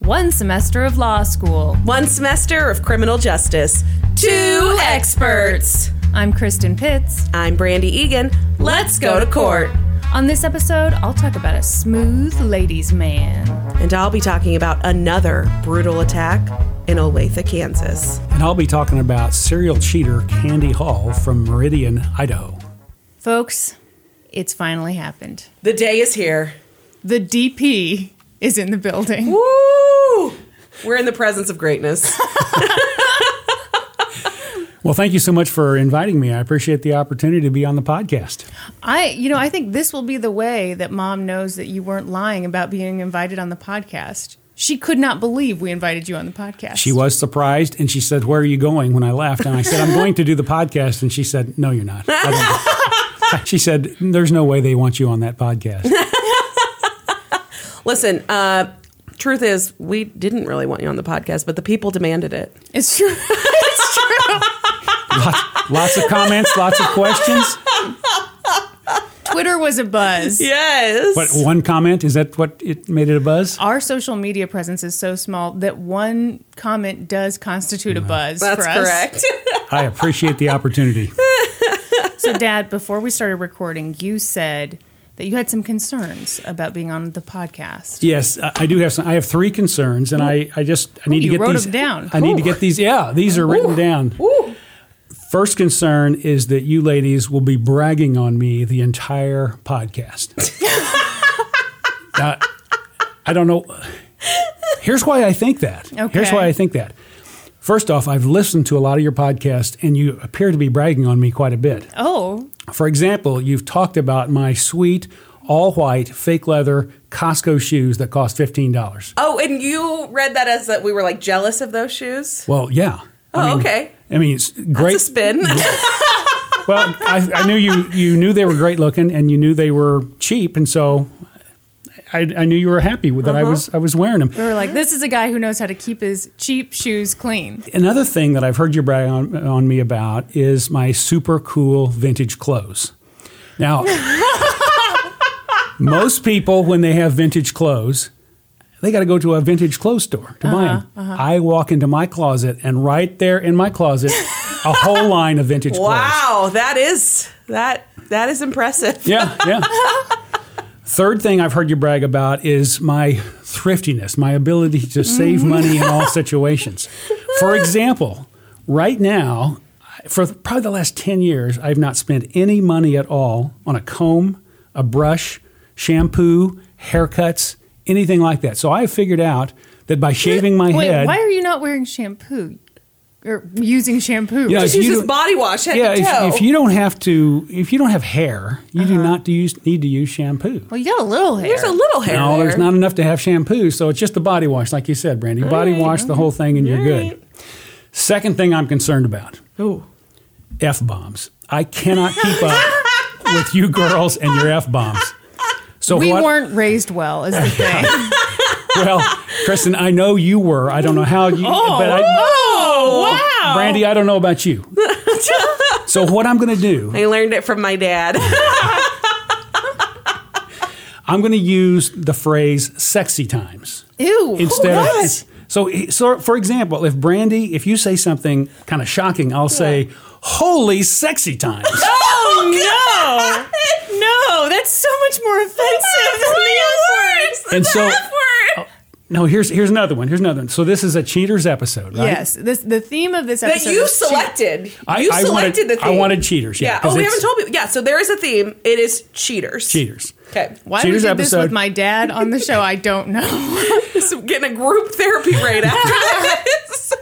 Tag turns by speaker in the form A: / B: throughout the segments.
A: One semester of law school.
B: One semester of criminal justice. Two experts.
A: I'm Kristen Pitts.
B: I'm Brandy Egan. Let's go to court.
A: On this episode, I'll talk about a smooth ladies' man.
B: And I'll be talking about another brutal attack in Olathe, Kansas.
C: And I'll be talking about serial cheater Candy Hall from Meridian, Idaho.
A: Folks, it's finally happened.
B: The day is here.
A: The DP is in the building.
B: Woo! We're in the presence of greatness.
C: Well, thank you so much for inviting me. I appreciate the opportunity to be on the podcast.
A: I, you know, I think this will be the way that mom knows that you weren't lying about being invited on the podcast. She could not believe we invited you on the podcast.
C: She was surprised and she said, Where are you going when I left? And I said, I'm going to do the podcast. And she said, No, you're not. I don't." she said, There's no way they want you on that podcast.
B: Listen, uh, truth is, we didn't really want you on the podcast, but the people demanded it.
A: It's true. it's true.
C: lots, lots of comments, lots of questions.
A: Twitter was a buzz.
B: Yes.
C: But one comment, is that what it made it a buzz?
A: Our social media presence is so small that one comment does constitute a buzz
B: That's
A: for us.
B: correct.
C: I appreciate the opportunity.
A: So, Dad, before we started recording, you said that you had some concerns about being on the podcast.
C: Yes, I I do have some. I have three concerns, and I, I just I need
A: you
C: to get
A: wrote
C: these
A: them down.
C: I need to get these. Yeah, these are written down.
B: Ooh.
C: First concern is that you ladies will be bragging on me the entire podcast. Uh, I don't know. Here's why I think that. Here's
A: Okay.
C: why I think that. First off, I've listened to a lot of your podcasts, and you appear to be bragging on me quite a bit.
A: Oh,
C: For example, you've talked about my sweet, all white, fake leather Costco shoes that cost $15.
B: Oh, and you read that as that we were like jealous of those shoes?
C: Well, yeah.
B: Oh,
C: I mean,
B: okay.
C: I mean, it's great.
B: It's a spin.
C: well, I, I knew you, you knew they were great looking and you knew they were cheap. And so I, I knew you were happy with that I was
B: Uh-huh.
C: I was wearing them.
A: we were like, this is a guy who knows how to keep his cheap shoes clean.
C: Another thing that I've heard you brag on, on me about is my super cool vintage clothes. Now, most people, when they have vintage clothes, they got to go to a vintage clothes store to
B: Uh-huh,
C: buy them. I walk into my closet, and right there in my closet, a whole line of vintage clothes.
B: wow, that is that that is impressive.
C: Yeah, yeah. Third thing I've heard you brag about is my thriftiness, my ability to save
A: Mm.
C: money in all situations. For example, right now, for probably the last 10 years, I've not spent any money at all on a comb, a brush, shampoo, haircuts, anything like that. So I figured out that by shaving my
A: Wait,
C: head.
A: why are you not wearing shampoo or using shampoo?
C: Yeah,
B: Just
C: If you
B: uses
C: don't-
B: body wash head
C: yeah,
B: to toe.
C: if, if you don't have to, if you don't have hair, you
A: Uh-huh.
C: do not use, need to use shampoo.
A: well, you got a little hair.
B: There's a little hair.
C: No,
B: there.
C: there's not enough to have shampoo, so it's just the body wash, like you said, Brandy. body wash the whole thing, and you're good. Oh. Second thing I'm concerned about:
B: Ooh.
C: f bombs. I cannot keep up with you girls and your f bombs. So
A: we
C: what?
A: weren't raised well, is the thing.
C: well, Kristen, I know you were. I don't know how you, but I,
A: oh, wow.
C: Brandy, I don't know about you. so what I'm going to do?
B: I learned it from my dad.
C: I'm going to use the phrase "sexy times."
A: Ew.
C: instead
B: What?
C: of so so for example if brandy if you say something kind of shocking i'll say holy sexy times
B: oh no!
A: No, that's so much more offensive than the F
C: and so Oh, no here's here's another one here's another one so this is a cheaters episode right
A: Yes, this the theme of this
B: That
A: episode
B: you
A: is cheat.
B: selected.
C: I-
B: you
C: I
B: selected
C: wanted-
B: the theme.
C: I wanted cheaters, yeah,
B: yeah.
C: 'cause
B: Oh, we
C: it's-
B: haven't told people. Yeah. So there is a theme. It is cheaters.
C: cheaters
B: Okay.
A: Why
C: Cheaters
A: we did this with
C: episode.
A: my dad on the show, I don't know.
B: So getting a group therapy right after this.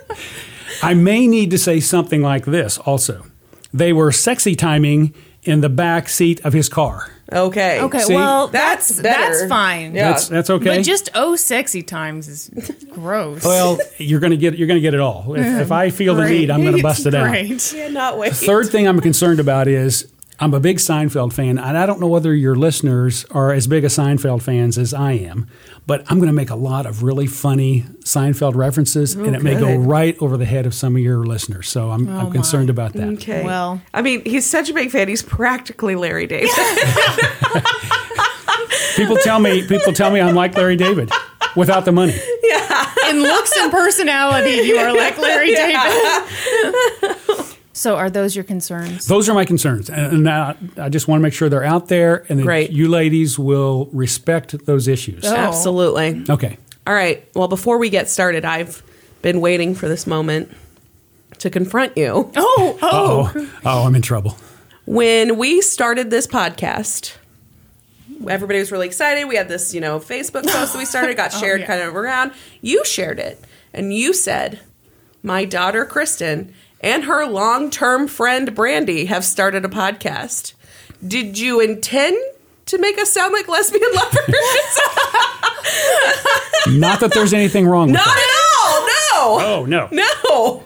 C: i may need to say something like this also they were sexy timing in the back seat of his car
B: Okay.
A: Okay,
C: See,
A: well,
B: that's
A: that's
B: better.
A: that's fine.
B: Yeah.
C: that's that's okay
A: But just oh, sexy times is gross.
C: well you're gonna get you're gonna get it all if, if i feel the need i'm gonna
A: Mm-hmm. Great.
C: bust it out
A: Great.
B: Cannot wait.
C: Third thing I'm concerned about is I'm a big Seinfeld fan, and I don't know whether your listeners are as big a Seinfeld fans as I am, but I'm going to make a lot of really funny Seinfeld references, and it may go
B: Oh, good. Oh,
C: right over the head of some of your listeners. So I'm, I'm concerned about that.
B: Okay.
A: Well-
B: I mean, he's such a big fan. He's practically Larry David.
C: People tell me people tell me I'm like Larry David without the money.
B: yeah.
A: in looks and personality, you are like Larry David. so, are those your concerns?
C: Those are my concerns, and, and I, I just want to make sure they're out there, and that
B: Great.
C: you ladies will respect those issues.
A: Oh.
B: Absolutely.
C: Okay.
B: All right. Well, before we get started, I've been waiting for this moment to confront you.
A: Oh, oh.
C: Oh, oh, I'm in trouble.
B: when we started this podcast, everybody was really excited. We had this, you know, Facebook post that we started, got
A: Oh,
B: shared
A: yeah.
B: kind of around. You shared it, and you said, "My daughter Kristen and her long-term friend Brandy have started a podcast." Did you intend to make us sound like lesbian lovers?
C: Not that there's anything wrong with
B: Not
C: that.
B: at all. No.
C: Oh, Um, no.
B: No.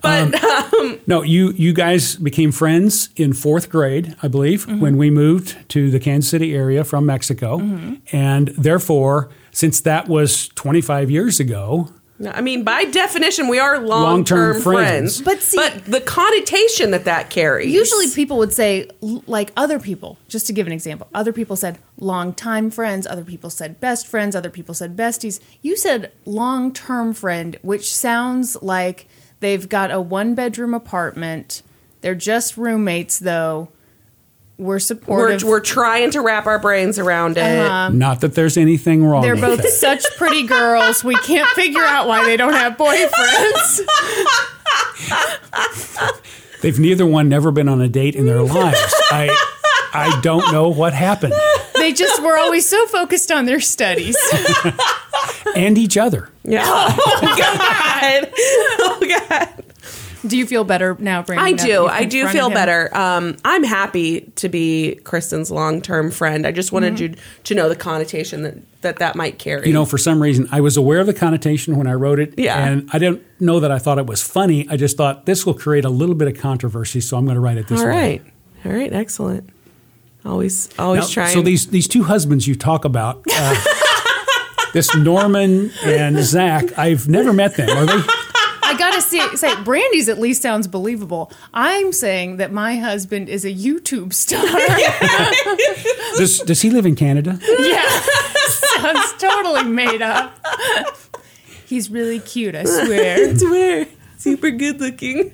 B: But uh,
C: No, you you guys became friends in fourth grade, I believe,
B: Mm-hmm.
C: when we moved to the Kansas City area from Mexico,
B: Mm-hmm.
C: and therefore, since that was 25 years ago,
B: I mean, by definition, we are long-term,
C: Long-term
B: friends.
C: friends.
A: But see-
B: the connotation that that carries.
A: Usually people would say, l- like other people, just to give an example, other people said long time friends, other people said best friends, other people said besties. You said long term friend, which sounds like they've got a one bedroom apartment. They're just roommates, though. We're
B: we're,
A: supportive. Uh-huh.
B: we're trying to wrap our brains around it.
C: not that there's anything wrong.
A: They're
C: with
A: both
C: that.
A: such pretty girls. We can't figure out why they don't have boyfriends.
C: They've neither one never been on a date in their lives. I I don't know what happened
A: They just were always so focused on their studies.
C: and each other.
B: Yeah. Oh God. Oh God.
A: Do you feel better now, Brandon?
B: I
A: now that you've
B: do. I do
A: confronted
B: feel
A: him?
B: better. Um, I'm happy to be Kristen's long-term friend. I just wanted
A: Mm-hmm.
B: you to know the connotation that that, that might carry.
C: You know, for some reason, I was aware of the connotation when I wrote it,
B: Yeah.
C: and I don't know that I thought it was funny. I just thought this will create a little bit of controversy, so I'm going to write it this
B: All
C: way.
B: right. All right. Excellent. Always, always
C: Now,
B: trying.
C: So these these two husbands you talk about, uh, this Norman and Zach, I've never met them. Are they?
A: I gotta say, say, Brandy's at least sounds believable. I'm saying that my husband is a YouTube star.
C: Does does he live in Canada?
A: yeah, sounds totally made up. He's really cute, I swear.
B: It's weird. Super good looking.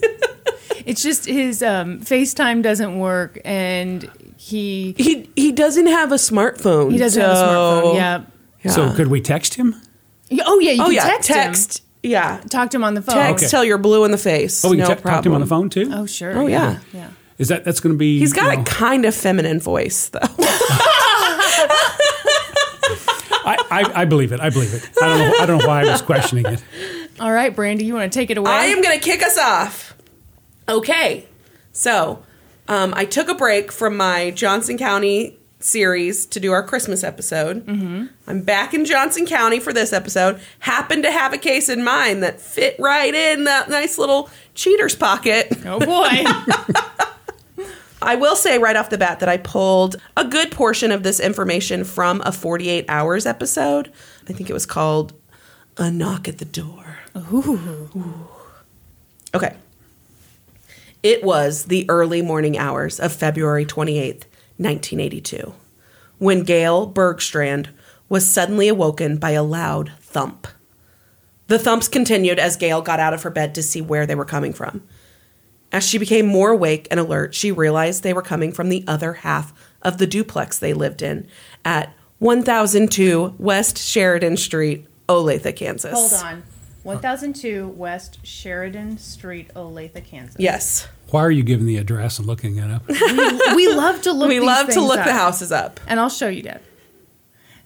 A: It's just his um, FaceTime doesn't work, and he
B: He he doesn't have a smartphone.
A: he doesn't have a smartphone. Yeah.
C: So could we text him?
A: Yeah, Oh yeah, you
B: Oh
A: can
B: yeah.
A: text, him.
B: Text. Yeah.
A: Talk to him on the phone.
B: Text
C: Oh, Okay.
B: till you're blue in the face.
C: Oh, we
B: no
C: can te-
B: problem.
C: talk to him on the phone too.
A: Oh sure.
B: Oh, yeah.
A: Yeah.
C: Is that that's going to be?
B: He's got
C: you know,
B: a kind of feminine voice, though.
C: I, I I believe it. I believe it. I don't know. I don't know why I was questioning it.
A: All right, Brandy, you want to take it away?
B: I am going to kick us off. Okay. So um, I took a break from my Johnson County series to do our Christmas episode. Mm-hmm. I'm back in Johnson County for this episode. Happened to have a case in mind that fit right in that nice little cheater's pocket.
A: Oh boy.
B: I will say right off the bat that I pulled a good portion of this information from a 48 hours episode. I think it was called A Knock at the Door. Ooh. Okay. It was the early morning hours of February 28th, 1982, when Gail Bergstrand was suddenly awoken by a loud thump. The thumps continued as Gail got out of her bed to see where they were coming from. As she became more awake and alert, she realized they were coming from the other half of the duplex they lived in at 1002 West Sheridan Street, Olathe, Kansas.
A: Hold on. 1002 West Sheridan Street, Olathe, Kansas.
B: Yes.
C: Why are you giving the address and looking it up?
A: We love to look
B: we
A: these
B: love to
A: things
B: look
A: up.
B: the houses up.
A: And I'll show you that.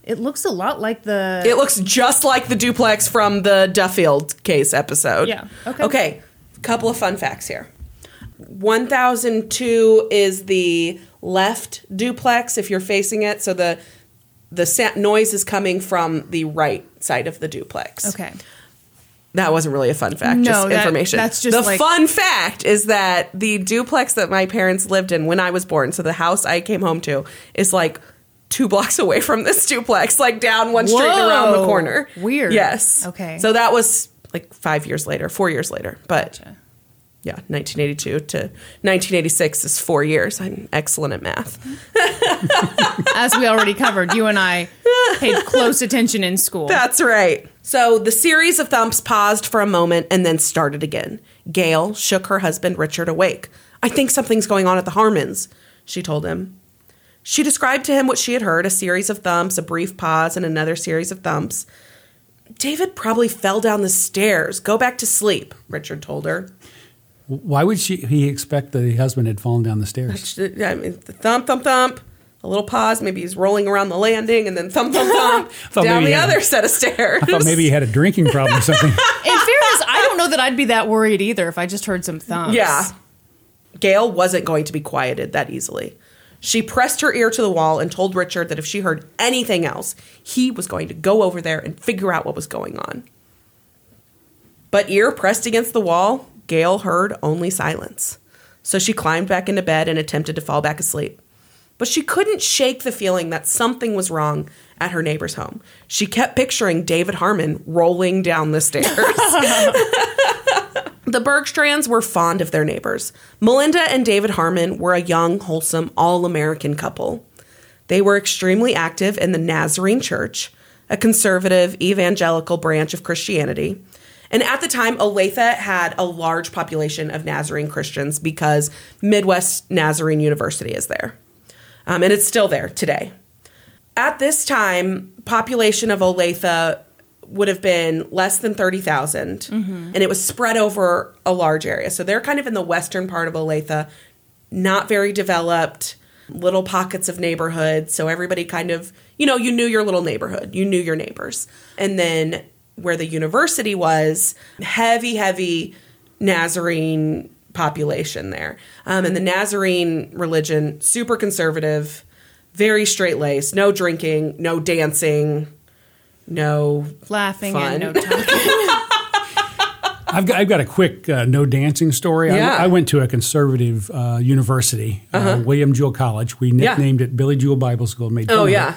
A: It looks a lot like the
B: It looks just like the duplex from the Duffield case episode.
A: Yeah. Okay.
B: Okay. Couple of fun facts here. 1002 is the left duplex if you're facing it, so the the sa- noise is coming from the right side of the duplex.
A: Okay.
B: That wasn't really a fun fact,
A: No,
B: just
A: that-
B: information.
A: that's just
B: the
A: like-
B: fun fact is that the duplex that my parents lived in when I was born, so the house I came home to, is like two blocks away from this duplex, like down one street and around the
A: Whoa.
B: corner.
A: Weird.
B: Yes.
A: Okay.
B: So that was like five years later, four years later. But yeah, 1982 to 1986 is four years. I'm excellent at math.
A: As we already covered, you and I paid close attention in school.
B: That's right. So the series of thumps paused for a moment and then started again. Gail shook her husband Richard awake. I think something's going on at the Harmons, she told him. She described to him what she had heard a series of thumps, a brief pause, and another series of thumps. David probably fell down the stairs. Go back to sleep, Richard told her.
C: Why would she, he expect that the husband had fallen down the stairs?
B: I mean, the thump, thump, thump. A little pause. Maybe he's rolling around the landing, and then thump, thump, thump
C: Thought
B: down
C: maybe
B: the
C: he had-
B: other set of stairs.
C: I thought maybe he had a drinking problem or something.
A: In fairness, I don't know that I'd be that worried either if I just heard some thumps.
B: Yeah. Gail wasn't going to be quieted that easily. She pressed her ear to the wall and told Richard that if she heard anything else, he was going to go over there and figure out what was going on. But ear pressed against the wall, Gail heard only silence. So she climbed back into bed and attempted to fall back asleep. But she couldn't shake the feeling that something was wrong at her neighbor's home. She kept picturing David Harmon rolling down the stairs. The Bergstrands were fond of their neighbors. Melinda and David Harmon were a young, wholesome, all American couple. They were extremely active in the Nazarene Church, a conservative evangelical branch of Christianity. And at the time, Olathe had a large population of Nazarene Christians because Midwest Nazarene University is there. Um, and it's still there today. At this time, population of Olathe would have been less than 30,000 and it was spread over a large area. So they're kind of in the western part of Olathe, not very developed, little pockets of neighborhoods. So everybody kind of, you know, you knew your little neighborhood, you knew your neighbors. And then where the university was, heavy, heavy Nazarene population there. Um, and the Nazarene religion, super conservative, very straight laced, no drinking, no dancing, no
A: Laughing
B: Fun.
A: and no talking.
C: I've got, I've got a quick uh, no dancing story.
B: Yeah. Uh-huh.
C: I, I went to a conservative uh, university, uh William Jewell College. We
B: Yeah.
C: nicknamed it Billy Jewell Bible School. Made fun
B: Oh,
C: of it.
B: yeah.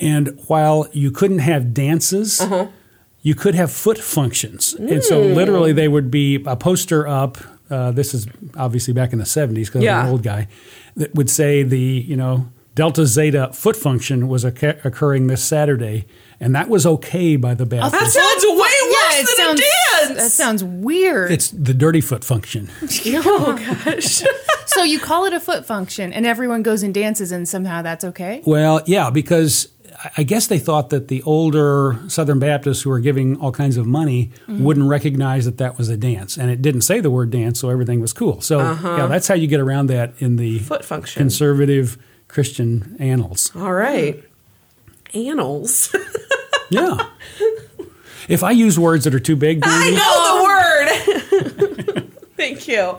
C: And while you couldn't have dances,
B: Uh-huh.
C: you could have foot functions. And so
B: Hmm.
C: literally they would be a poster up. Uh, this is obviously back in the 70s because I'm
B: Yeah.
C: an old guy that would say the, you know, Delta Zeta foot function was occur- occurring this Saturday. And that was okay by the Baptists.
B: That sounds way worse
A: it
B: than
A: sounds,
B: a dance.
A: That sounds weird.
C: it's the dirty foot function.
B: oh gosh.
A: so you call it a foot function, and everyone goes and dances, and somehow that's okay.
C: Well, yeah, because I- I guess they thought that the older Southern Baptists who were giving all kinds of money
B: Mm-hmm.
C: wouldn't recognize that that was a dance, and it didn't say the word dance, so everything was cool. So yeah, that's how you get around that in the
B: Uh-huh. Foot function.
C: conservative Christian annals.
B: All right. Annals.
C: yeah. If I use words that are too big,
B: I
C: Judy,
B: know the word. Thank you.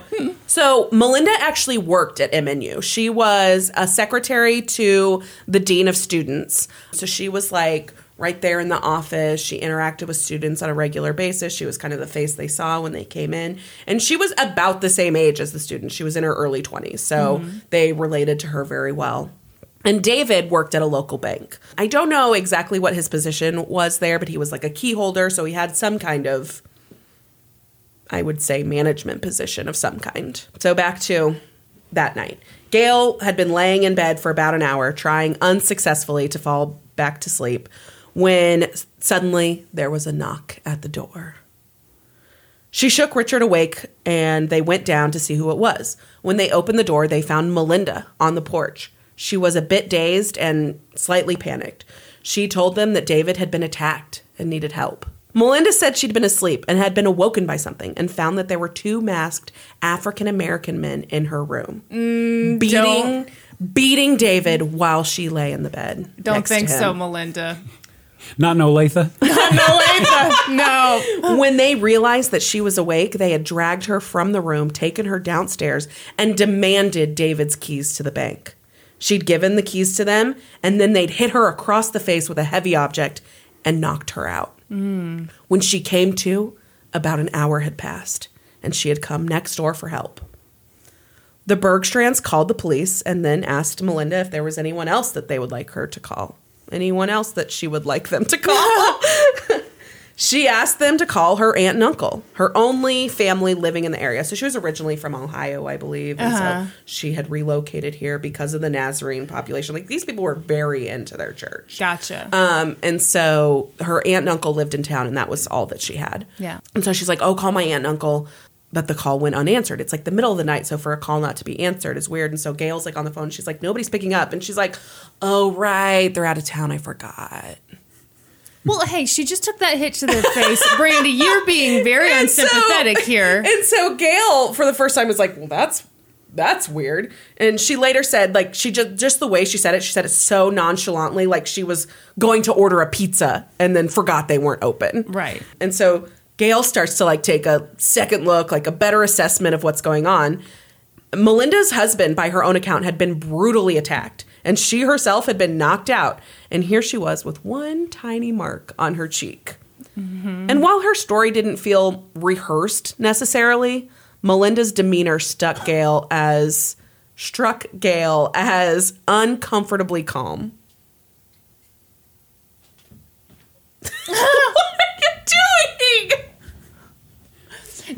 B: So Melinda actually worked at MNU. She was a secretary to the dean of students. So she was like right there in the office. She interacted with students on a regular basis. She was kind of the face they saw when they came in. And she was about the same age as the students. She was in her early 20s. So they related to her very well. And David worked at a local bank. I don't know exactly what his position was there, but he was like a key holder, so he had some kind of I would say management position of some kind. So back to that night. Gail had been laying in bed for about an hour, trying unsuccessfully to fall back to sleep, when suddenly there was a knock at the door. She shook Richard awake and they went down to see who it was. When they opened the door, they found Melinda on the porch. She was a bit dazed and slightly panicked. She told them that David had been attacked and needed help. Melinda said she'd been asleep and had been awoken by something and found that there were two masked African American men in her room.
A: Mm,
B: beating beating David while she lay in the bed.
A: Don't
B: next to
A: think so,
B: him.
A: Melinda.
C: not in Olathe.
A: no.
B: when they realized that she was awake, they had dragged her from the room, taken her downstairs, and demanded David's keys to the bank. She'd given the keys to them, and then they'd hit her across the face with a heavy object and knocked her out. When she came to, about an hour had passed, and she had come next door for help. The Bergstrands called the police and then asked Melinda if there was anyone else that they would like her to call. Anyone else that she would like them to call. She asked them to call her aunt and uncle, her only family living in the area. So she was originally from Ohio, I believe. And
A: Uh-huh.
B: so she had relocated here because of the Nazarene population. Like these people were very into their church.
A: Gotcha.
B: Um, and so her aunt and uncle lived in town, and that was all that she had.
A: Yeah.
B: And so she's like, "Oh, call my aunt and uncle," but the call went unanswered. It's like the middle of the night, so for a call not to be answered is weird. And so Gail's like on the phone. She's like, "Nobody's picking up," and she's like, "Oh, right, they're out of town. I forgot."
A: well, hey, she just took that hit to the face. Brandy, you're being very
B: And so-
A: unsympathetic here.
B: And so Gail, for the first time, was like, "Well, that's." That's weird. And she later said, like, she just, just the way she said it, she said it so nonchalantly, like she was going to order a pizza and then forgot they weren't open.
A: Right.
B: And so Gail starts to like take a second look, like a better assessment of what's going on. Melinda's husband, by her own account, had been brutally attacked, and she herself had been knocked out. And here she was with one tiny mark on her cheek. And while her story didn't feel rehearsed necessarily, Melinda's demeanor stuck Gail as struck Gail as uncomfortably calm. what are you doing?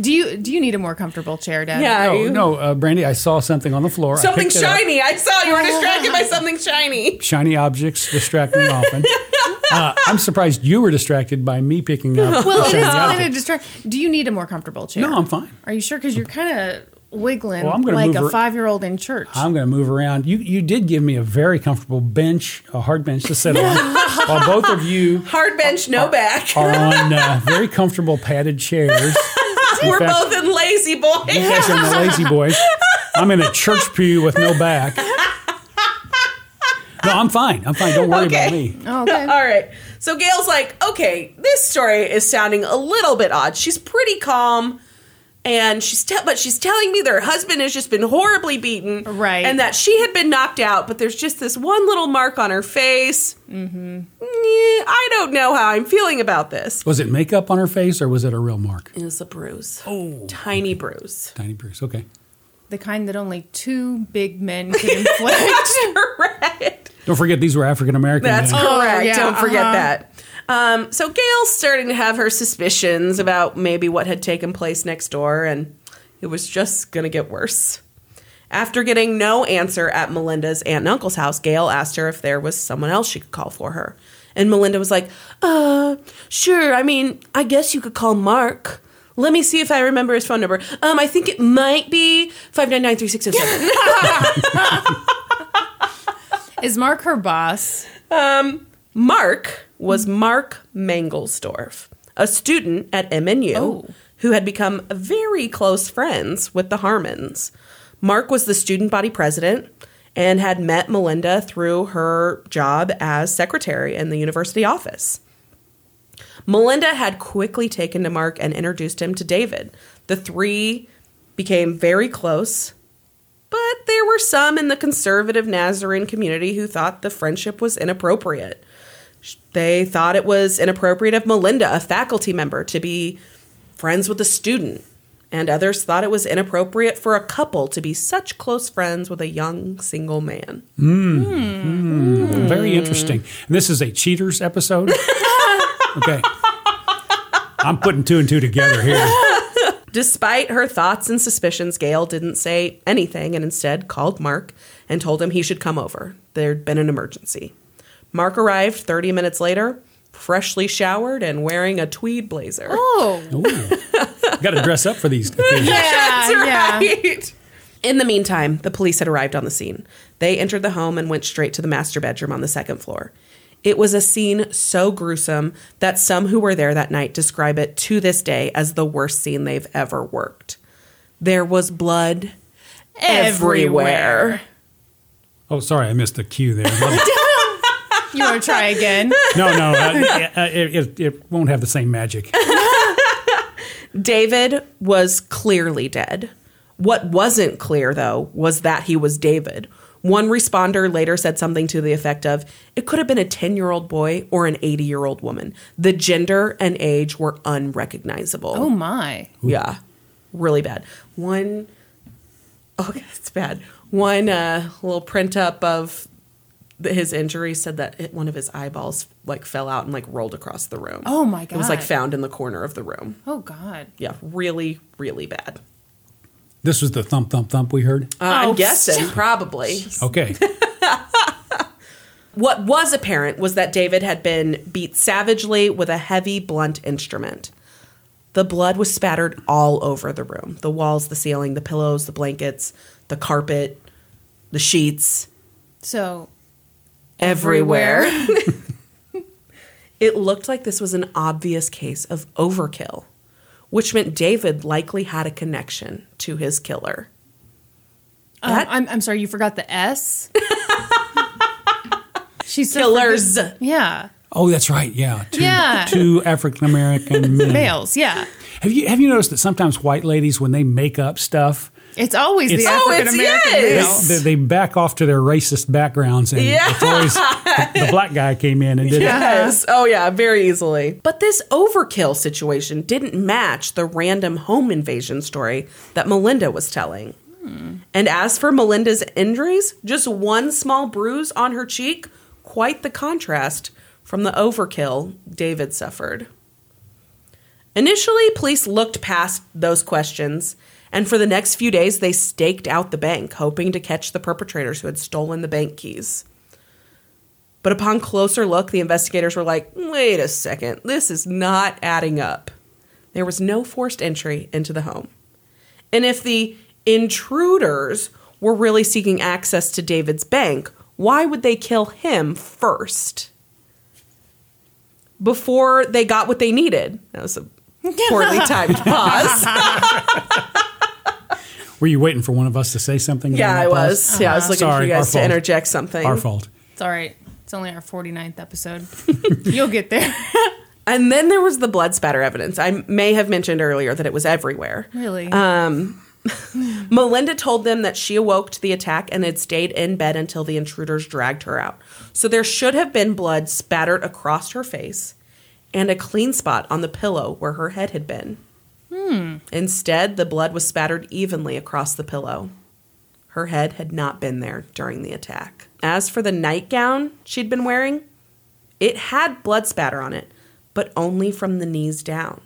A: Do you do you need a more comfortable chair, Dad?
B: Yeah,
C: No,
B: you-
C: no, uh, Brandy, I saw something on the floor. I
B: something
C: picked it up.
B: shiny. I saw you were distracted by something shiny.
C: Shiny objects distract me often. Uh, I'm surprised you were distracted by me picking up.
A: Well,
C: the
A: it
C: shiny
A: is kind
C: object.
A: of distract. Do you need a more comfortable chair?
C: No, I'm fine.
A: Are you sure? Because you're kind of wiggling
C: Well, I'm gonna
A: like
C: move
A: a
C: her-
A: five year old in church.
C: I'm going to move around. You you did give me a very comfortable bench, a hard bench to sit on, while both of you
B: Hard bench, no back.
C: are on uh, very comfortable padded chairs.
B: We're
C: fact-
B: both in lazy boy.
C: You guys are in the lazy boys. I'm in a church pew with no back. No, I'm fine. I'm fine. Don't worry about me.
A: Oh, okay.
B: All right. So Gail's like, okay, this story is sounding a little bit odd. She's pretty calm, and she's te- but she's telling me that her husband has just been horribly beaten,
A: Right.
B: And that she had been knocked out, but there's just this one little mark on her face. Mm-hmm. I don't know how I'm feeling about this.
C: Was it makeup on her face or was it a real mark?
B: It was a bruise, oh, tiny bruise.
C: Tiny bruise. Okay.
A: The kind that only two big men can inflict.
B: Correct.
C: Don't forget these were African American.
B: That's
C: men.
B: correct.
A: yeah,
B: Don't forget
A: uh-huh.
B: that. Um, so Gail's starting to have her suspicions about maybe what had taken place next door, and it was just going to get worse. After getting no answer at Melinda's aunt and uncle's house, Gail asked her if there was someone else she could call for her. And Melinda was like, uh, sure. I mean, I guess you could call Mark. Let me see if I remember his phone number. Um, I think it might be 599 3607.
A: Is Mark her boss?
B: Mark was Mark Mangelsdorf, a student at MNU
A: Oh.
B: who had become very close friends with the Harmons. Mark was the student body president and had met Melinda through her job as secretary in the university office. Melinda had quickly taken to Mark and introduced him to David. The three became very close, but there were some in the conservative Nazarene community who thought the friendship was inappropriate. Sh- They thought it was inappropriate of Melinda, a faculty member, to be friends with a student, and others thought it was inappropriate for a couple to be such close friends with a young single man.
C: Very interesting. And this is a cheaters episode. okay. I'm putting two and two together here.
B: Despite her thoughts and suspicions, Gail didn't say anything and instead called Mark and told him he should come over. There'd been an emergency. Mark arrived 30 minutes later, freshly showered and wearing a tweed blazer.
A: Oh,
C: Got to dress up for these. occasions.
A: yeah, yeah.
B: right. In the meantime, the police had arrived on the scene. They entered the home and went straight to the master bedroom on the second floor. It was a scene so gruesome that some who were there that night describe it to this day as the worst scene they've ever worked. There was blood everywhere.
C: Oh, sorry, I missed the cue there. Let me-
A: You want to try again?
C: No, no, uh, uh, it, it, it won't have the same magic.
B: David was clearly dead. What wasn't clear, though, was that he was David. One responder later said something to the effect of, It could have been a 10 year old boy or an 80 year old woman. The gender and age were unrecognizable.
A: Oh my.
B: Yeah, really bad. One, oh, yeah, it's bad. One uh, little print up of th- his injury said that it, one of his eyeballs like fell out and like rolled across the room.
A: Oh, my
B: It was like
A: God.
B: found in the corner of the room.
A: Oh God.
B: Yeah, really, really bad.
C: This was the thump, thump, thump we heard.
B: Uh, I'm
A: Oh,
B: guessing probably.
C: Okay.
B: What was apparent was that David had been beat savagely with a heavy, blunt instrument. The blood was spattered all over the room the walls, the ceiling, the pillows, the blankets, the carpet, the sheets,
A: So
B: everywhere. it looked like this was an obvious case of overkill, which meant David likely had a connection to his killer.
A: um,
B: That-
A: I'm I'm sorry, you forgot the S. She's so
B: Killers.
A: forget- yeah.
C: Oh, that's right. Yeah. Two,
A: Yeah.
C: two African American men.
A: Males. Yeah.
C: Have you have you noticed that sometimes white ladies when they make up stuff,
A: It's always the
C: It's-
B: Oh,
A: African
B: it's-
A: American
B: yes.
C: they, they back off to their racist backgrounds and it's always the, the black guy came in and did it.
B: Yes. Oh, yeah, very easily. But this overkill situation didn't match the random home invasion story that Melinda was telling. And as for Melinda's injuries, just one small bruise on her cheek, quite the contrast from the overkill David suffered. Initially, police looked past those questions, and for the next few days, they staked out the bank, hoping to catch the perpetrators who had stolen the bank keys. But upon closer look, the investigators were like, wait a second, this is not adding up. There was no forced entry into the home. And if the intruders were really seeking access to David's bank, why would they kill him first? Before they got what they needed. That was a poorly timed pause.
C: Were you waiting for one of us to say something?
B: yeah,
C: during
B: I
C: that pause?
B: was. Yeah, I was looking for
C: Sorry,
B: you
C: our
B: guys to
C: fault.
B: interject something.
C: Our fault.
A: It's all right. It's only our 49th episode. You'll get there.
B: And then there was the blood spatter evidence. I may have mentioned earlier that it was everywhere.
A: Really?
B: Uh, Melinda told them that she awoke to the attack and had stayed in bed until the intruders dragged her out. So there should have been blood spattered across her face and a clean spot on the pillow where her head had been. Instead, the blood was spattered evenly across the pillow. Her head had not been there during the attack. As for the nightgown she'd been wearing, it had blood spatter on it, but only from the knees down.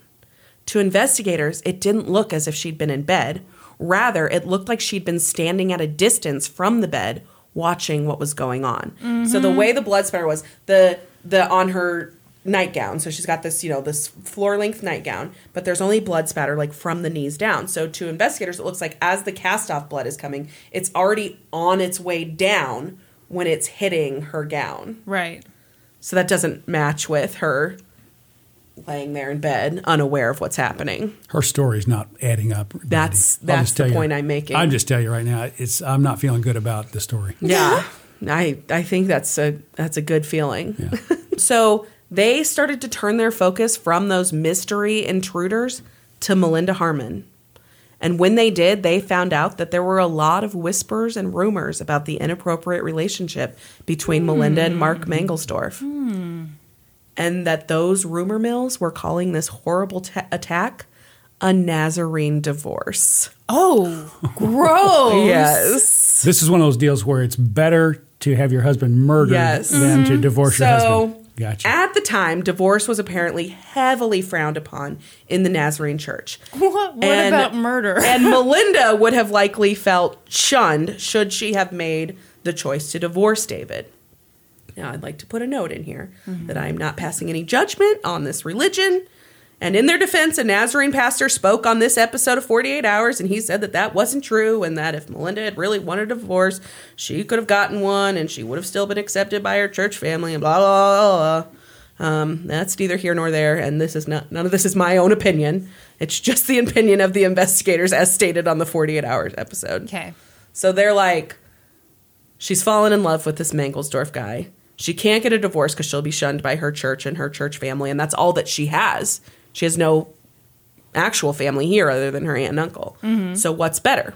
B: To investigators, it didn't look as if she'd been in bed. Rather, it looked like she'd been standing at a distance from the bed, watching what was going on. So the way the blood spatter was, the the on her nightgown. So she's got this, you know, this floor length nightgown, but there's only blood spatter like from the knees down. So to investigators, it looks like as the cast off blood is coming, it's already on its way down when it's hitting her gown.
A: right.
B: So that doesn't match with her laying there in bed, unaware of what's happening.
C: Her story's not adding up. Brandy.
B: That's-
C: I'll
B: that's
C: just tell
B: the
C: you.
B: point I'm making.
C: I'll just tell you right now, it's I'm not feeling good about the story.
B: Yeah. I I think that's a that's a good feeling.
C: Yeah.
B: so they started to turn their focus from those mystery intruders to Melinda Harmon. And when they did, they found out that there were a lot of whispers and rumors about the inappropriate relationship between Melinda and Mark Mangelsdorf. Hmm. And that those rumor mills were calling this horrible ta attack a Nazarene divorce.
A: Oh, gross.
B: Yes.
C: This is one of those deals where it's better to have your husband murdered
B: Yes. Mm-hmm.
C: than to divorce your
B: So,
C: husband. Gotcha.
B: at the time, divorce was apparently heavily frowned upon in the Nazarene church.
A: What, what
B: And-
A: about murder?
B: and Melinda would have likely felt shunned should she have made the choice to divorce David. Now, I'd like to put a note in here that I am not passing any judgment on this religion. And in their defense, a Nazarene pastor spoke on this episode of 48 Hours, and he said that that wasn't true, and that if Melinda had really wanted a divorce, she could have gotten one, and she would have still been accepted by her church family, and blah, blah, blah, blah. Um, that's neither here nor there, and this is not none of this is my own opinion. It's just the opinion of the investigators, as stated on the 48 Hours episode.
A: okay.
B: So they're like, she's fallen in love with this Mangelsdorf guy. She can't get a divorce because she'll be shunned by her church and her church family, and that's all that she has. She has no actual family here other than her aunt and uncle. So what's better?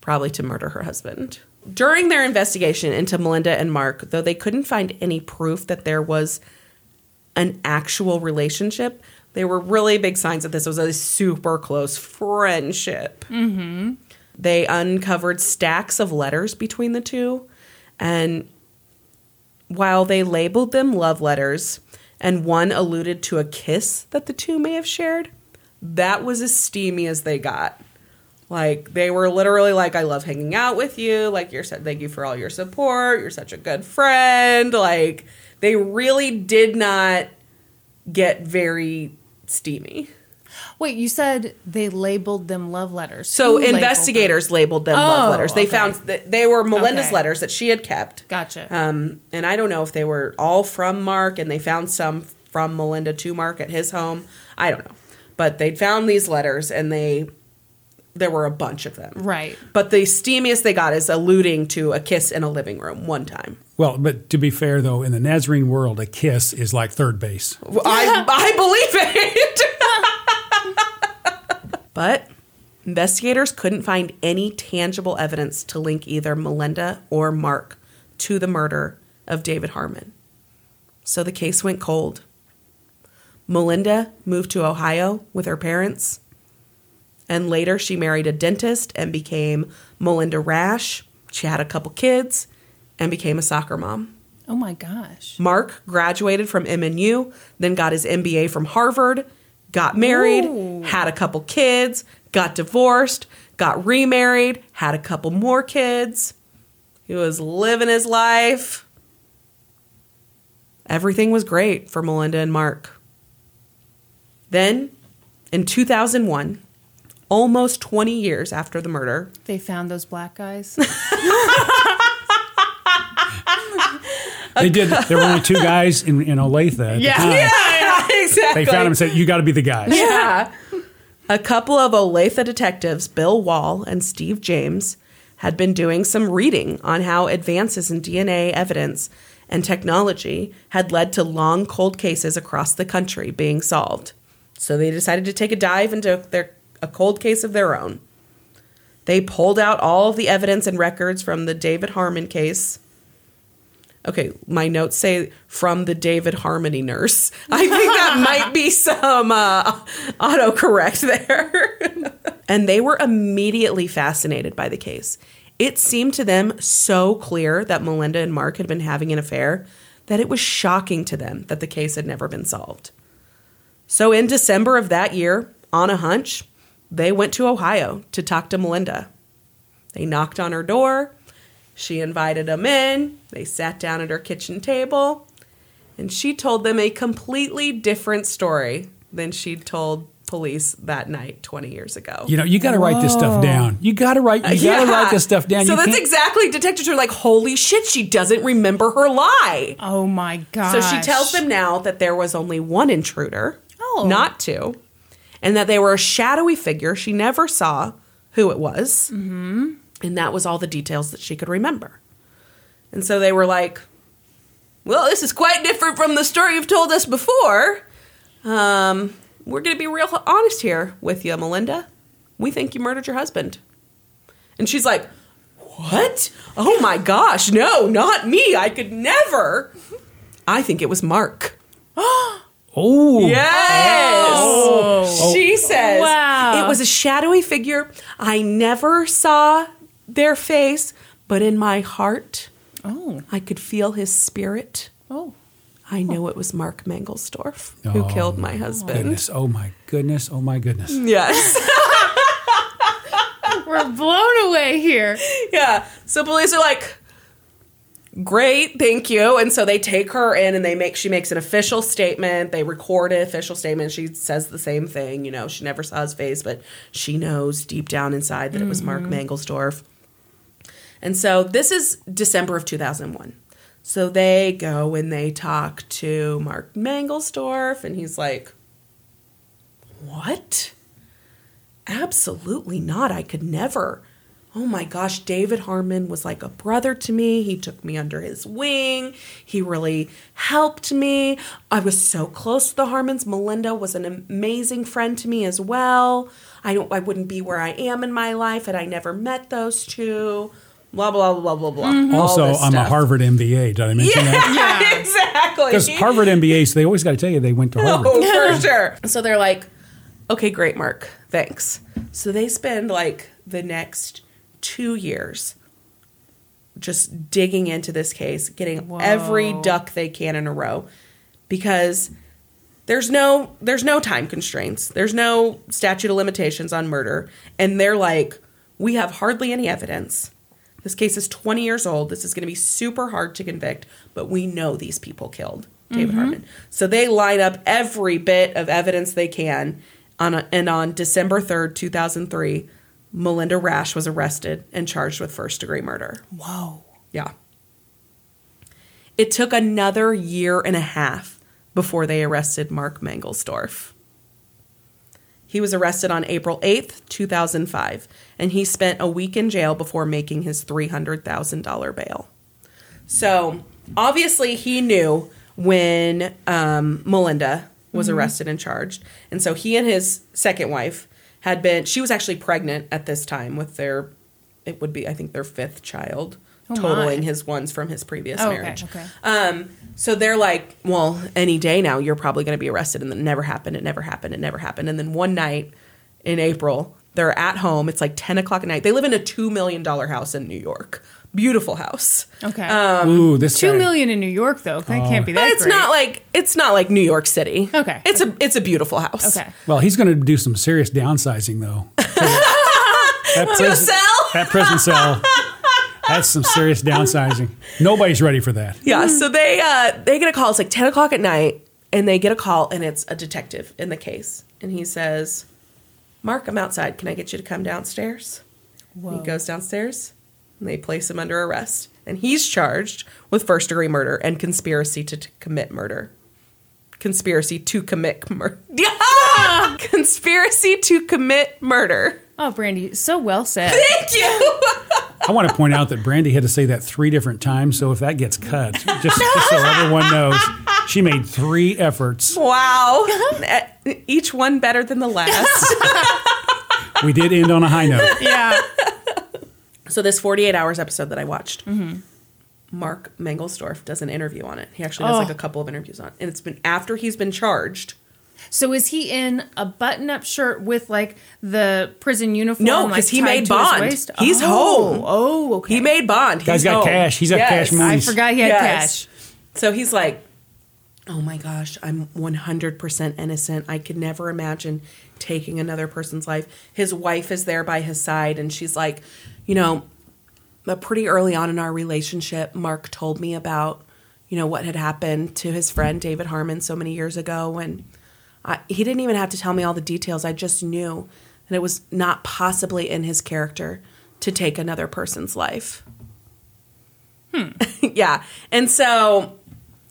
B: Probably to murder her husband. During their investigation into Melinda and Mark, though they couldn't find any proof that there was an actual relationship, they were really big signs that this was a super close friendship they uncovered stacks of letters between the two and While they labeled them love letters and one alluded to a kiss that the two may have shared, that was as steamy as they got. Like they were literally like, "I love hanging out with you. Like you're, so- thank you for all your support. You're such a good friend." Like they really did not get very steamy.
A: Wait, you said they labeled them love letters.
B: So
A: Who labeled
B: investigators labeled them love
A: Oh,
B: letters. They
A: okay.
B: found that they were Melinda's
A: Okay.
B: letters that she had kept.
A: them? Gotcha.
B: Um, and I don't know if they were all from Mark, and they found some from Melinda to Mark at his home. I don't know, but they found these letters, and they there were a bunch of them.
A: Right.
B: But the steamiest they got is alluding to a kiss in a living room one time.
C: Well, but to be fair though, in the Nazarene world, a kiss is like third base.
B: I, I believe it. but investigators couldn't find any tangible evidence to link either Melinda or Mark to the murder of David Harmon. So the case went cold. Melinda moved to Ohio with her parents, and later she married a dentist and became Melinda Rash. She had a couple kids and became a soccer mom.
A: oh my gosh.
B: Mark graduated from MNU, then got his MBA from Harvard, got married, had a couple kids, got divorced, got remarried, had a couple more kids. He was living his life. Everything was great for Melinda and Mark. Then, in 2001, almost 20 years after the murder,
A: They found those black guys.
C: They did. There were only two guys in, in Olathe. At the time.
B: yeah, exactly.
C: They found him and said, "You got to be the guys."
B: yeah. A couple of Olathe detectives, Bill Wall and Steve James, had been doing some reading on how advances in DNA evidence and technology had led to long cold cases across the country being solved. So they decided to take a dive into their a cold case of their own. They pulled out all of the evidence and records from the David Harmon case. Okay, my notes say from the David Harmony nurse. I think that might be some uh, autocorrect there. and they were immediately fascinated by the case. It seemed to them so clear that Melinda and Mark had been having an affair that it was shocking to them that the case had never been solved. So in December of that year, on a hunch, they went to Ohio to talk to Melinda. They knocked on her door. She invited them in. They sat down at her kitchen table. And she told them a completely different story than she'd told police that night 20 years ago.
C: You know, you got to write this stuff down. You got to write. You got to
B: Yeah.
C: write this stuff down.
B: So
C: You
B: that's
C: can't-
B: exactly detectives are like, holy shit, she doesn't remember her lie.
A: oh my gosh.
B: So she tells them now that there was only one intruder,
A: Oh.
B: not two, and that they were a shadowy figure she never saw who it was. Mm-hmm. And that was all the details that she could remember. And so they were like, well, this is quite different from the story you've told us before. Um, we're going to be real honest here with you, Melinda. We think you murdered your husband. And she's like, What? Oh my gosh, no, not me. I could never. I think it was Mark.
C: Oh,
B: Yes.
A: Oh.
B: She says
A: Wow.
B: it was a shadowy figure. I never saw their face, but in my heart,
A: Oh.
B: I could feel his spirit.
A: Oh.
B: I know it was Mark Mangelsdorf who
C: Oh,
B: killed my husband.
C: goodness. Oh my goodness. Oh my goodness.
B: Mm-hmm. Yes.
A: We're blown away here.
B: yeah. So police are like, great, thank you. And so they take her in and they make she makes an official statement. They record an official statement. She says the same thing. You know, she never saw his face, but she knows deep down inside that it was Mark Mangelsdorf. And so this is December of 2001. So they go and they talk to Mark Mangelsdorf, and he's like, What? Absolutely not. I could never. Oh my gosh, David Harmon was like a brother to me. He took me under his wing. He really helped me. I was so close to the Harmons. Melinda was an amazing friend to me as well. I don't I wouldn't be where I am in my life had I never met those two. Blah blah blah blah blah. All
C: Mm-hmm. Also, I'm
B: this
C: a
B: stuff.
C: Harvard MBA. Did I mention that?
B: Yeah,
A: Yeah.
B: exactly.
C: Because Harvard MBAs, they always got to tell you they went to Harvard.
B: Oh, for sure. So they're like, okay, great, Mark. Thanks. So they spend like the next two years just digging into this case, getting every duck they can in a row because there's no there's no time constraints. There's no statute of limitations on murder and they're like we have hardly any evidence. This case is 20 years old. This is going to be super hard to convict, but we know these people killed David Harmon. So they line up every bit of evidence they can on a, and on December 3rd, 2003, Melinda Rash was arrested and charged with first-degree murder.
A: Whoa.
B: Yeah. It took another year and a half before they arrested Mark Mangelsdorf. He was arrested on April 8th, 2005, and he spent a week in jail before making his $300,000 bail. So obviously, he knew when um, Melinda was
A: Mm-hmm.
B: arrested and charged. And so he and his second wife had been, she was actually pregnant at this time with their, it would be, I think, their fifth child,
A: Oh, my.
B: totaling his ones from his previous
A: Oh, okay.
B: marriage.
A: Okay.
B: Um, so they're like, well, any day now you're probably going to be arrested, and it never happened. It never happened. It never happened. And then one night in April, they're at home. It's like ten o'clock at night. They live in a two million dollar house in New York. Beautiful house.
A: Okay.
B: Um,
C: Ooh, this
A: Two
C: guy-
A: million in New York though. That can't be that.
B: uh, But it's
A: great.
B: not like it's not like New York City.
A: Okay.
B: It's a it's a beautiful house.
A: Okay.
C: Well, he's going to do some serious downsizing, though. that prison,
B: cell?
C: That prison cell. That's some serious downsizing. Nobody's ready for that.
B: Yeah.
A: Mm.
B: So they uh, they get a call. It's like ten o'clock at night, and they get a call, and it's a detective in the case, and he says, "Mark, I'm outside. Can I get you to come downstairs?"
A: Whoa.
B: He goes downstairs, and they place him under arrest, and he's charged with first degree murder and conspiracy to t- commit murder. Conspiracy to commit murder. Conspiracy to commit murder.
A: Oh, Brandy, so well said.
B: Thank you.
C: I want to point out that Brandy had to say that three different times. So if that gets cut, just, just so everyone knows, she made three efforts.
B: Wow. E, Each one better than the last.
C: We did end on a high note.
A: yeah.
B: So this 48 hours episode that I watched,
A: Mm-hmm.
B: Mark Mangelsdorf does an interview on it. He actually does
A: Oh.
B: like a couple of interviews on it. And it's been after he's been charged.
A: So is he in a button-up shirt with like the prison uniform?
B: No,
A: like,
B: 'cause he
A: tied
B: made
A: to his
B: Bond.
A: waist?
B: He's
A: oh,
B: home.
A: Oh, okay.
B: He made Bond.
C: Guy's
B: He's
C: got
B: home.
C: cash. He's got cash money.
A: I forgot he had
B: Yes.
A: cash.
B: So he's like, oh my gosh, I'm 100% innocent. I could never imagine taking another person's life. His wife is there by his side, and she's like, you know, but pretty early on in our relationship, Mark told me about, you know, what had happened to his friend David Harmon so many years ago. And I, he didn't even have to tell me all the details. I just knew that it was not possibly in his character to take another person's life. yeah. And so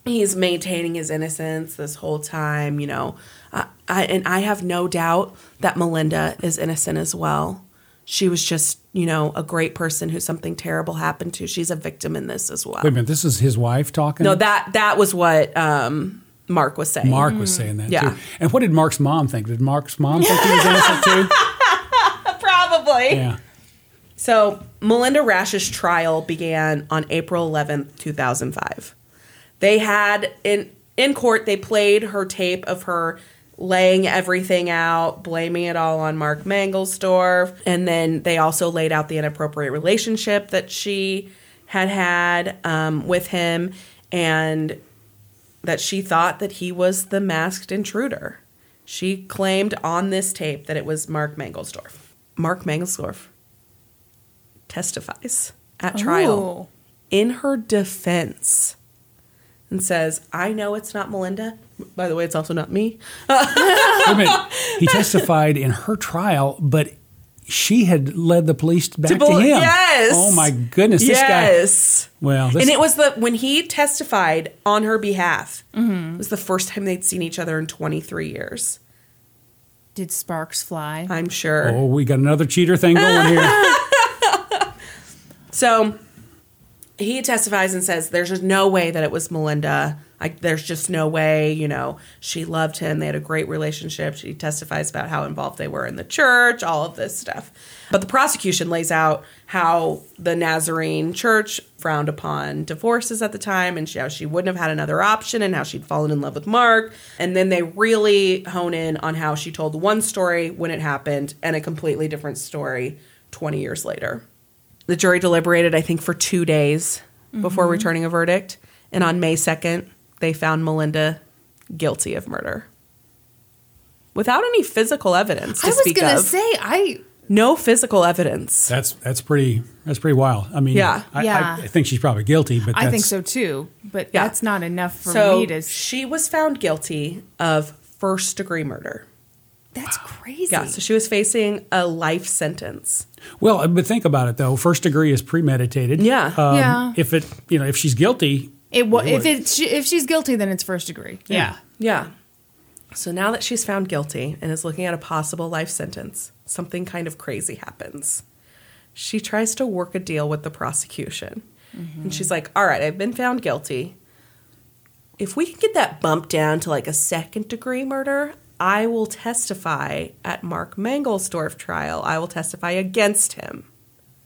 B: he's maintaining his innocence this whole time, you know. I, I, and I have no doubt that Melinda is innocent as well. She was just, you know, a great person who something terrible happened to. She's a victim in this as well.
C: Wait a minute, this is his wife talking?
B: No, that that was what um, Mark was saying.
C: Mark was saying that
B: Mm. Yeah.
C: too. And what did Mark's mom think? Did Mark's mom think he was innocent too?
B: probably.
C: Yeah.
B: So Melinda Rash's trial began on April 11th, 2005. They had in in court they played her tape of her laying everything out, blaming it all on Mark Mangelsdorf, and then they also laid out the inappropriate relationship that she had had um, with him, and that she thought that he was the masked intruder. She claimed on this tape that it was Mark Mangelsdorf. Mark Mangelsdorf testifies at trial
A: Ooh.
B: in her defense and says, I know it's not Melinda. By the way, it's also not me.
C: Wait a minute. He testified in her trial, but she had led the police back to,
B: bel-
C: him.
B: Yes.
C: Oh my goodness. This guy.
B: yes.
C: Well, this,
B: and it was the when he testified on her behalf,
C: Mm-hmm.
B: it was the first time they'd seen each other in 23 years.
A: Did sparks fly?
B: I'm sure.
C: oh, we got another cheater thing going here.
B: So he testifies and says, "There's just no way that it was Melinda. I, there's just no way. You know, she loved him. They had a great relationship." She testifies about how involved they were in the church, all of this stuff. But the prosecution lays out how the Nazarene Church frowned upon divorces at the time, and how she wouldn't have had another option, and how she'd fallen in love with Mark. And then they really hone in on how she told one story when it happened, and a completely different story 20 years later The jury deliberated, I think, for two days before
A: Mm-hmm.
B: returning a verdict. And on May 2nd, they found Melinda guilty of murder without any physical evidence. To
A: I was
B: speak
A: gonna
B: of.
A: say I
B: no physical evidence.
C: That's that's pretty that's pretty wild. I mean,
B: Yeah.
C: I,
A: Yeah.
C: I, I think she's probably guilty, but
A: I think
C: that's-
A: so too, but
B: Yeah.
A: that's not enough for
B: So
A: me to.
B: she was found guilty of first degree murder.
A: That's crazy.
B: Yeah, so she was facing a life sentence.
C: Well, uh, but think about it though. First degree is premeditated.
B: Yeah.
C: Um,
A: Yeah.
C: If it, you know, if she's guilty,
A: It wa- if
C: Lord.
A: it she, if she's guilty, then it's first degree. Yeah.
B: Yeah. So now that she's found guilty and is looking at a possible life sentence, something kind of crazy happens. She tries to work a deal with the prosecution. And she's like, all right, I've been found guilty. If we can get that bump down to like a second degree murder, I will testify at Mark Mangelsdorf trial. I will testify against him.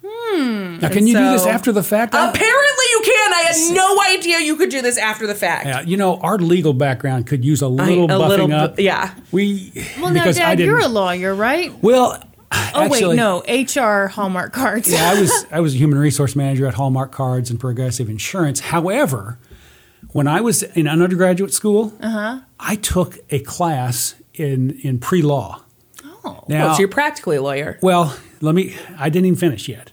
C: now can you do this
B: So-
C: after the fact? I-
B: Apparently, you can. I had no idea you could do this after the fact.
C: Yeah, Uh, you know, our legal background could use a
B: I-
C: little
B: a
C: buffing
B: little bu-
C: up.
B: Yeah.
C: We
A: Well, now,
C: because I
A: Dad,
C: didn't.
A: you're a lawyer, right?
C: well,
A: Oh
C: actually,
A: wait, no, HR Hallmark cards.
C: yeah, I was I was a human resource manager at Hallmark Cards and Progressive Insurance. However, when I was in an undergraduate school, I took a class in in pre law.
A: Oh.
C: Now,
B: Oh, so you're practically a lawyer.
C: Well, let me. I didn't even finish yet.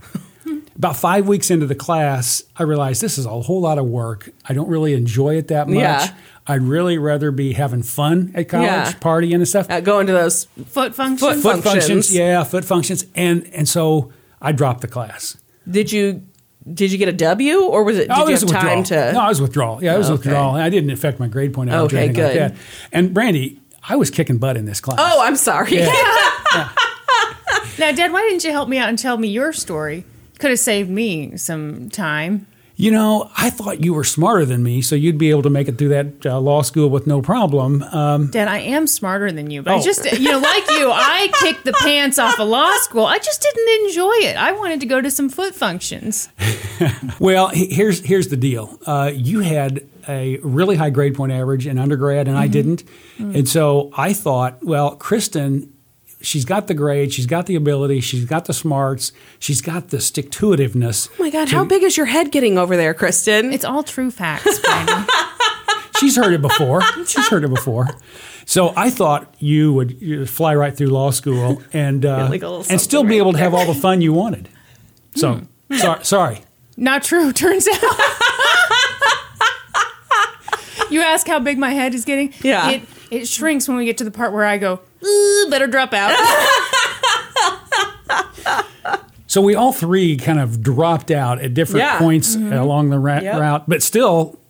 C: About five weeks into the class, I realized this is a whole lot of work. I don't really enjoy it that much.
B: Yeah.
C: I'd really rather be having fun at college,
B: Yeah.
C: partying and stuff.
B: Uh, going to those
A: Foot function.
B: Foot- functions.
C: yeah, foot functions, and and so I dropped the class.
B: Did you did you get a W or was it? Did
C: Oh,
B: you
C: it was
B: have
C: a
B: time
C: withdrawal.
B: to? Oh,
C: No, I was withdrawal. Yeah, I was
B: Okay.
C: withdrawal. I didn't affect my grade point average
B: Okay,
C: or anything
B: good.
C: like that. And Brandy, I was kicking butt in this class.
B: oh, I'm sorry.
A: Now, Dad, why didn't you help me out and tell me your story? Could have saved me some time.
C: You know, I thought you were smarter than me, so you'd be able to make it through that uh, law school with no problem.
A: Dad, I am smarter than you, but I
C: Oh.
A: just, you know, like you, I kicked the pants off of law school. I just didn't enjoy it. I wanted to go to some foot functions.
C: Well, he- here's here's the deal. Uh, you had a really high grade point average in undergrad, and I didn't, and so I thought, well, Kristen, she's got the grade, she's got the ability, she's got the smarts, she's got the stick to itiveness.
B: Oh my God, how big is your head getting over there, Kristen?
A: It's all true facts, Brandon.
C: She's heard it before. she's heard it before. So I thought you would you would fly right through law school and uh,
B: like a little
C: and still
B: something
C: be
B: right
C: able to have all the fun you wanted. So sorry, sorry.
A: Not true, turns out. you ask how big my head is getting?
B: Yeah.
A: It, it shrinks when we get to the part where I go, "Ooh, better drop out.
C: So we all three kind of dropped out at different
B: Yeah. Mm-hmm.
C: points along the ra-
B: Yep.
C: route, but still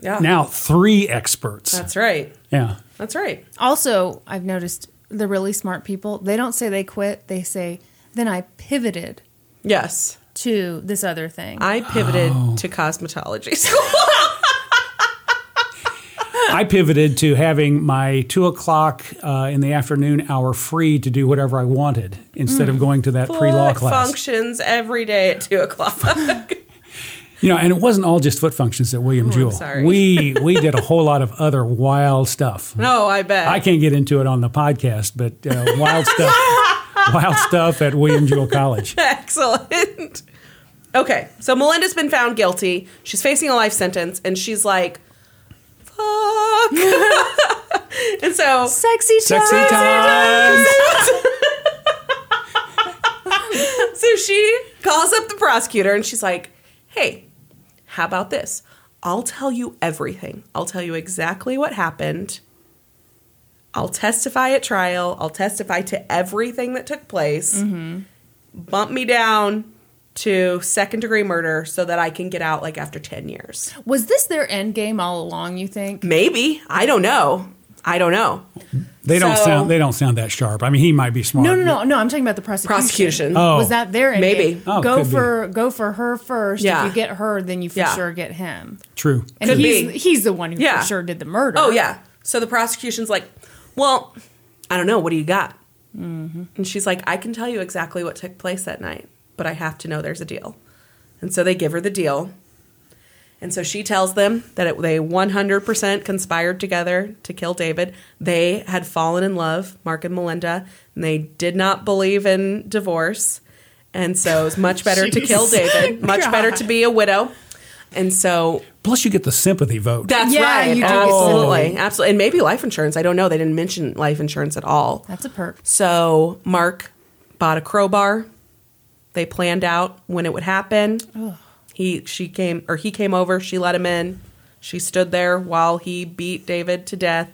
B: yeah.
C: now three experts.
B: That's right.
C: yeah.
B: That's right.
A: also, I've noticed the really smart people, they don't say they quit, they say, then I pivoted
B: Yes.
A: to this other thing.
B: I pivoted to cosmetology school.
C: I pivoted to having my two o'clock uh, in the afternoon hour free to do whatever I wanted instead of going to that pre law
B: Mm. Foot
C: class.
B: functions every day at two o'clock.
C: You know, and it wasn't all just foot functions at William Jewell.
B: sorry.
C: We we did a whole lot of other wild stuff.
B: no, I bet.
C: I can't get into it on the podcast, but uh, wild stuff, wild stuff at William Jewell College.
B: Excellent. Okay, so Melinda's been found guilty. She's facing a life sentence, and she's like, "Fuck." and so
A: Sexy time.
C: Sexy times.
B: So she calls up the prosecutor and she's like, hey, how about this? I'll tell you everything. I'll tell you exactly what happened. I'll testify at trial. I'll testify to everything that took place. Bump me down to second degree murder so that I can get out like after 10 years.
A: Was this their end game all along, you think?
B: Maybe. I don't know. I don't know.
C: They don't
B: So-
C: sound they don't sound that sharp. I mean, he might be smart.
A: No, no, no, no. I'm talking about the prosecution.
B: Prosecution.
C: Oh.
A: Was that their end
B: Maybe.
A: game?
C: Oh,
A: go
C: could be.
A: for go for her first.
B: Yeah.
A: If you get her, then you for
B: Yeah.
A: sure get him.
C: True.
A: And
B: Could
A: he's
B: be.
A: he's the one who
B: Yeah.
A: for sure did the murder.
B: Oh yeah. So the prosecution's like, "Well, I don't know. What do you got?" And she's like, "I can tell you exactly what took place that night, but I have to know there's a deal." And so they give her the deal. And so she tells them that it, they 100% conspired together to kill David. They had fallen in love, Mark and Melinda, and they did not believe in divorce. And so it's much better to kill
A: Jeez.
B: David, much better to be a widow. And so
C: Plus, you get the sympathy vote.
B: that's
A: Yeah,
B: right.
A: you do.
B: absolutely. Absolutely. And maybe life insurance. I don't know. They didn't mention life insurance at all.
A: That's a perk.
B: So Mark bought a crowbar. They planned out when it would happen. He she came or he came over, she let him in. She stood there while he beat David to death.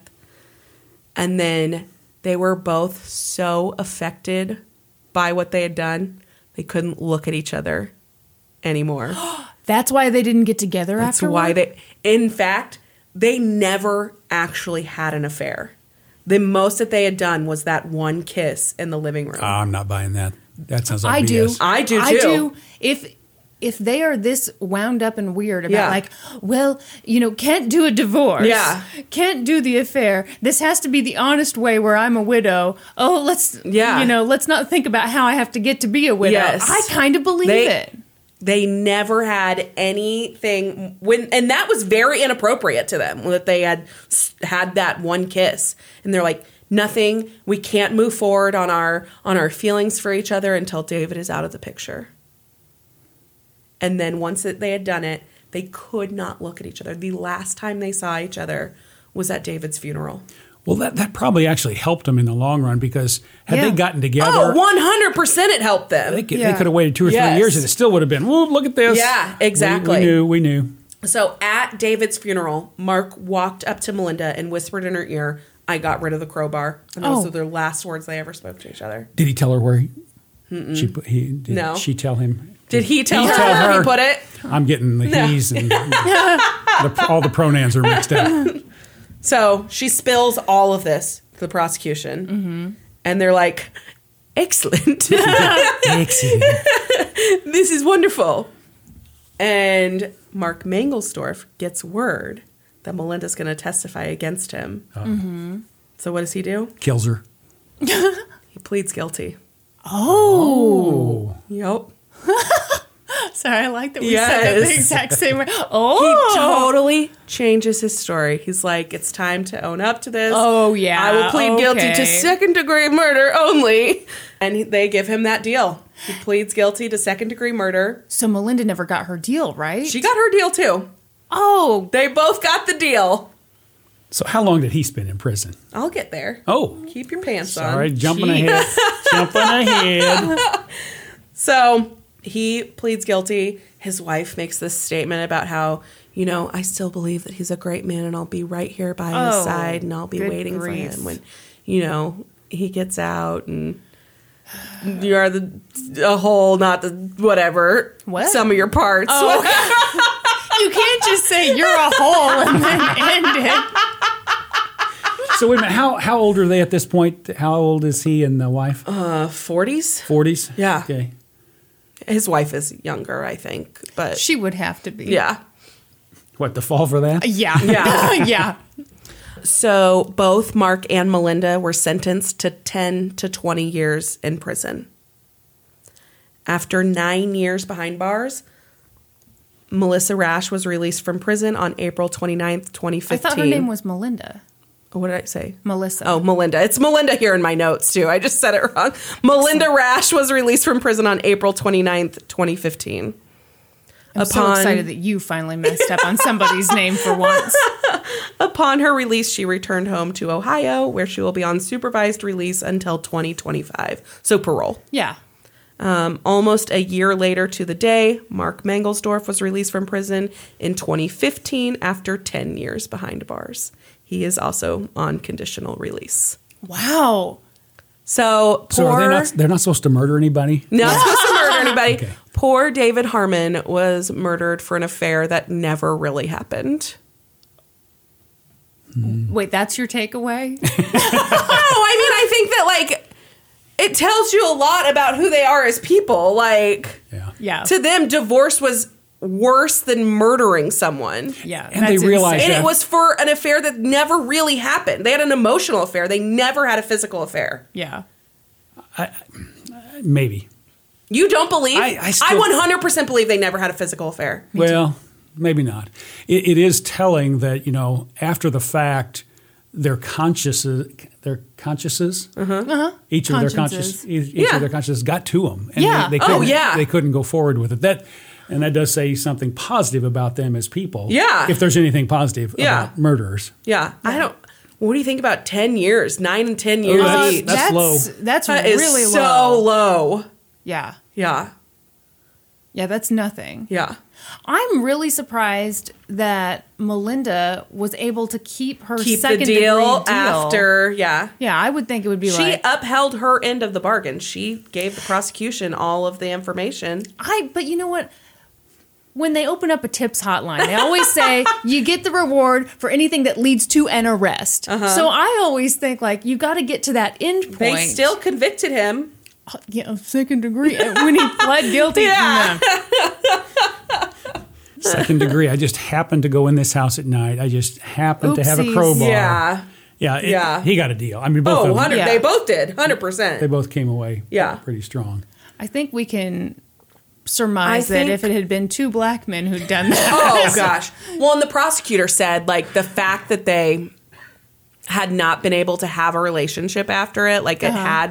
B: And then they were both so affected by what they had done, they couldn't look at each other anymore.
A: That's why they didn't get together
B: That's
A: afterward?
B: why they in fact, they never actually had an affair. The most that they had done was that one kiss in the living room.
C: Ah, I'm not buying that. That sounds
A: I
C: like
A: do.
C: BS.
B: I do,
A: I
B: too.
A: do. If if they are this wound up and weird about
B: Yeah.
A: like, well, you know, can't do a divorce.
B: Yeah.
A: Can't do the affair. This has to be the honest way where I'm a widow. Oh, let's
B: Yeah.
A: you know, let's not think about how I have to get to be a widow.
B: Yes.
A: I kind of believe
B: They-
A: it.
B: They never had anything when, and that was very inappropriate to them that they had s- had that one kiss, and they're like, nothing. We can't move forward on our on our feelings for each other until David is out of the picture. And then once that they had done it, they could not look at each other. The last time they saw each other was at David's funeral.
C: Well, that, that probably actually helped them in the long run because had
A: Yeah.
C: they gotten
B: Oh,
C: together,
B: 100% it helped them.
C: they could,
A: Yeah.
C: they could have waited two or
B: Yes.
C: three years and it still would have been, whoa, look at this.
B: Yeah,
C: We-
B: exactly.
C: We, knew, we knew.
B: So at David's funeral, Mark walked up to Melinda and whispered in her ear, I got rid of the crowbar. And those
A: Oh.
B: were their last words they ever spoke to each other.
C: Did he tell her where he, she put, he, did
B: No.
C: she tell him?
B: Did he tell her
C: tell
B: where he
C: her?
B: put it?
C: I'm getting the he's and the, all the pronouns are mixed up.
B: So she spills all of this to the prosecution. And they're like, excellent.
C: Excellent.
B: this is wonderful. And Mark Mangelsdorf gets word that Melinda's going to testify against him. Mm-hmm. So what does he do?
C: Kills her.
B: He pleads guilty.
C: Oh.
B: Yep.
A: Sorry, I like that we said it
B: Yes.
A: the exact same way.
B: He
A: Oh,
B: totally changes his story. He's like, it's time to own up to this.
A: Oh, yeah.
B: I will plead guilty
A: Okay.
B: to second degree murder only. And he- they give him that deal. He pleads guilty to second degree murder.
A: so Melinda never got her deal, right?
B: She got her deal too.
A: oh,
B: They both got the deal.
C: So how long did he spend in prison?
B: I'll get there.
C: Oh.
B: Keep your pants
C: Sorry,
B: on.
C: jumping
A: Jeez.
C: ahead. jumping ahead.
B: So he pleads guilty. His wife makes this statement about how, you know, I still believe that he's a great man and I'll be right here by
A: Oh,
B: his side and I'll be
A: good
B: waiting
A: grief.
B: for him when, you know, he gets out and you are the a whole, not the whatever.
A: What? Oh,
B: Some of your parts.
A: you can't just say you're a hole and then end it.
C: So wait a minute. How how old are they at this point? How old is he and the wife?
B: Uh, 40s.
C: Forties.
B: yeah.
C: Okay.
B: His wife is younger, I think. But
A: She would have to be.
B: yeah.
C: What to fall for that?
A: Yeah.
B: Yeah.
A: yeah.
B: So both Mark and Melinda were sentenced to 10 to 20 years in prison. After nine years behind bars, Melissa Rash was released from prison on April 29th, 2015.
A: I thought her name was Melinda.
B: What did I say?
A: Melissa.
B: Oh, Melinda. It's Melinda here in my notes, too. I just said it wrong. Melinda Rash was released from prison on April 29th, 2015.
A: I'm so excited that you finally messed up on somebody's name for once.
B: Upon her release, she returned home to Ohio, where she will be on supervised release until 2025. So parole.
A: Yeah.
B: Um, almost a year later to the day, Mark Mangelsdorf was released from prison in 2015 after 10 years behind bars. He is also on conditional release.
A: Wow.
B: So poor,
C: So are they not? They're not supposed to murder anybody.
B: not supposed to murder anybody.
C: Okay.
B: Poor David Harmon was murdered for an affair that never really happened.
A: Wait, that's your takeaway?
B: no, Oh, I mean I think that like it tells you a lot about who they are as people. Like
C: Yeah.
A: Yeah.
B: to them, divorce was worse than murdering someone.
A: yeah.
C: And they realize
B: And
C: Yeah.
B: it was for an affair that never really happened. They had an emotional affair. They never had a physical affair.
A: Yeah.
C: Maybe.
B: You don't believe?
C: I- I still-
B: 100% believe they never had a physical affair.
C: well, maybe not. It, it is telling that you know after the fact their consciences, their consciences, each of their conscious,
A: Consciences.
C: each
B: Mm-hmm. Yeah.
C: of their consciences got to them, and
A: Yeah.
C: they, they
A: Oh,
C: couldn't,
B: yeah.
C: they couldn't go forward with it. That and that does say something positive about them as people.
B: Yeah.
C: if there's anything positive
B: Yeah.
C: about murderers.
B: Yeah, I don't. What do you think about ten years, nine and ten years
C: that's-
B: each?
C: that's low.
A: That's
B: That is
A: really
B: so
A: low.
B: low.
A: Yeah.
B: Yeah,
A: Yeah, that's nothing.
B: yeah.
A: I'm really surprised that Melinda was able to keep her
B: Keep the
A: second
B: deal,
A: degree deal
B: after. Yeah,
A: Yeah, I would think it would be
B: she
A: like
B: upheld her end of the bargain. She gave the prosecution all of the information.
A: I. But you know what? When they open up a tips hotline, they always say you get the reward for anything that leads to an arrest. So I always think like you got to get to that end point.
B: Uh-huh. They still convicted him.
A: you know, second degree and when he pled guilty.
B: Yeah.
A: no.
C: Second degree. I just happened to go in this house at night. I just happened to have a
A: Oopsies.
C: crowbar.
B: Yeah.
C: yeah, it-
B: Yeah.
C: He got a deal. I mean, both
B: Oh,
C: of them.
B: 100.
A: Yeah.
B: They both did. 100%.
C: They both came away.
B: Yeah.
C: pretty strong.
A: I think we can surmise
B: I
A: that
B: think-
A: if it had been two black men who'd done that,
B: Oh gosh. Well, and the prosecutor said like the fact that they had not been able to have a relationship after it, like it had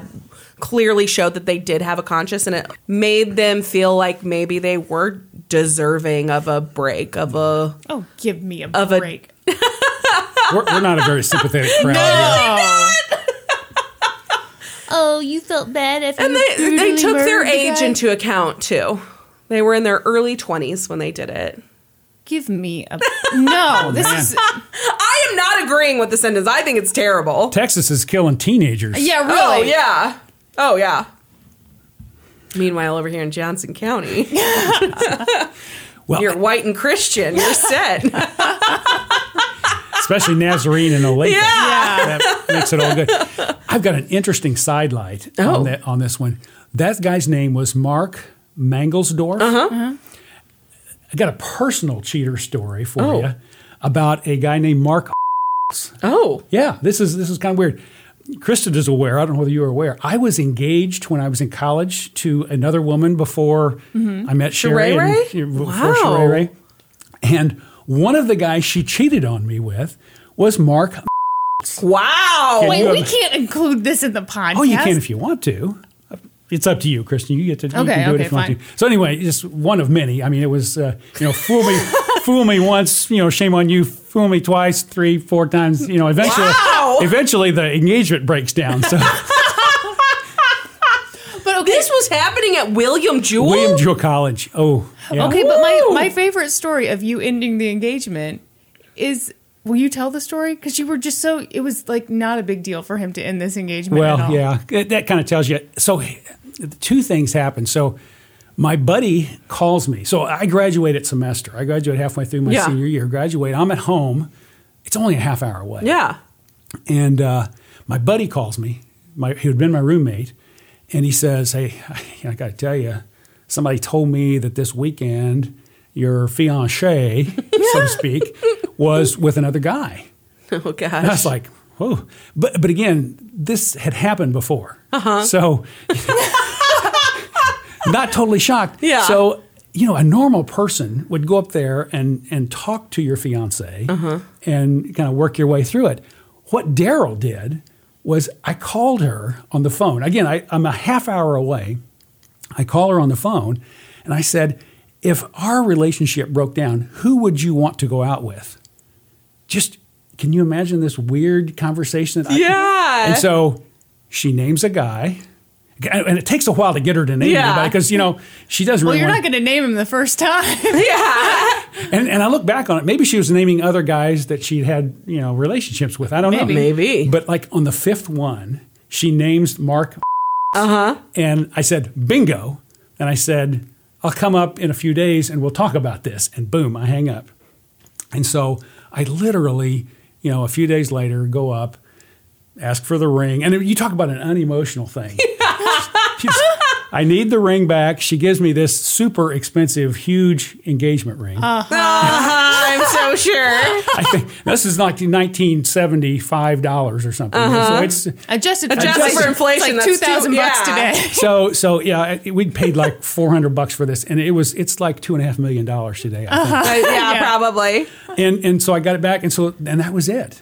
B: clearly showed that they did have a conscience and it made them feel like maybe they were deserving of a break of a
A: oh, give me a
B: a-
A: break.
C: We're, we're not a very sympathetic crowd.
A: Oh, you felt bad after
B: and
A: you
B: they they
A: brutally
B: took their
A: murdered the
B: age
A: guy?
B: into account too. They were in their early 20s when they did it.
A: Give me a no. this
C: Oh, man.
A: is
B: I am not agreeing with the sentence. I think it's terrible.
C: Texas is killing teenagers.
A: yeah, really.
B: Oh yeah. Oh yeah. Meanwhile, over here in Johnson County,
C: Well,
B: you're white and Christian. You're set.
C: especially Nazarene and Olathe.
B: Yeah.
C: That makes it all good. I've got an interesting sidelight
B: Oh.
C: on, that, on this one. That guy's name was Mark Mangelsdorf. Uh-huh. I got a personal cheater story for
B: Oh.
C: you about a guy named Mark.
B: Oh.
C: Yeah, this is this is kind of weird. Kristen is aware. I don't know whether you are aware. I was engaged when I was in college to another woman before I met Sheree. and-
B: Mm-hmm. Ray?
C: Before
B: Wow.
C: Sheree Ray. And one of the guys she cheated on me with was Mark.
B: Wow.
A: Wait,
C: you
A: we
C: have-
A: can't include this in the podcast.
C: Oh, you can if you want to. It's up to you, Kristen. You get to you
A: Okay,
C: can do
A: okay,
C: it if you want
A: fine.
C: to. So anyway, just one of many. I mean, it was uh, you know fool me, fool me once. You know, shame on you. Fool me twice, three, four times. You know, eventually,
B: Wow.
C: eventually the engagement breaks down. So.
A: But okay,
B: This was happening at William Jewell.
C: William Jewell College. Oh, yeah.
A: okay. But my
B: Ooh.
A: my favorite story of you ending the engagement is. Will you tell the story? Because you were just so. It was like not a big deal for him to end this engagement. at
C: Well,
A: all.
C: yeah, that- that kind of tells you. So, two things happen. So, my buddy calls me. So I graduate at semester. I graduate halfway through my
B: Yeah.
C: senior year. Graduate. I'm at home. It's only a half hour away.
B: Yeah.
C: And uh, my buddy calls me. My, he had been my roommate, and he says, "Hey, I, got to tell you, somebody told me that this weekend your fiance, so to speak, was with another guy."
B: Oh
C: And I was
B: gosh.
C: like, whoa. But but again, this had happened before. So not totally shocked.
B: Yeah.
C: So you know, a normal person would go up there and and talk to your fiance and kind of work your way through it. What Daryl did was I called her on the phone. Again, I, I'm a half hour away. I call her on the phone and I said, if our relationship broke down, who would you want to go out with? Just can you imagine this weird conversation? That I-
B: Yeah.
C: and so she names a guy. And it takes a while to get her to name
B: Yeah.
C: anybody because, you know, she doesn't
A: Well,
C: really
A: you're
C: want
A: not going to name him the first time.
B: yeah.
C: and, and I look back on it. Maybe she was naming other guys that she'd had, you know, relationships with. I don't
B: Maybe.
C: know.
B: Maybe.
C: But like on the fifth one, she names Mark.
B: Uh-huh.
C: Uh huh. And I said, bingo. And I said, I'll come up in a few days and we'll talk about this. And boom, I hang up. And so I literally, you know, a few days later go up, ask for the ring. And you talk about an unemotional thing. She's- I need the ring back. She gives me this super expensive, huge engagement ring.
B: Uh-huh, I'm so sure.
C: I think this is like nineteen seventy five dollars or something.
B: Uh-huh.
C: So it's
A: Adjusted for,
B: Adjusted for inflation,
A: it's like
B: that's
A: two
B: too-
A: thousand bucks
B: yeah.
A: today.
C: so so yeah. I- We paid like four hundred bucks for this, and it was it's like two and a half million
B: Uh-huh.
C: dollars today. I think.
B: But Uh, yeah,
A: Yeah.
B: probably.
C: And and so I got it back, and so and that was it.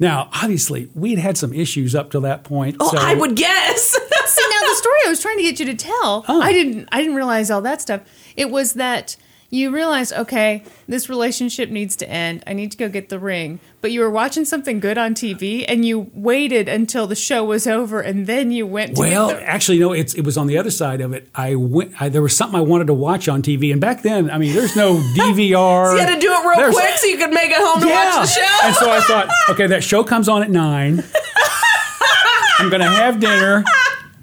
C: Now, obviously, we'd had some issues up to that point.
B: Oh,
C: so-
B: I would guess.
A: See now the story I was trying to get you to tell.
C: Oh.
A: I didn't I didn't realize all that stuff. It was that you realized, okay, this relationship needs to end. I need to go get the ring. But you were watching something good on TV and you waited until the show was over and then you went to
C: Well,
A: get
C: actually, no. It's it was on the other side of it. I went. I, there was something I wanted to watch on TV, and back then, I mean, there's no DVR.
B: you had to do it real
C: There's-
B: quick so you could make it home to
C: Yeah.
B: watch the show.
C: And so I thought, okay, that show comes on at nine. I'm gonna have dinner.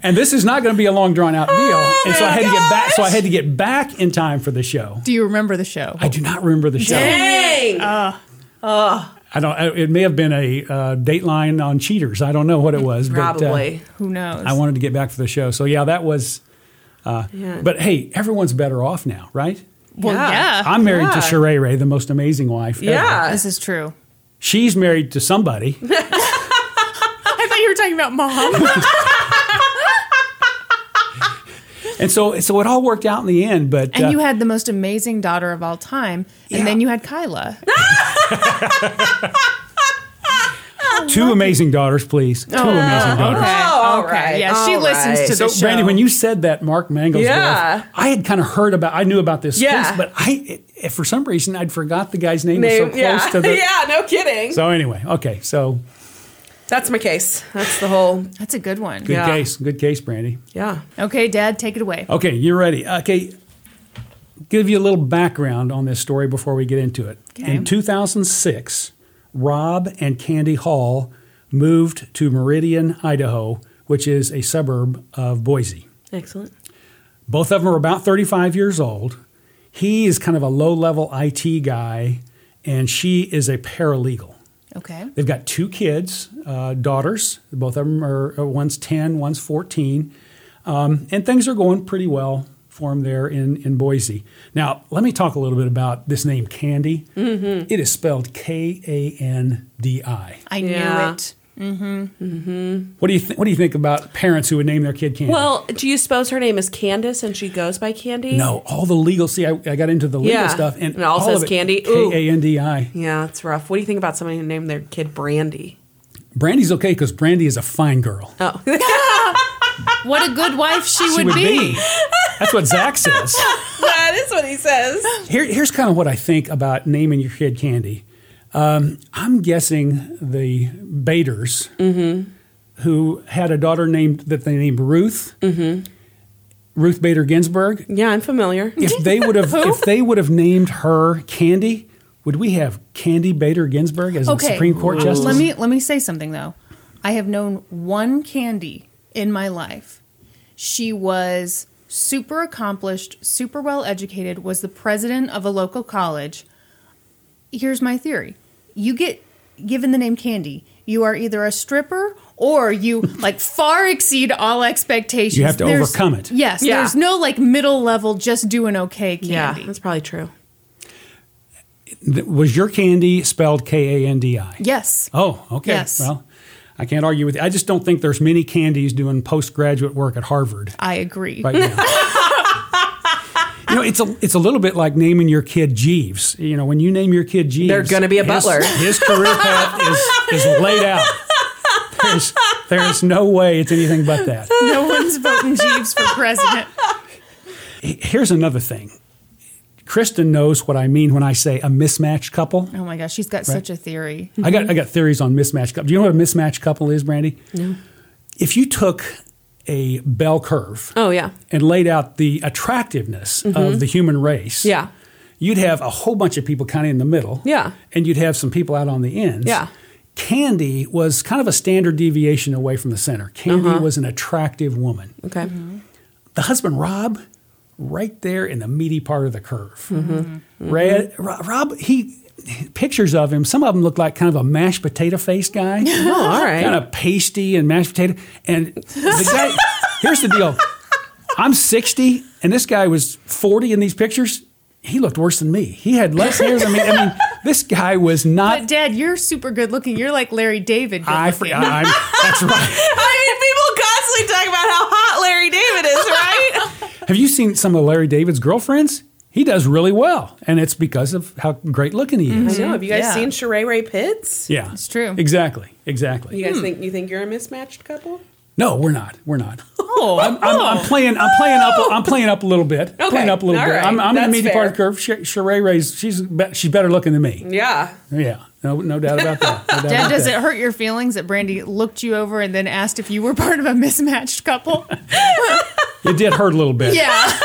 C: And this is not going to be a long drawn out deal, and so I
B: Oh my
C: had to get back. So I
B: gosh.
C: had to get back in time for the show.
A: Do you remember the show?
C: I do not remember the show.
B: Dang.
C: uh, I don't. I- It may have been a uh, Dateline on Cheaters. I don't know what it was. But, uh,
B: Probably.
A: Who knows?
C: I wanted to get back for the show. So yeah, that was. Uh, But hey, everyone's better off now, right?
A: well,
B: Yeah.
A: yeah.
C: I'm married to
B: Uh, Yeah.
C: Sheree Ray, the most amazing wife. ever.
B: Yeah.
A: this is true.
C: she's married to somebody.
A: I thought you were talking about mom.
C: and so, so it all worked out in the end. But
A: and
C: uh,
A: you had the most amazing daughter of all time. And
C: Yeah.
A: then you had Kyla.
C: two amazing daughters, please. Two amazing daughters.
B: Oh, all
A: okay.
B: right,
A: Yeah, she
B: all
A: listens
B: right.
A: to
C: So,
A: the show.
C: Brandy, when you said that Mark Mangelsdorf,
B: Yeah.
C: I had kind of heard about, I knew about this
B: Yeah.
C: case, but I, it, for some reason, I'd forgot the guy's name. was so
B: Name-
C: close
B: yeah.
C: to the.
B: yeah, no kidding.
C: So anyway, okay, so
B: That's my case. That's the whole.
A: That's a good one.
C: good Oh.
B: Yeah.
C: case, good case, Brandy.
B: Yeah.
A: Okay, Dad, take it away.
C: Okay, you're ready. Okay, give you a little background on this story before we get into it.
A: Okay.
C: In 2006, Rob and Candy Hall moved to Meridian, Idaho, which is a suburb of Boise.
B: Excellent.
C: Both of them are about 35 years old. He is kind of a low level IT guy, and she is a paralegal.
A: Okay.
C: They've got two kids, uh, daughters. Both of them are uh, one's 10, one's 14. Um, and things are going pretty well for them there in, in Boise. Now, let me talk a little bit about this name, Candy. It is spelled K A N D I.
A: I knew
B: Yeah.
A: it.
C: What do you th- What do you think about parents who would name their kid Candy?
B: Well, do you suppose her name is Candace and she goes by Candy?
C: no, all the legal. See, I, I got into the legal
B: Yeah.
C: stuff,
B: And
C: and
B: it all says Candy. Ooh.
C: K A N D I.
B: Yeah, it's rough. What do you think about somebody who named their kid Brandy?
C: Brandy's okay because Brandy is a fine girl.
B: Oh,
A: What a good wife she, would, be.
C: That's what Zach says.
B: that is what he says.
C: Here, here's kind of what I think about naming your kid Candy. Um, I'm guessing the Baders,
B: Mm-hmm.
C: who had a daughter named that they named Ruth,
B: Mm-hmm.
C: Ruth Bader Ginsburg.
B: Yeah, I'm familiar.
C: If they would have, if they would have named her Candy, would we have Candy Bader Ginsburg as a
A: Okay.
C: Supreme Court
A: Let
C: justice?
A: me let me say something though. I have known one Candy in my life. She was super accomplished, super well educated, was the president of a local college. Here's my theory. You get given the name Candy, you are either a stripper or you like far exceed all expectations.
C: You have to overcome it.
A: Yes,
B: Yeah.
A: there's no like middle level just doing okay candy.
B: Yeah, that's probably true.
C: Th- Was your Candy spelled K A N D I?
A: Yes.
C: Oh, okay.
A: Yes.
C: Well, I can't argue with you. I just don't think there's many candies doing postgraduate work at Harvard
A: I agree.
C: right now. you know, it's a it's a little bit like naming your kid Jeeves. You know, when you name your kid Jeeves,
B: They're gonna be a
C: his-
B: butler.
C: His career path is is laid out. There's there's no way it's anything but that.
A: No one's voting Jeeves for president.
C: Here's another thing. Kristen knows what I mean when I say a mismatched couple.
A: Oh my gosh, she's got such a theory.
C: I got I got theories on mismatched couple. Do you know what a mismatched couple is, Brandy? No. If you took a bell curve
B: Oh, yeah.
C: and laid out the attractiveness of the human race,
B: Mm-hmm. Yeah.
C: you'd have a whole bunch of people kind of in the middle,
B: Yeah.
C: and you'd have some people out on the ends,
B: Yeah.
C: Candy was kind of a standard deviation away from the center. Candy
B: Uh-huh.
C: was an attractive woman.
B: Okay.
C: The husband Rob, right there in the meaty part of the curve. Mm-hmm. Red Ro- Rob, he pictures of him. Some of them look like kind of a mashed potato face guy.
B: Oh, all right.
C: kind of pasty and mashed potato. And the guy, here's the deal: I'm 60, and this guy was 40 in these pictures. He looked worse than me. He had less hair than me. I mean, this guy was
A: But
C: not.
A: Dad, you're super good looking. You're like Larry David. Good
C: I, fr-
A: looking.
C: I, I'm- that's right.
B: I mean, people constantly talk about how hot Larry David is, right?
C: Have you seen some of Larry David's girlfriends? he does really well, and it's because of how great looking he is.
B: I know. Have you guys
A: Yeah.
B: seen Sheree Ray Pitts?
C: Yeah,
A: It's true.
C: Exactly, exactly.
B: You guys think you think you're a mismatched couple?
C: No, we're not. We're not.
A: Oh,
C: I'm, I'm, I'm playing. I'm playing up. I'm playing up a little bit.
B: Okay,
C: Playing up a little
B: all
C: bit.
B: right,
C: I'm, I'm in the
B: that's
C: median part of the
B: fair.
C: curve. Sh- Sheree Ray's. She's be- she's better looking than me.
B: Yeah.
C: Yeah. No, no doubt about that. No doubt
A: Dad,
C: about
A: does it
C: that.
A: hurt your feelings that Brandy looked you over and then asked if you were part of a mismatched couple?
C: It did hurt a little bit.
A: yeah.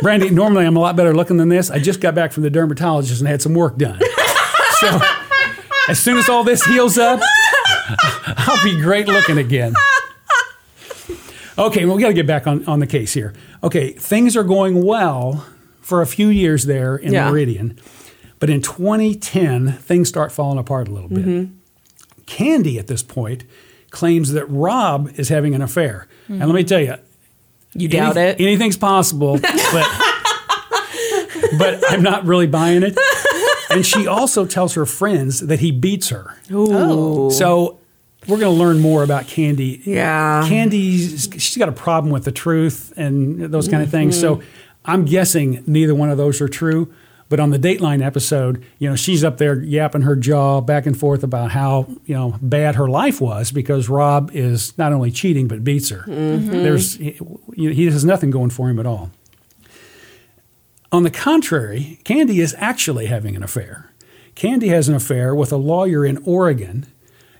C: Brandy, normally I'm a lot better looking than this. I just got back from the dermatologist and had some work done. so as soon as all this heals up, I'll be great looking again. Okay, well, we got to get back on, on the case here. Okay, things are going well for a few years there in
B: Yeah.
C: Meridian, but in 2010, things start falling apart a little bit. Candy at this point claims that Rob is having an affair. And let me tell you,
B: You
C: Any- Anything's possible, but but I'm not really buying it. And she also tells her friends that he beats her.
B: Ooh.
C: So we're going to learn more about Candy.
B: Yeah.
C: Candy's she's got a problem with the truth and those kind of things. So I'm guessing neither one of those are true. But on the Dateline episode, you know, she's up there yapping her jaw back and forth about how, you know, bad her life was because Rob is not only cheating but beats her. There's he, he has nothing going for him at all. On the contrary, Candy is actually having an affair. Candy has an affair with a lawyer in Oregon.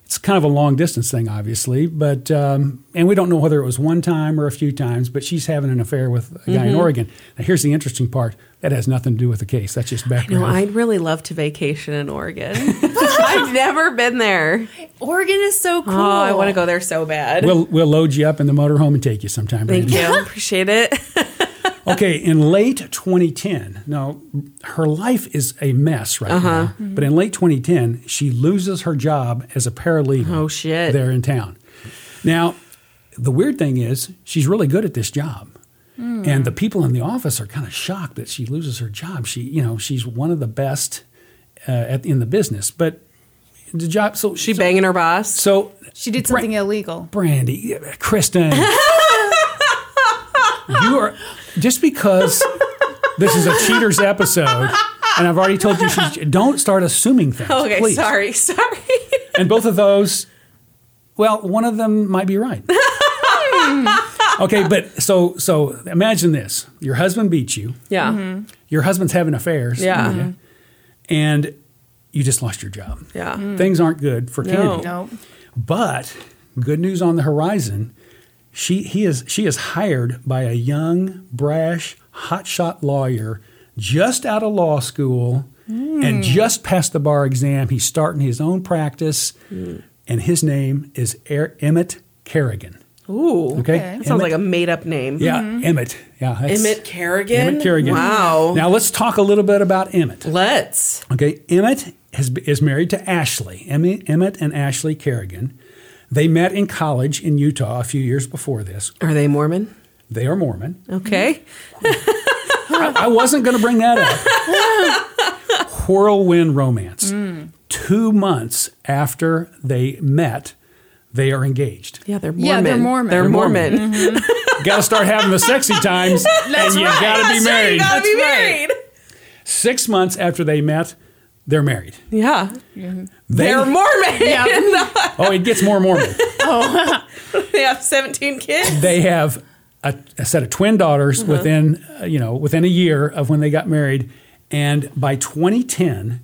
C: It's kind of a long distance thing, obviously, but um, and we don't know whether it was one time or a few times. But she's having an affair with a guy
D: Mm-hmm.
C: in Oregon. Now, here's the interesting part: that has nothing to do with the case. That's just background.
D: No, I'd really love to vacation in Oregon. I've never been there.
A: Oregon is so cool.
D: Oh, I want to go.
B: there so bad.
C: we'll we'll load you up in the motorhome and take you sometime.
D: Thank
C: Brandy.
D: you. Appreciate it.
C: okay, in late 2010, now her life is a mess right
D: Uh-huh.
C: now. But in late 2010, she loses her job as a paralegal.
D: Oh,
B: Uh,
D: shit.
C: There in town. Now, the weird thing is, she's really good at this job.
B: Hmm.
C: And the people in the office are kind of shocked that she loses her job. She, you know, she's one of the best uh, at, in the business, but the job. So
D: She banging her boss.
C: So
A: She did something illegal.
C: Brandy, Kristen. you are just because this is a cheaters episode, and I've already told you, she's, don't start assuming things.
B: okay,
C: please.
B: sorry, sorry.
C: And both of those, well, one of them might be right. okay, but so so imagine this: your husband beats you,
D: Yeah.
C: your husband's having affairs,
D: Yeah.
C: okay, and you just lost your job.
D: Yeah.
C: Things aren't good for Candy.
A: Mm. No.
C: But good news on the horizon. She he is she is hired by a young, brash, hotshot lawyer just out of law school and just passed the bar exam. He's starting his own practice, and his name is er- Emmett Kerrigan.
B: Ooh.
C: Okay,
A: Okay. That
B: That sounds like a made up name.
C: yeah Emmett yeah that's-
B: Emmett Kerrigan.
C: Emmett Kerrigan.
B: Wow.
C: Now let's talk a little bit about Emmett.
B: Let's.
C: Okay, Emmett has, is married to Ashley. Emmy, Emmett and Ashley Kerrigan. They met in college in Utah a few years before this.
D: Are they Mormon?
C: They are Mormon.
D: Okay.
C: I, I wasn't going to bring that up. Whirlwind romance.
B: Mm.
C: Two months after they met, they are engaged.
D: Yeah, they're Mormon.
A: Yeah, they're Mormon.
D: They're
A: They're
D: Mormon.
C: Got to start having the sexy times, and you got to be married.
B: You gotta be
D: That's right.
B: married.
C: Six months after they met, they're married.
D: Yeah.
C: They,
B: They're Mormon.
C: oh, it gets more Mormon.
B: they have 17 kids.
C: they have a, a set of twin daughters
D: Mm-hmm.
C: within uh, you know within a year of when they got married and by 2010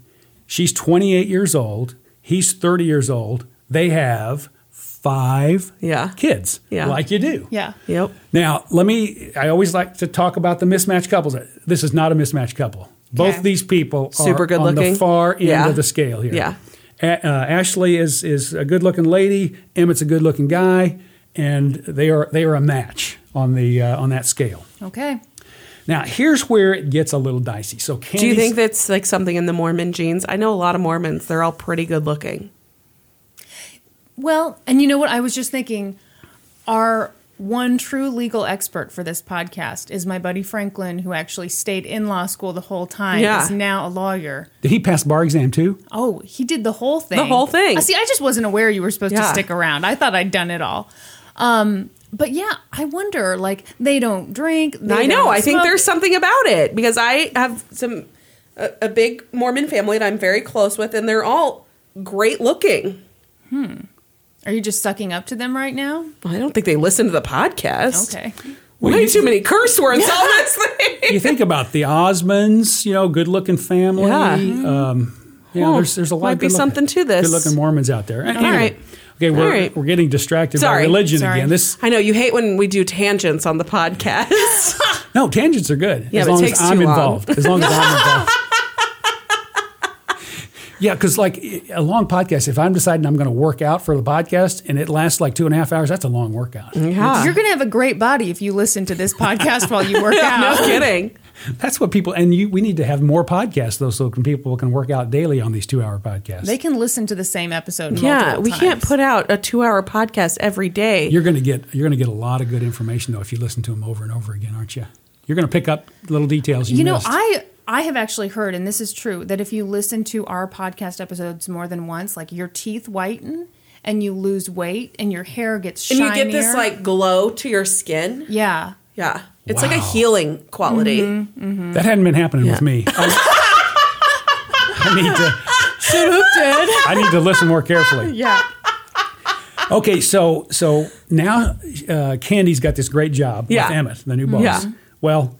C: she's 28 years old he's 30 years old they have five
D: Yeah.
C: kids
D: Yeah.
C: like you do
A: Yeah.
D: Yep.
C: now let me i always like to talk about the mismatched couples this is not a mismatched couple both
A: Okay.
C: these people are
D: Super good
C: on
D: looking.
C: the far end
D: Yeah.
C: of the scale here
D: Yeah.
C: a- uh, Ashley is is a good looking lady. Emmett's a good looking guy, and they are they are a match on the uh, on that scale.
A: Okay.
C: Now here's where it gets a little dicey. So Candy's,
D: Do you think that's like something in the Mormon genes? I know a lot of Mormons. They're all pretty good looking.
A: Well, and you know what? I was just thinking our one true legal expert for this podcast is my buddy Franklin, who actually stayed in law school the whole time,
D: Yeah.
A: is now a lawyer.
C: did he pass bar exam too?
A: Oh, he did the whole thing.
D: whole thing.
A: Uh, See, I just wasn't aware you were supposed to
D: Yeah.
A: stick around. I thought I'd done it all. Um, but yeah, I wonder. Like they don't drink. They
B: I know.
A: don't
B: I think
A: smoke.
B: there's something about it because I have some a, a big Mormon family that I'm very close with, and they're all great looking.
A: Are you just sucking up to them right now?
B: I don't think they listen to the podcast.
A: Okay.
B: Way too many curse words on this thing.
C: you think about the Osmonds, you know, good looking family. Yeah. Um, you know,
B: Huh.
C: there's, there's a lot
B: Hmm. Might
C: of
B: be
C: good-looking-
B: something to this.
C: Good looking Mormons out there. Anyway.
B: right.
C: Okay, we're,
B: All right.
C: we're getting distracted
B: Sorry.
C: by religion
A: Sorry.
C: again. This
B: I know you hate when we do tangents on the podcast.
C: No, tangents are good.
B: Yeah,
C: as
B: but it
C: long
B: takes
C: as I'm
B: too long.
C: involved. As long as I'm involved. Yeah, because like a long podcast, if I'm deciding I'm going to work out for the podcast and it lasts like two and a half hours, that's a long workout.
B: yeah.
A: You're gonna have a great body if you listen to this podcast while you work
B: no
A: out.
B: kidding.
C: That's what people, and you, we need to have more podcasts, though, so can people can work out daily on these two hour podcasts.
A: They can listen to the same episode.
B: Yeah,
A: multiple
B: we can't
A: times.
B: put out a two-hour podcast every day.
C: You're going to get you're going to get a lot of good information though if you listen to them over and over again, aren't you? You're going to pick up little details. You,
A: You know,
C: missed.
A: I I have actually heard, and this is true, that if you listen to our podcast episodes more than once, like your teeth whiten and you lose weight and your hair gets
B: and
A: shinier.
B: you get this like glow to your skin.
A: yeah.
B: Yeah, it's like a
C: Wow.
B: healing quality.
A: Mm-hmm.
C: that hadn't been happening
B: Yeah.
C: with me. I, I need to I need to listen more carefully.
A: Yeah.
C: Okay, so so now uh, Candy's got this great job
B: Yeah.
C: with Emmett, the new boss.
B: Yeah.
C: Well,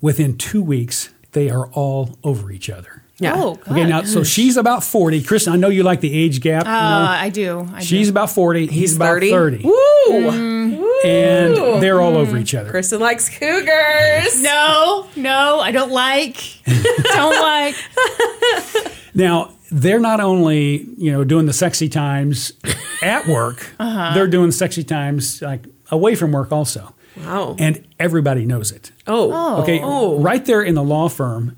C: within two weeks, they are all over each other.
B: Yeah.
A: Oh, God.
C: Okay, now so she's about forty. Kristen, I know you like the age gap. you
A: Uh,
C: know.
A: I do. I do.
C: She's about forty. He's, about thirty.
B: Woo!
A: Mm-hmm.
C: And they're all over each other.
B: Kristen likes cougars.
A: no, no, I don't like. don't like.
C: Now they're not only you know doing the sexy times at work, they're doing sexy times like away from work also,
B: Wow.
C: and everybody knows it.
B: oh.
C: Okay, right there in the law firm,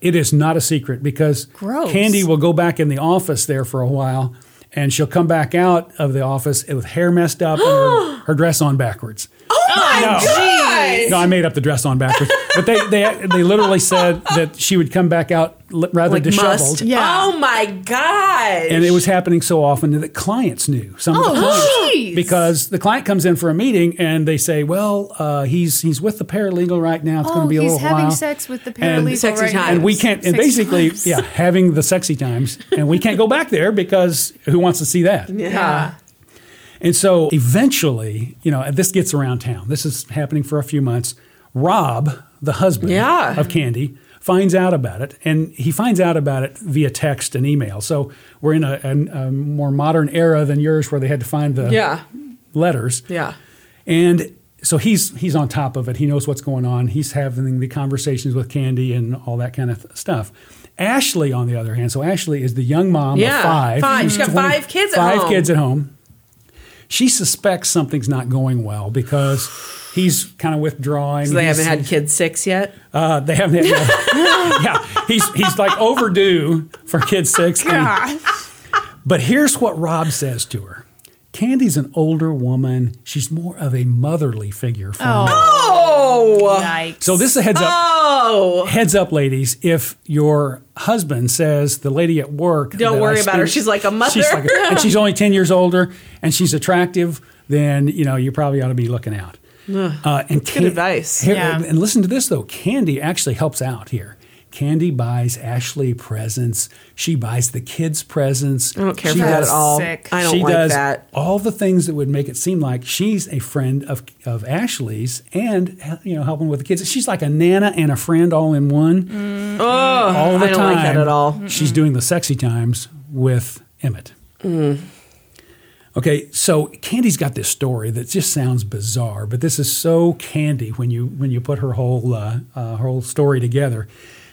C: it is not a secret because
A: Gross.
C: Candy will go back in the office there for a while, and she'll come back out of the office with hair messed up and her, her dress on backwards.
B: Oh my
C: No. No, I made up the dress on backwards, but they they they literally said that she would come back out li- rather
B: Like
C: disheveled.
B: must.
A: Yeah.
B: Oh my god.
C: And it was happening so often that clients knew some of
A: Oh,
C: the clients
A: jeez.
C: because the client comes in for a meeting and they say, "Well, uh, he's he's with the paralegal right now. It's
A: Oh,
C: going to be a
A: he's
C: little
A: having
C: while."
A: sex with the
C: And-
A: paralegal
B: Sexy
A: right now.
B: times.
C: And we can't, and
A: Sexy
C: basically,
A: times.
C: yeah, having the sexy times, and we can't go back there because who wants to see that?
B: yeah.
C: And so eventually, you know, this gets around town. This is happening for a few months. Rob, the husband
B: Yeah.
C: of Candy, finds out about it, and he finds out about it via text and email. So we're in a, a, a more modern era than yours, where they had to find the
B: Yeah.
C: letters.
B: Yeah.
C: And so he's he's on top of it. He knows what's going on. He's having the conversations with Candy and all that kind of th- stuff. Ashley, on the other hand, so Ashley is the young mom
B: Yeah,
C: of five.
B: five.
C: She's
B: She's got five kids at
C: five
B: home.
C: kids at home. She suspects something's not going well because he's kind of withdrawing.
B: So they
C: He's-
B: haven't had kid six yet.
C: uh, they haven't. Had, yeah, he's he's like overdue for kid six. and- but here's what Rob says to her: Candy's an older woman. She's more of a motherly figure for me.
B: Oh.
A: Yikes.
C: So this is a heads up.
B: Oh.
C: Heads up, ladies. If your husband says the lady at work,
B: Don't
C: that
B: worry
C: I
B: about her. She's like a mother.
C: she's like a- and she's only ten years older, and she's attractive, then you know you probably ought to be looking out. Uh, and Can-
B: advice.
C: here-
A: Yeah.
C: And listen to this though. Candy actually helps out here. Candy buys Ashley presents. She buys the kids presents.
B: I don't care
C: she
B: for that
C: does-
B: at all.
A: Sick.
B: I don't
C: she
B: like
C: does
B: that.
C: all the things that would make it seem like she's a friend of of Ashley's and you know helping with the kids. She's like a nana and a friend all in one. all the
B: Mm. I don't
C: time.
B: like that at all.
C: She's doing the sexy times with Emmett.
B: Mm.
C: Okay, so Candy's got this story that just sounds bizarre, but this is so Candy when you when you put her whole uh, uh, her whole story together.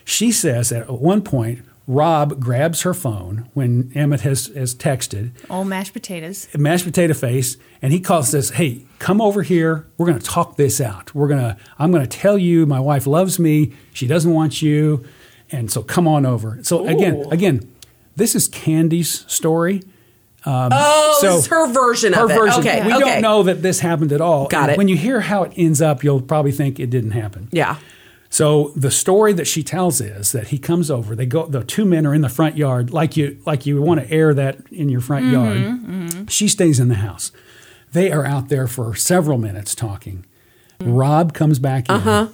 C: She says that at one point Rob grabs her phone when Emmett has has texted
A: Old mashed potatoes.
C: mashed potato face and he calls this hey come over here we're going to talk this out we're going to i'm going to tell you my wife loves me she doesn't want you and so come on over so again again this is candy's story Um,
B: Oh,
C: so-
B: this is her version
C: her
B: of it.
C: version
B: Okay.
C: we
B: okay.
C: don't know that this happened at all
B: Got
C: And
B: it.
C: when you hear how it ends up you'll probably think it didn't happen
B: Yeah.
C: so the story that she tells is that he comes over. They go. The two men are in the front yard, like you like you want to air that in your front yard. She stays in the house. They are out there for several minutes talking. Rob comes back in,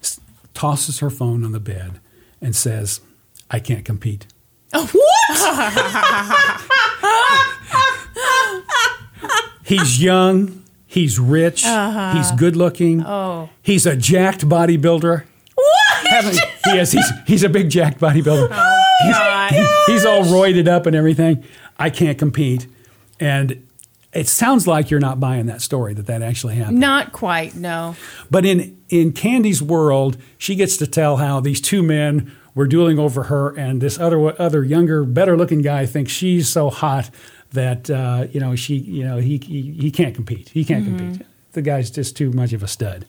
C: s- tosses her phone on the bed, and says, I can't compete. what? he's young. He's rich. He's good looking. Oh. He's a jacked bodybuilder. Haven't- he is. He's, he's a big jacked bodybuilder. he's, he's all roided up and everything. I can't compete. And it sounds like you're not buying that story that that actually happened.
A: Not quite, no.
C: But in, in Candy's world, she gets to tell how these two men were dueling over her, and this other other younger, better looking guy thinks she's so hot that uh, you know she you know he he, he can't compete. He can't compete. The guy's just too much of a stud.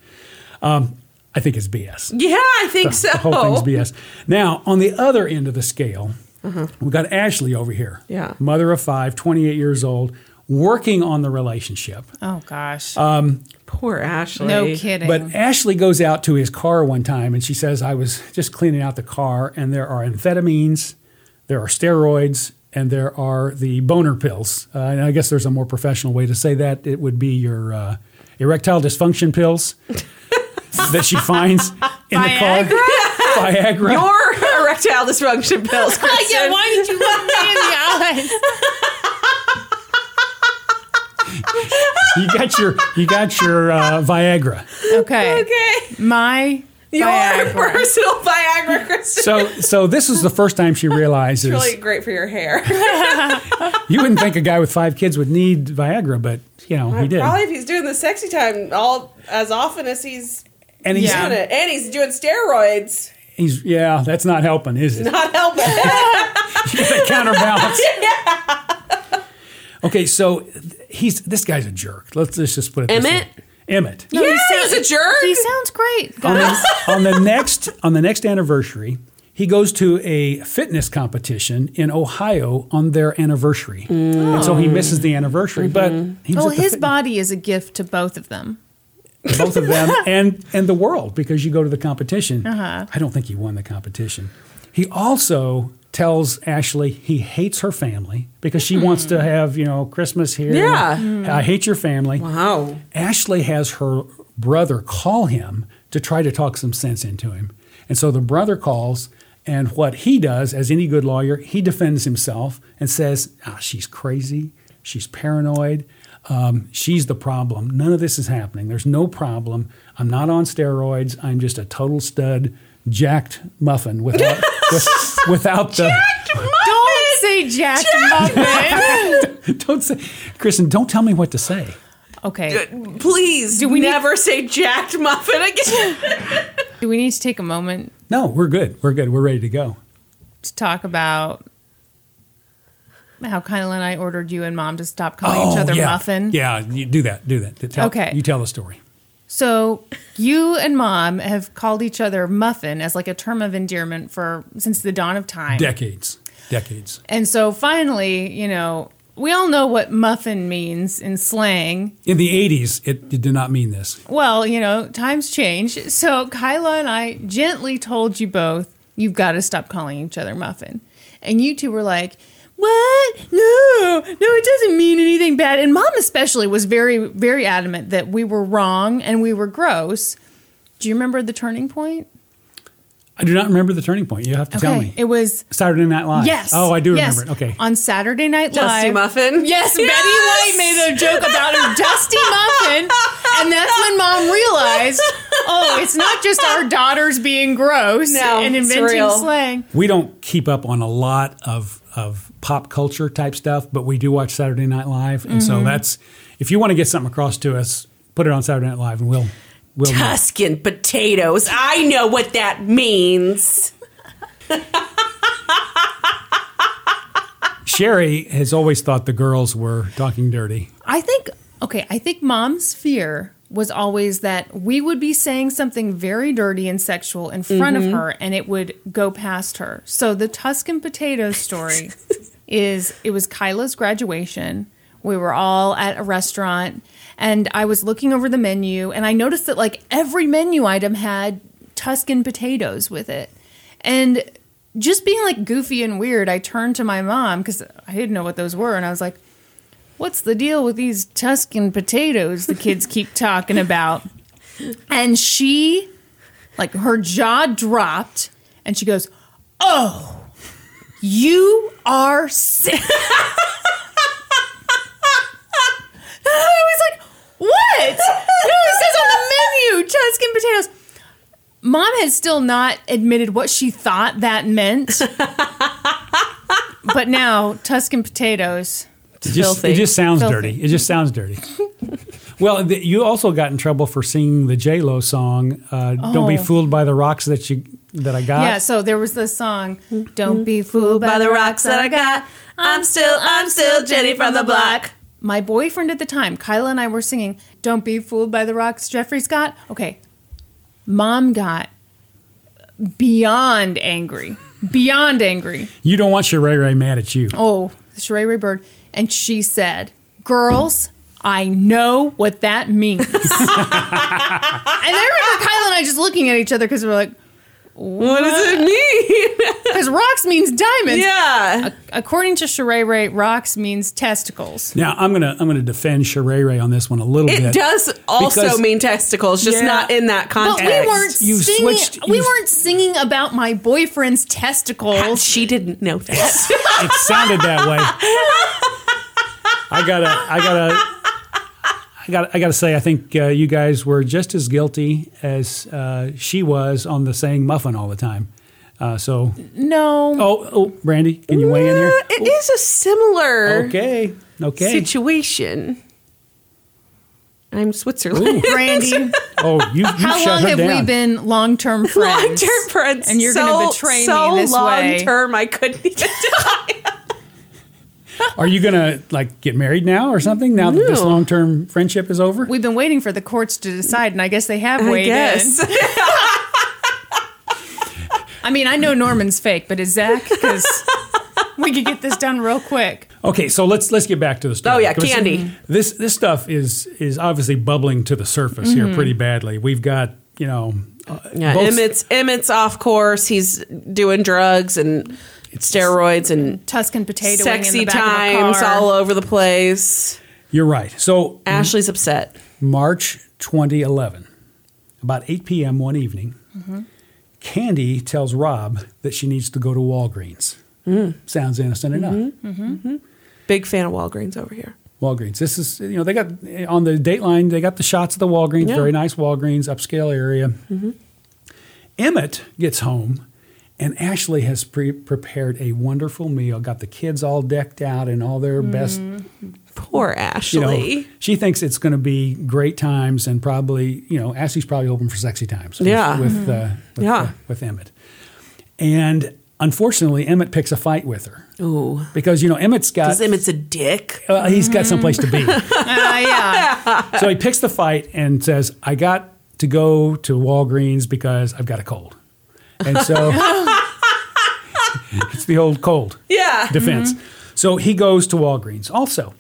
C: Um, I think it's BS.
B: Yeah, I think so.
C: The whole thing's BS. Now, on the other end of the scale, we've got Ashley over here.
B: Mm-hmm. Yeah.
C: Mother of five, 28 years old, working on the relationship.
A: Oh gosh.
B: Poor Ashley.
A: no kidding.
C: But Ashley goes out to his car one time and she says, I was just cleaning out the car, and there are amphetamines, there are steroids, and there are the boner pills. Uh, and I guess there's a more professional way to say that. It would be your uh, erectile dysfunction pills that she finds in the car. Viagra.
B: Or erectile dysfunction pills.
A: yeah,
B: Kristen.
A: why did you look me in the eyes?
C: you got your you got your uh, Viagra.
A: Okay.
B: Okay.
A: My
B: Your
A: Viagra.
B: personal Viagra, Kristen.
C: So so this is the first time she realizes
B: Really great for your hair.
C: you wouldn't think a guy with five kids would need Viagra, but you know he did.
B: Probably if he's doing the sexy time all as often as he's
C: And he's
A: Yeah.
B: doing it, and he's doing steroids,
C: he's yeah, that's not helping, is it?
B: not helping.
C: That counterbalance. Okay, so he's this guy's a jerk. Let's, let's just put it this
D: Emmett?
C: way. Emmett.
A: No, he
B: he
A: sounds-
B: was a jerk.
A: He sounds great,
C: on,
A: guys.
C: the, on the next on the next anniversary, he goes to a fitness competition in Ohio on their anniversary, and so he misses the anniversary. But he was
A: Well,
C: at the
A: Oh, his
C: fit-
A: body is a gift to both of them.
C: both of them and and the world because you go to the competition. I don't think he won the competition. He also tells Ashley he hates her family because she wants to have you know Christmas here.
B: Yeah.
C: I hate your family.
B: Wow.
C: Ashley has her brother call him to try to talk some sense into him. And so the brother calls, and what he does, as any good lawyer, he defends himself and says, ah, She's crazy. She's paranoid. Um, she's the problem. None of this is happening. There's no problem. I'm not on steroids. I'm just a total stud, jacked muffin without, with, without the.
A: Don't say Jack, Muffin.
C: Don't say, Kristen, don't tell me what to say.
A: okay.
B: Please, do
A: we
B: we
A: need-
B: never say jacked muffin again?
A: Do we need to take a moment
C: No, we're good. We're good. We're ready to go.
A: to talk about how Kyla and I ordered you and mom to stop calling each
C: Oh,
A: other
C: yeah.
A: muffin?
C: Yeah, you do that. Do that. Tell-
A: Okay.
C: You tell the story.
A: So you and mom have called each other muffin as like a term of endearment for since the dawn of time.
C: Decades. Decades.
A: And so finally, you know, we all know what muffin means in slang.
C: In the 80s, it, it did not mean this.
A: Well, you know, times change. So Kyla and I gently told you both, you've got to stop calling each other muffin. And you two were like, what? No, no, it doesn't mean anything bad. And mom, especially, was very, very adamant that we were wrong and we were gross. Do you remember the turning point?
C: I do not remember the turning point. You have to tell me.
A: It was,
C: Saturday Night Live.
A: yes.
C: Oh, I do
A: yes,
C: remember it. Okay.
A: On Saturday Night
B: Dusty
A: Live.
B: muffin.
A: Yes, Betty White
B: Yes!
A: made a joke about a dusty muffin, and that's when mom realized, oh, it's not just our daughters being gross
B: No,
A: and
B: it's
A: inventing
B: real.
A: slang.
C: we don't keep up on a lot of, of pop culture type stuff, but we do watch Saturday Night Live. And
A: Mm-hmm.
C: so that's, if you want to get something across to us, put it on Saturday Night Live and we'll. we'll know.
B: Tuscan potatoes. I know what that means.
C: Sherry has always thought the girls were talking dirty.
A: I think okay, I think mom's fear was always that we would be saying something very dirty and sexual in front of her and it would go past her. So the Tuscan potato story is it was Kyla's graduation. We were all at a restaurant and I was looking over the menu and I noticed that like every menu item had Tuscan potatoes with it. And just being like goofy and weird, I turned to my mom because I didn't know what those were and I was like, What's the deal with these Tuscan potatoes the kids keep talking about? And she, like, her jaw dropped and she goes, Oh, you are sick. And I was like, What? No, it says on the menu Tuscan potatoes. Mom has still not admitted what she thought that meant. but now, Tuscan potatoes.
C: It just, it
B: Filthy.
C: just sounds
A: Filthy.
C: dirty. It just sounds dirty. well, th you also got in trouble for singing the J Lo song. Uh, Don't be
A: Oh.
C: fooled by the rocks that you that I got.
A: Yeah, so there was this song, Don't Be Mm-hmm. Fooled by the Rocks That I Got. I'm still, I'm still Jenny from the Block. My boyfriend at the time, Kyla and I were singing, Don't Be Fooled by the Rocks, Jeffrey Scott. Okay. Mom got beyond angry. Beyond angry.
C: You don't want your Ray Ray mad at you.
A: Oh, Sheree Ray Bird. And she said, Girls, I know what that means. and I remember Kyla and I just looking at each other because we were like,
B: What does it mean?
A: because rocks means diamonds.
B: yeah.
A: According to Sheree Ray, rocks means testicles.
C: Now I'm gonna I'm gonna defend Sheree Ray on this one a little
B: It
C: bit.
B: does also
C: Because-
B: mean testicles, just
C: Yeah.
B: not in that
A: But
B: context.
A: we weren't
C: You
A: singing.
C: switched-
A: we
C: you-
A: weren't singing about my boyfriend's testicles.
B: She didn't know that.
C: It sounded that way. I gotta I gotta I gotta I gotta say I think uh, you guys were just as guilty as uh, she was on the saying muffin all the time. Uh, so
A: No,
C: oh oh Brandy, can you weigh in here?
B: it is a similar
C: Okay. Okay.
B: situation. I'm Switzerland.
A: Brandy.
C: oh, you, you
A: How
C: shut
A: long
C: her
A: have
C: down.
A: we been long-term friends?
B: Long term friends,
A: And you're
B: so,
A: gonna betray me
B: so
A: this
B: long
A: way.
B: term. I couldn't even die.
C: Are you gonna like get married now or something? Now that this
B: No.
C: long term friendship is over?
A: We've been waiting for the courts to decide, and I guess they have
B: I
A: weighed
B: guess.
A: in. I mean, I know Norman's fake, but is Zach? Because we could get this done real quick.
C: Okay, so let's let's get back to the story.
B: Oh, yeah,
C: 'Cause
B: candy.
C: This this stuff is is obviously bubbling to the surface
A: Mm-hmm.
C: here pretty badly. We've got you know, uh,
B: Yeah,
C: both-
B: Emmett's Emmett's off course. He's doing drugs and steroids and
A: Tuscan potato in
B: sexy
A: the back of
B: times
A: a car. Uh,
B: all over the place.
C: you're right. So
B: Ashley's upset.
C: March 2011, about 8 p.m. one evening,
A: Mm-hmm.
C: Candy tells Rob that she needs to go to Walgreens.
B: Mm.
C: Sounds innocent
A: Mm-hmm.
C: enough.
B: Big fan of Walgreens over here.
C: Walgreens. This is you know they got on the Dateline. They got the shots of the Walgreens.
B: Yeah. Mm-hmm.
C: Very nice Walgreens, upscale area. Emmett gets home, and Ashley has pre- prepared a wonderful meal. Got the kids all decked out in all their best.
B: Mm-hmm. Poor
C: You know,
B: Ashley.
C: she thinks it's going to be great times, and probably you know Ashley's probably hoping for sexy times. with-
B: Yeah. Mm-hmm.
C: with, uh, with
B: Yeah.
C: uh, with Emmett, and unfortunately Emmett picks a fight with her
B: Ooh.
C: because you know Emmett's got
B: Because Emmett's a dick.
C: uh, he's got someplace to be.
A: Ah, yeah.
C: so he picks the fight and says, I got to go to Walgreens because I've got a cold. And so it's the old cold
B: Yeah. Mm-hmm.
C: defense. So he goes to Walgreens also.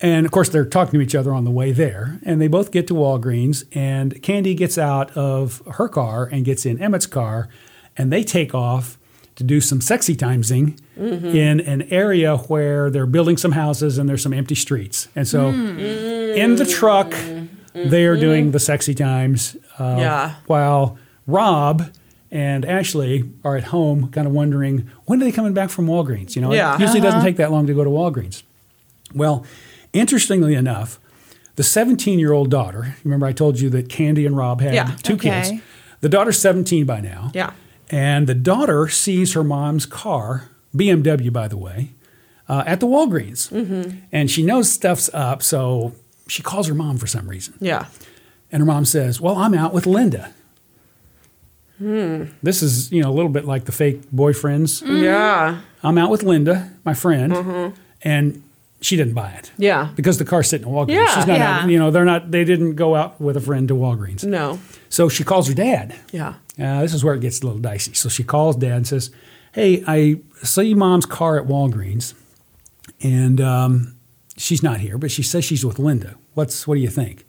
C: And of course, they're talking to each other on the way there. And they both get to Walgreens. And Candy gets out of her car and gets in Emmett's car. And they take off to do some sexy timesing
B: Mm-hmm.
C: in an area where they're building some houses and there's some empty streets. And so
B: Mm.
C: in the truck, they are doing the sexy times. Uh,
B: Mm-hmm. Yeah.
C: While Rob and Ashley are at home, kind of wondering when are they coming back from Walgreens? You know,
B: Yeah. Uh-huh.
C: it usually doesn't take that long to go to Walgreens. Well, interestingly enough, the 17 year old daughter, remember I told you that Candy and Rob had
B: Yeah.
C: two
A: Okay.
C: kids. The daughter's 17 by now.
B: Yeah.
C: And the daughter sees her mom's car, BMW, by the way, uh, at the Walgreens.
B: Mm-hmm.
C: And she knows stuff's up, so she calls her mom for some reason.
B: Yeah.
C: And her mom says, Well, I'm out with Linda.
B: Hmm.
C: This is, you know, a little bit like the fake boyfriends.
B: Mm-hmm.
D: Mm-hmm.
B: Yeah.
C: I'm out with Linda, my friend, and she didn't buy it.
B: Yeah.
C: Because the car's sitting at Walgreens.
B: Yeah.
C: She's not
A: Yeah.
C: out, you know, they're not, they didn't go out with a friend to Walgreens.
B: No.
C: So she calls her dad.
B: Yeah.
C: Uh, this is where it gets a little dicey. So she calls dad and says, Hey, I see mom's car at Walgreens, and um, she's not here, but she says she's with Linda. What's What do you think?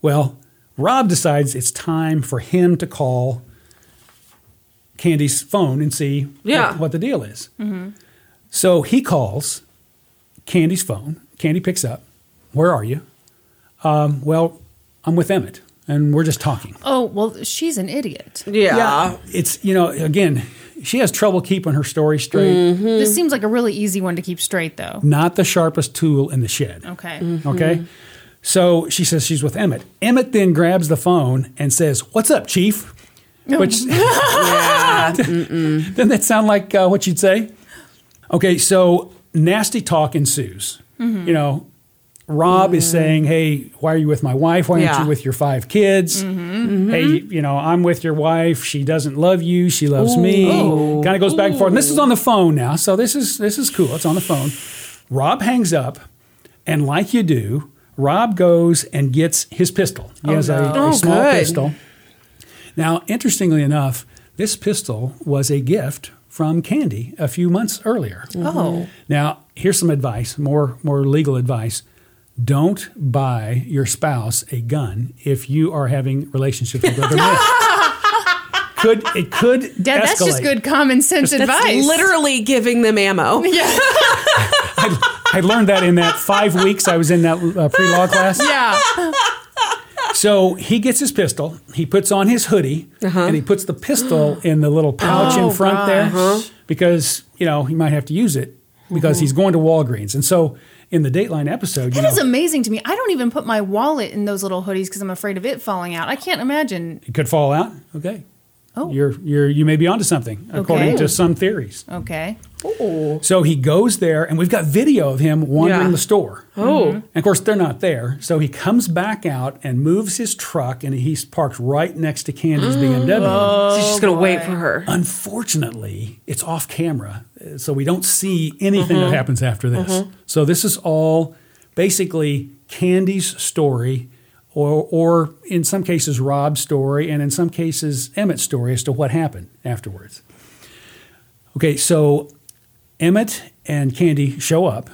C: Well, Rob decides it's time for him to call Candy's phone and see
B: Yeah.
C: what, what the deal is. So he calls Candy's phone. Candy picks up. Where are you? Um, well, I'm with Emmett, and we're just talking.
A: Oh, well, she's an idiot.
B: Yeah.
C: It's, you know, again, she has trouble keeping her story straight.
B: Mm-hmm.
D: Mm.
A: This seems like a really easy one to keep straight, though.
C: Not the sharpest tool in the shed.
A: Okay.
D: Mm-hmm.
C: Okay.
B: Mm-hmm.
C: So she says she's with Emmett. Emmett then grabs the phone and says, What's up, Chief? Which doesn't that sound like uh, what you'd say? Okay, so nasty talk ensues.
B: Mm-hmm.
C: You know, Rob is saying, Hey, why are you with my wife? Why aren't
B: Yeah. Mm-hmm.
C: you with your five kids? Hey, you know, I'm with your wife. She doesn't love you. She loves me. Kind of goes back and forth. And this is on the phone now, so this is this is cool. It's on the phone. Rob hangs up, and like you do, Rob goes and gets his pistol. He has a, a
B: Oh,
C: small
B: good.
C: pistol. Now, interestingly enough, this pistol was a gift from Candy a few months earlier.
A: Oh.
C: Now, here's some advice, more more legal advice. Don't buy your spouse a gun if you are having relationships with other men. could it could
A: Dad, that's just
C: escalate.
A: good common sense
B: That's
A: advice.
B: literally giving them ammo.
A: Yeah.
C: I learned that in that five weeks I was in that uh, pre law class.
A: yeah.
C: So he gets his pistol, he puts on his hoodie, and he puts the pistol in the little pouch
A: Uh-huh. Oh,
C: in front there
A: gosh. Uh-huh. Mm-hmm.
C: because, you know, he might have to use it because he's going to Walgreens. And so in the Dateline episode, you
A: That is
C: know,
A: amazing to me. I don't even put my wallet in those little hoodies because I'm afraid of it falling out. I can't imagine.
C: it could fall out. Okay.
A: Oh.
C: You're, you're, you may be onto something, according
A: Okay.
C: to some theories.
A: Okay.
C: So he goes there, and we've got video of him wandering
B: Yeah.
C: the store. Oh. And of course, they're not there. So he comes back out and moves his truck, and he's parked right next to Candy's BMW.
B: Oh.
D: So she's just gonna wait for her.
C: Unfortunately, it's off camera, uh, so we don't see anything that happens after this. So this is all basically Candy's story, or or in some cases Rob's story, and in some cases Emmett's story as to what happened afterwards. Okay, so Emmett and Candy show up,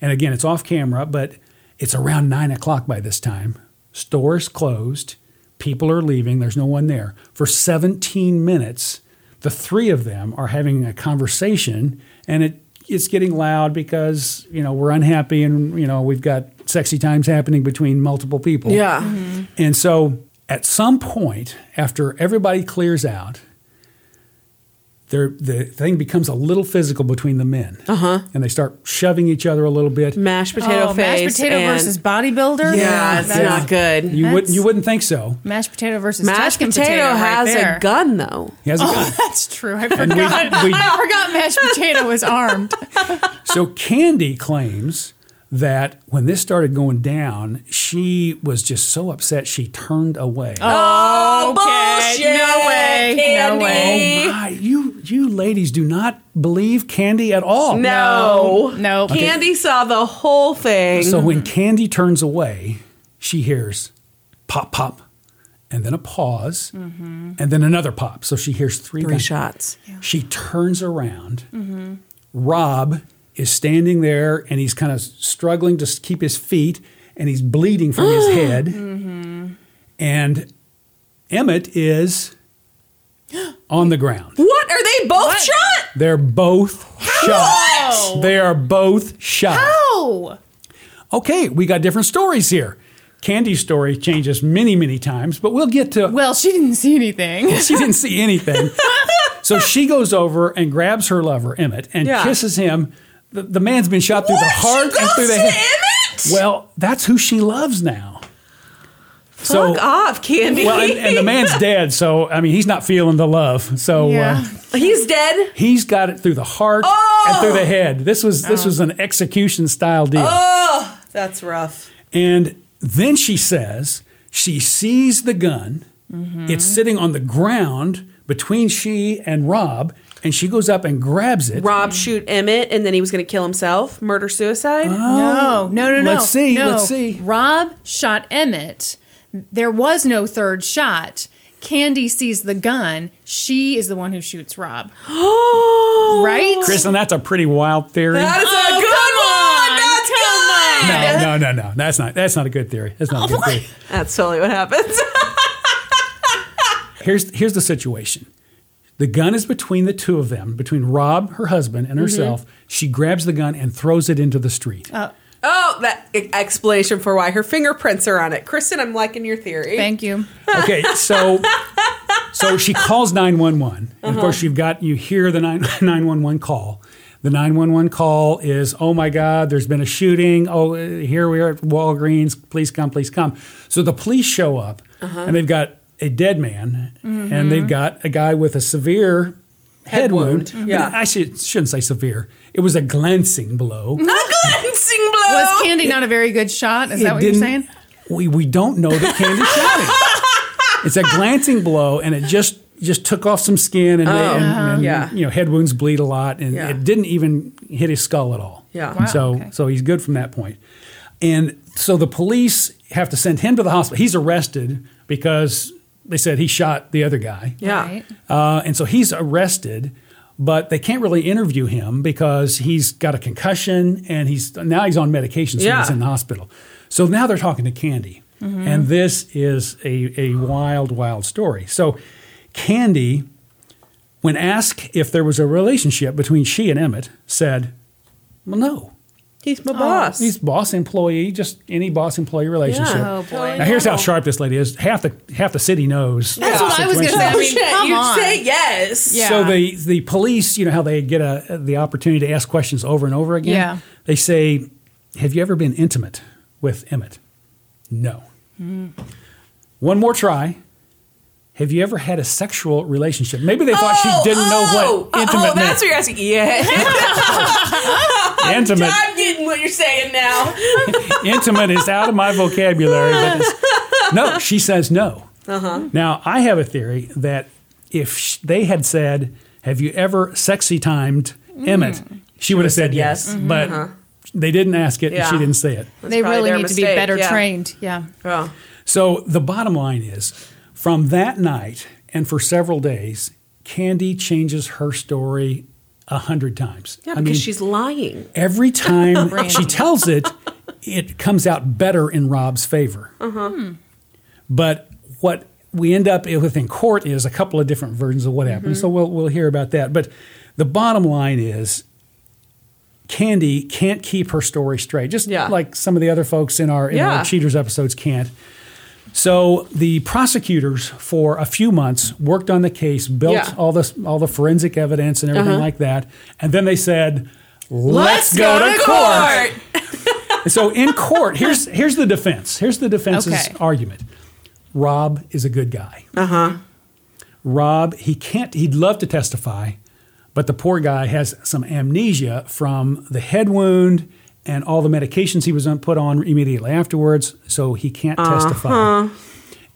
C: and again it's off camera, but it's around nine o'clock by this time. Stores closed, people are leaving. There's no one there for 17 minutes. The three of them are having a conversation, and it it's getting loud because you know we're unhappy, and you know we've got sexy times happening between multiple people.
D: Yeah.
C: And so at some point, after everybody clears out, there the thing becomes a little physical between the men. Uh-huh. And they start shoving each other a little bit.
D: Mashed potato
A: Oh,
D: face.
A: mashed potato
D: and-
A: versus bodybuilder.
D: Yeah, it's
A: That's-
D: not good.
C: You wouldn't
A: That's-
C: you wouldn't think so.
A: Mashed potato versus
D: Mashed
A: Tuscan
D: potato,
A: potato right
D: has
A: there.
D: a gun though.
C: He has a gun.
A: That's true. I forgot.
C: we-
A: I forgot mashed potato was armed.
C: So Candy claims that when this started going down, she was just so upset she turned away. Oh,
A: bullshit, No way. No Candy. way.
C: Oh, my, you you ladies do not believe Candy at all.
D: No.
A: No.
D: Candy saw the whole thing.
C: So when Candy turns away, she hears pop, pop, and then a pause, and then another pop. So she hears three,
D: Mm-hmm. Three
C: bang-
D: shots.
C: She turns around. Rob is standing there, and he's kind of struggling to s- keep his feet, and he's bleeding from his head. And Emmett is on the ground.
D: What are they both shot?
C: They're both shot. They are both shot.
A: Oh.
C: Okay, we got different stories here. Candy's story changes many, many times, but we'll get to.
A: Well, she didn't see anything.
C: she didn't see anything. so she goes over and grabs her lover, Emmett, and
D: Yeah.
C: kisses him. The, the man's been shot through the heart
D: She
C: and
D: goes
C: through the
D: to
C: head.
D: Emmett?
C: Well, that's who she loves now. So,
D: Fuck off, Candy.
C: well, and, and the man's dead, so I mean, he's not feeling the love. So,
A: Yeah.
C: uh,
D: He's dead.
C: He's got it through the heart and through
D: Oh!
C: the head. This was this was an execution style deal.
B: That's rough.
C: And then she says she sees the gun.
D: Mm-hmm.
C: It's sitting on the ground between she and Rob, and she goes up and grabs it.
A: Mm.
D: Rob shoot Emmett, and then he was going to kill himself. Murder suicide.
A: No, no, no, no.
C: Oh. Let's see,
A: No.
C: let's see.
A: Rob shot Emmett. There was no third shot. Candy sees the gun. She is the one who shoots Rob.
D: Oh,
A: Right?
C: Kristen, that's a pretty wild theory.
D: That is
A: Oh,
D: a good one. That's good.
C: no, no, no, no. That's not that's not a good theory. That's
D: Oh
C: not a good theory.
D: That's totally what happens.
C: Here's here's the situation. The gun is between the two of
D: Mm-hmm.
C: them, between Rob, her husband, and herself. She grabs the gun and throws it into the street.
D: Oh, that e- explanation for why her fingerprints are on it. Kristen, I'm liking your theory.
A: Thank you.
C: Okay, so so she calls 911. And of course, you've got you hear the 9 911 call. The 911 call is, "Oh my god, there's been a shooting. Oh, uh, here we are at Walgreens. Please come, please come." So the police show up and they've got a dead man and they've got a guy with a severe Mm-hmm. head, wound.
D: Yeah.
C: I should, shouldn't say severe. It was a glancing blow.
D: Glancing blow.
A: Was Candy not a very good shot? Is that
C: Oh. It
A: what you're
C: didn't-
A: saying?
C: We we don't know that Candy shot it. It's a glancing blow, and it just just took off some skin, and, they- and-
A: Oh,
C: and,
D: Yeah.
C: you know head wounds bleed a lot, and
D: Yeah.
C: it didn't even hit his skull at all.
D: Yeah.
C: And so
A: okay.
C: so he's good from that point, and so the police have to send him to the hospital. He's arrested because they said he shot the other guy.
D: Yeah.
A: Right.
C: Uh, and so he's arrested, but they can't really interview him because he's got a concussion and he's now he's on medication, so he's
D: Yeah.
C: in the hospital. So now they're talking to Candy,
A: Mm-hmm.
C: and this is a a wild, wild story. So Candy, when asked if there was a relationship between she and Emmett, said, "Well, no."
D: He's
A: Oh.
D: my boss.
C: He's boss employee, just any boss employee relationship.
D: Yeah.
A: Oh boy.
C: Now here's how sharp this lady is. Half the half the city knows.
A: That's
C: the
A: what I was gonna
C: situation.
A: say. I mean,
D: Shit,
A: come
D: you'd
A: on.
D: say yes.
A: Yeah.
C: So the the police, you know how they get a the opportunity to ask questions over and over again.
A: Yeah.
C: They say, "Have you ever been intimate with Emmett?" No.
D: Hmm.
C: One more try. Have you ever had a sexual relationship? Maybe they thought she didn't know
D: oh,
C: what intimate
D: oh, that's what you're asking. Yeah,
C: meant. Intimate,
D: I'm getting what you're saying now.
C: intimate is out of my vocabulary. But it's- no, she says no. Now I have a theory that if sh- they had said, "Have you ever sexy timed Emmett?" she would have said yes,
D: yes.
C: but they didn't ask it and she
D: Yeah.
C: didn't say it.
A: they
D: probably
A: really
D: their
A: need to be
D: mistake,
A: better
D: yeah.
A: trained. Yeah.
D: Oh.
C: So the bottom line is, from that night and for several days, Candy changes her story a hundred times.
D: Yeah,
C: I
D: because
C: mean,
D: she's lying.
C: every time she tells it, it comes out better in Rob's favor.
D: Uh-huh. Hmm.
C: But what we end up with in court is a couple of different versions of what happened.
D: Mm-hmm.
C: So we'll we'll hear about that. But the bottom line is Candy can't keep her story straight, just
D: Yeah.
C: like some of the other folks in our in
D: Yeah.
C: our cheaters episodes can't. So the prosecutors for a few months worked on the case, built
D: Yeah. Uh-huh.
C: all the all the forensic evidence and everything like that, and then they said, "Let's, go, to, court." And so in court, here's here's the defense. Here's the defense's
A: Okay.
C: argument. Rob is a good guy. Uh huh.
D: Uh-huh.
C: Rob, he can't. He'd love to testify, but the poor guy has some amnesia from the head wound and all the medications he was on, put on immediately afterwards, so he can't testify.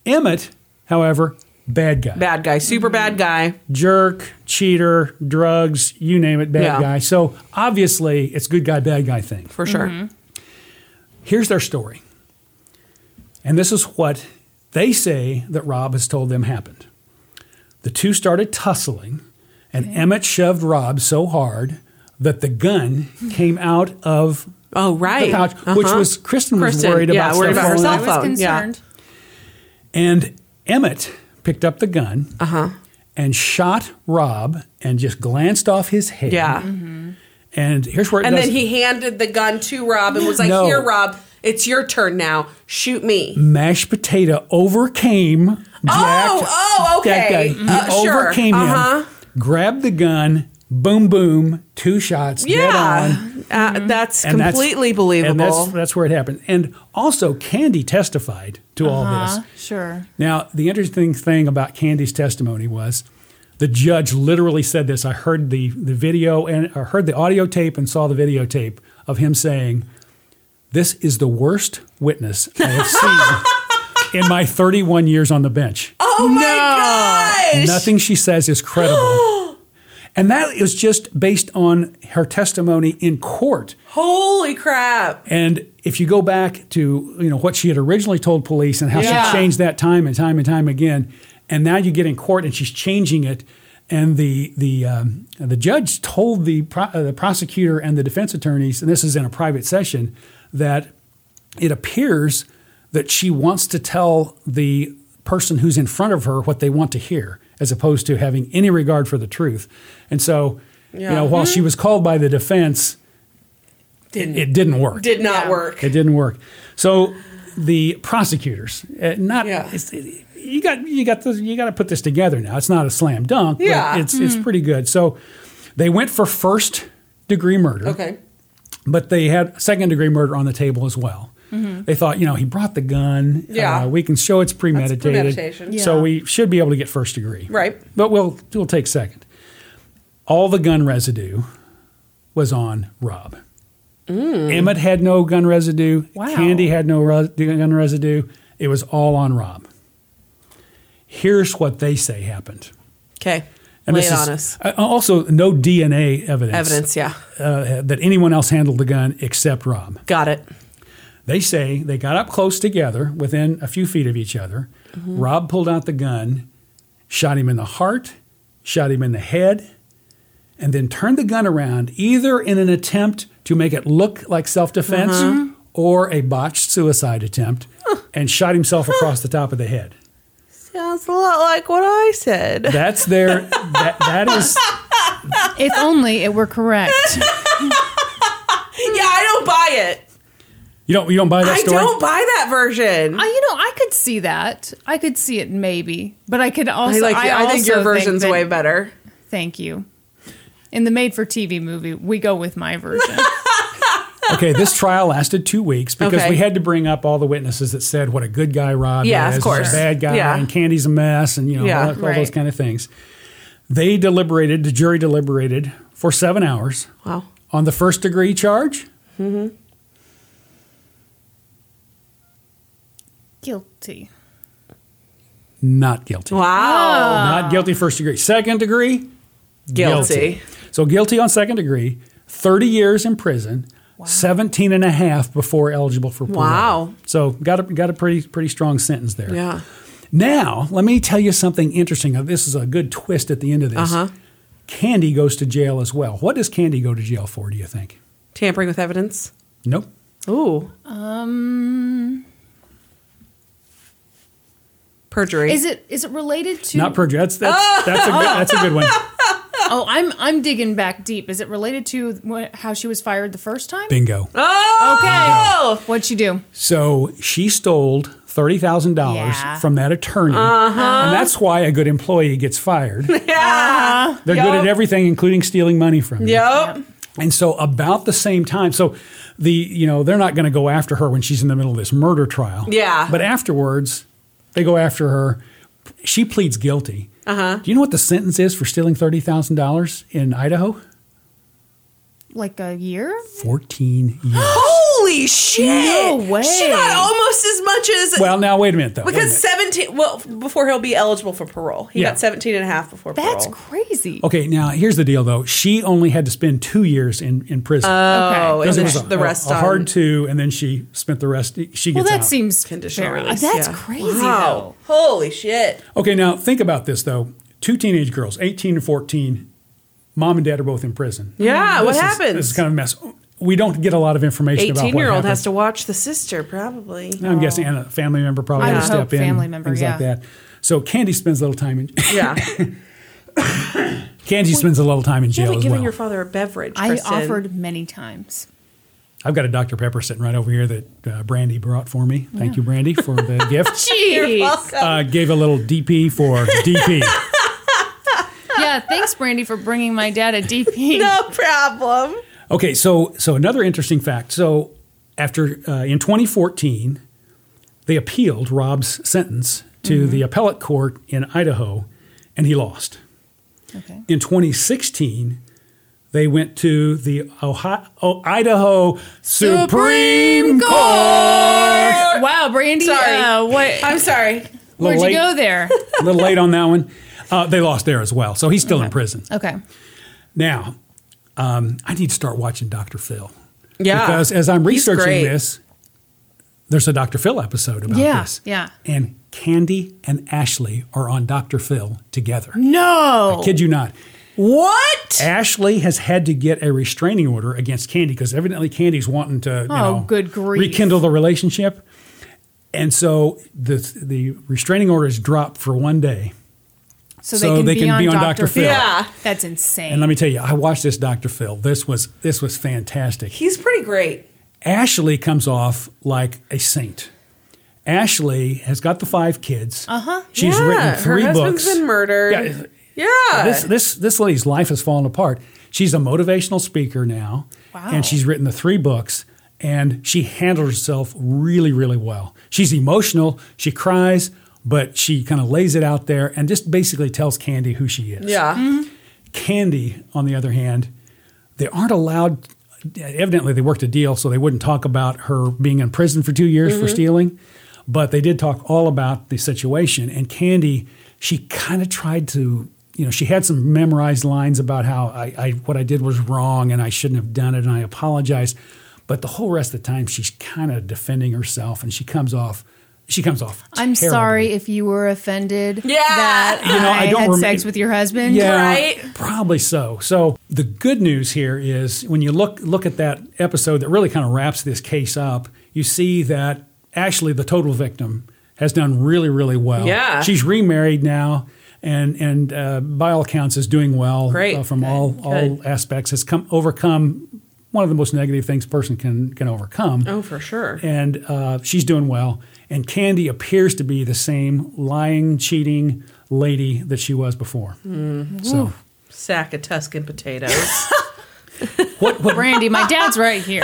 C: Emmett, however, bad guy
D: Bad guy, super bad guy.
C: jerk, cheater, drugs, you name it, bad
D: Yeah.
C: guy. So obviously, it's good guy, bad guy thing.
D: for sure.
C: Mm-hmm. Here's their story. And this is what they say that Rob has told them happened. The two started tussling, and Emmett shoved Rob so hard that the gun came out of
D: Oh right,
C: the pouch, which
D: Uh-huh.
C: was Kristen,
D: Kristen,
C: was worried
D: yeah,
C: about,
D: worried
C: stuff
D: about
C: falling
D: her cell
C: out.
A: I was
D: phone, yeah.
A: concerned.
C: And Emmett picked up the gun
D: Uh-huh.
C: and shot Rob and just glanced off his head.
D: Yeah.
C: Mm-hmm. And here's where it
D: and
C: does
D: then he handed the gun to Rob and was like,
C: No.
D: "Here, Rob, it's your turn now. Shoot me."
C: mashed potato overcame Jack.
D: oh, okay.
C: That guy. He
D: Uh, sure.
C: overcame
D: Uh-huh.
C: him, grabbed the gun, boom, boom, two shots, dead on. Mm-hmm.
D: Yeah, uh, that's
C: And that's-
D: completely
C: And
D: believable.
C: that's, that's where it happened. And also, Candy testified to all
D: Uh-huh.
C: this.
A: Sure.
C: Now, the interesting thing about Candy's testimony was the judge literally said this. I heard the, the video and I heard the audio tape and saw the videotape of him saying, This is the worst witness I have seen in my 31 years on the bench.
D: oh my gosh!
C: Nothing she says is credible. and that is just based on her testimony in court.
D: Holy crap!
C: And if you go back to you know what she had originally told police and how
A: Yeah.
C: she changed that time and time and time again, and now you get in court and she's changing it, and the the um, the judge told the pro- uh, the prosecutor and the defense attorneys, and this is in a private session, that it appears that she wants to tell the person who's in front of her what they want to hear, as opposed to having any regard for the truth. And so, you know, while she was called by the defense It, it didn't work.
B: Did not
A: Yeah.
B: work.
C: It didn't work. So the prosecutors, uh, not
B: Yeah.
C: it's, you got you got this, you got to put this together now. It's not a slam dunk, but
B: Yeah.
C: it's it's pretty good. So they went for first degree murder,
B: Okay.
C: but they had second degree murder on the table as well. They thought, you know, he brought the gun.
B: Yeah.
C: uh, we can show it's premeditated.
B: premeditation.
C: So
A: Yeah.
C: we should be able to get first degree,
B: Right.
C: But we'll we'll take second. All the gun residue was on Rob.
B: Mm.
C: Emmett had no gun residue.
A: Wow.
C: Candy had no res- gun residue. It was all on Rob. Here's what they say happened.
B: Okay.
C: And
B: Lay
C: this
B: it on
C: is-
B: us.
C: uh, also no DNA evidence,
B: Evidence. Yeah.
C: uh, that anyone else handled the gun except Rob.
B: Got it.
C: They say they got up close together, within a few feet of each other. Rob pulled out the gun, shot him in the heart, shot him in the head, and then turned the gun around, either in an attempt to make it look like self defense
B: Uh-huh.
C: or a botched suicide attempt, and shot himself across the top of the head.
D: Sounds a lot like what I said.
C: That's their, that, that is,
A: If only it were correct.
B: Yeah, I don't buy it.
C: you don't, you don't buy that
B: I
C: story?
B: don't buy that version.
A: I, you know, I could see that. I could see it maybe, but I could also.
B: I
A: I,
B: like. I,
A: also
B: think your version's
A: that-
B: way better.
A: Thank you. In the made-for-TV movie, we go with my version.
C: okay, this trial lasted two weeks because
B: Okay.
C: we had to bring up all the witnesses that said what a good guy Rob
B: Yeah, of
C: is,
B: course.
C: he's a bad guy,
B: Yeah.
C: and Candy's a mess, and you know
B: Yeah,
C: all, that- all those
A: right.
C: kind of things. They deliberated. The jury deliberated for seven hours
B: Wow.
C: on the first degree charge.
A: Guilty.
C: Not guilty.
B: Wow.
C: Not guilty. First degree. Second degree. Oh.
B: Guilty.
C: So guilty on second degree. Thirty years in prison. 17 and a half before eligible for parole.
B: Wow.
C: So got a, got a pretty pretty strong sentence there.
B: Yeah.
C: Now, let me tell you something interesting. Uh, This is a good twist at the end of this. Candy goes to jail as well. What does Candy go to jail for, do you think?
B: Tampering with evidence.
C: Nope.
B: Ooh.
A: Um,
B: Perjury.
A: is it is it related to?
C: Not perjury. That's, that's, that's, a good, that's a good one.
A: oh, I'm I'm digging back deep. Is it related to wh- how she was fired the first time?
C: Bingo.
B: oh. Okay.
A: What'd she do?
C: So she stole $30,000
A: Yeah.
C: from that attorney. And that's why a good employee gets fired. They're
B: Yeah.
C: good at everything, including stealing money from you.
B: Yep.
C: And so about the same time, so the you know they're not going to go after her when she's in the middle of this murder trial.
B: Yeah.
C: But afterwards, they go after her. She pleads guilty. Uh
B: Uh-huh.
C: huh. Do you know what the sentence is for stealing thirty thousand dollars in Idaho?
A: Like a year?
C: Fourteen years.
B: Holy shit.
A: No way.
B: She got almost as much as.
C: well, now wait a minute though. Wait a
B: because
C: minute.
B: 17. Well, before he'll be eligible for parole. He
C: Yeah.
B: got 17 and a half before parole.
A: That's crazy.
C: Okay, now here's the deal though. She only had to spend two years in, in prison.
B: Oh,
A: Okay.
B: and
C: Because it
B: then
C: was
B: sh-
C: a-
B: the rest
C: a, a
B: on.
C: hard two, and then she spent the rest. She gets
A: Well, that
C: out.
A: seems
B: Conditional
A: fair.
B: release,
A: That's
B: yeah.
A: crazy.
B: Wow.
A: Though.
B: Holy shit.
C: Okay, now think about this though. Two teenage girls, 18 and 14, mom and dad are both in prison.
B: Yeah, what
C: This is-
B: happens?
C: This is kind of a mess. We don't get a lot of information about what
D: 18 year old has
C: happened.
D: to watch the sister, probably.
C: I'm guessing and a family member
A: I
C: probably had to
A: would
C: step
A: hope
C: in.
A: family member,
C: things like
A: yeah.
C: that. So Candy spends a little time in
B: Yeah.
C: Candy spends a little time in
D: You
C: jail
D: haven't
C: as
D: given
C: well.
D: your father a beverage.
A: I
D: Kristen.
A: offered many times.
C: I've got a Dr. Pepper sitting right over here that uh, Brandy brought for me. Thank you, Brandy, for the gift.
B: You're
A: Jeez.
B: welcome.
C: Uh, gave a little DP for DP.
A: yeah, thanks, Brandy, for bringing my dad a DP.
B: No problem.
C: Okay, so so another interesting fact. So after uh, in 2014, they appealed Rob's sentence to
A: Mm-hmm.
C: the appellate court in Idaho, and he lost.
A: Okay.
C: In 2016, they went to the Ohio, oh, Idaho Supreme, Court.
A: Wow, Brandy.
B: Sorry.
A: Uh, what?
B: I'm sorry.
A: Where'd
C: Little
A: you
C: late.
A: go there?
C: a little late on that one. Uh, they lost there as well, so he's still in prison.
A: Okay.
C: Now, um, I need to start watching Dr. Phil.
B: Yeah.
C: Because as I'm
B: He's
C: researching
B: great.
C: this, there's a Dr. Phil episode about
A: Yeah,
C: this.
A: yeah.
C: And Candy and Ashley are on Dr. Phil together.
A: No.
C: Kid you not.
B: What?
C: Ashley has had to get a restraining order against Candy because evidently Candy's wanting to you
A: Oh,
C: know,
A: good grief.
C: rekindle the relationship. And so the the restraining order is dropped for one day.
A: so, they can, be, on Dr. Phil.
B: Yeah.
A: That's insane.
C: And let me tell you, I watched this Dr. Phil. This was this was fantastic.
B: He's pretty great.
C: Ashley comes off like a saint. Ashley has got the five kids. Uh huh. She's
B: Uh-huh. Yeah,
C: written three
B: her husband's
C: books.
B: been murdered. Yeah.
C: This this this lady's life has fallen apart. She's a motivational speaker now,
A: Wow.
C: and she's written the three books. And she handles herself really, really well. She's emotional. She cries, but she kind of lays it out there and just basically tells Candy who she is.
B: yeah.
C: Candy, on the other hand, they aren't allowed. Evidently, they worked a deal, so they wouldn't talk about her being in prison for two years
A: Mm-hmm.
C: for stealing. But they did talk all about the situation. And Candy, she kind of tried to, you know, she had some memorized lines about how I, I what I did was wrong and I shouldn't have done it and I apologize. But the whole rest of the time, she's kind of defending herself, and she comes off. She comes off.
A: I'm
C: terribly.
A: sorry if you were offended
B: Yeah.
A: that
C: You know, I
A: I,
C: don't
A: had
C: rem-
A: sex with your husband.
C: Yeah,
B: Right?
C: probably so. So the good news here is when you look look at that episode that really kind of wraps this case up, you see that actually the total victim has done really really well.
B: Yeah.
C: she's remarried now. And and uh, by all accounts is doing well
B: Great.
C: uh, from all all aspects has come overcome one of the most negative things a person can can overcome
B: Oh, for sure.
C: and uh, she's doing well. And Candy appears to be the same lying, cheating lady that she was before. So,
B: Sack of Tuscan potatoes.
C: what, what,
A: Brandy, my dad's right here.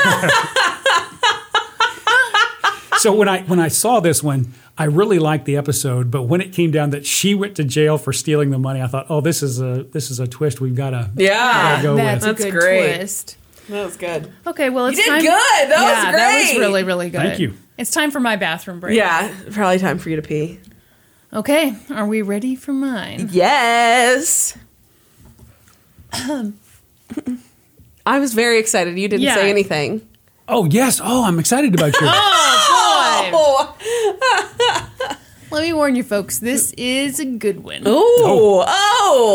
C: so when I when I saw this one, I really liked the episode. But when it came down that she went to jail for stealing the money, I thought, oh, this is a this is a twist. We've got to
B: yeah.
C: go
A: That's
C: with.
A: a
B: That's
A: good
B: great.
A: twist.
B: That was good.
A: Okay, well, it's
B: did
A: time.
B: good. That was
A: yeah, That was
B: great.
A: really, really good.
C: Thank you.
A: It's time for my bathroom break.
B: Yeah. Probably time for you to pee.
A: Okay, are we ready for mine?
B: Yes. Um. I was very excited. You didn't
A: Yeah.
B: say anything.
C: Oh yes. Oh, I'm excited about you.
B: Oh.
A: Let me warn you, folks. This is a good one.
B: Oh.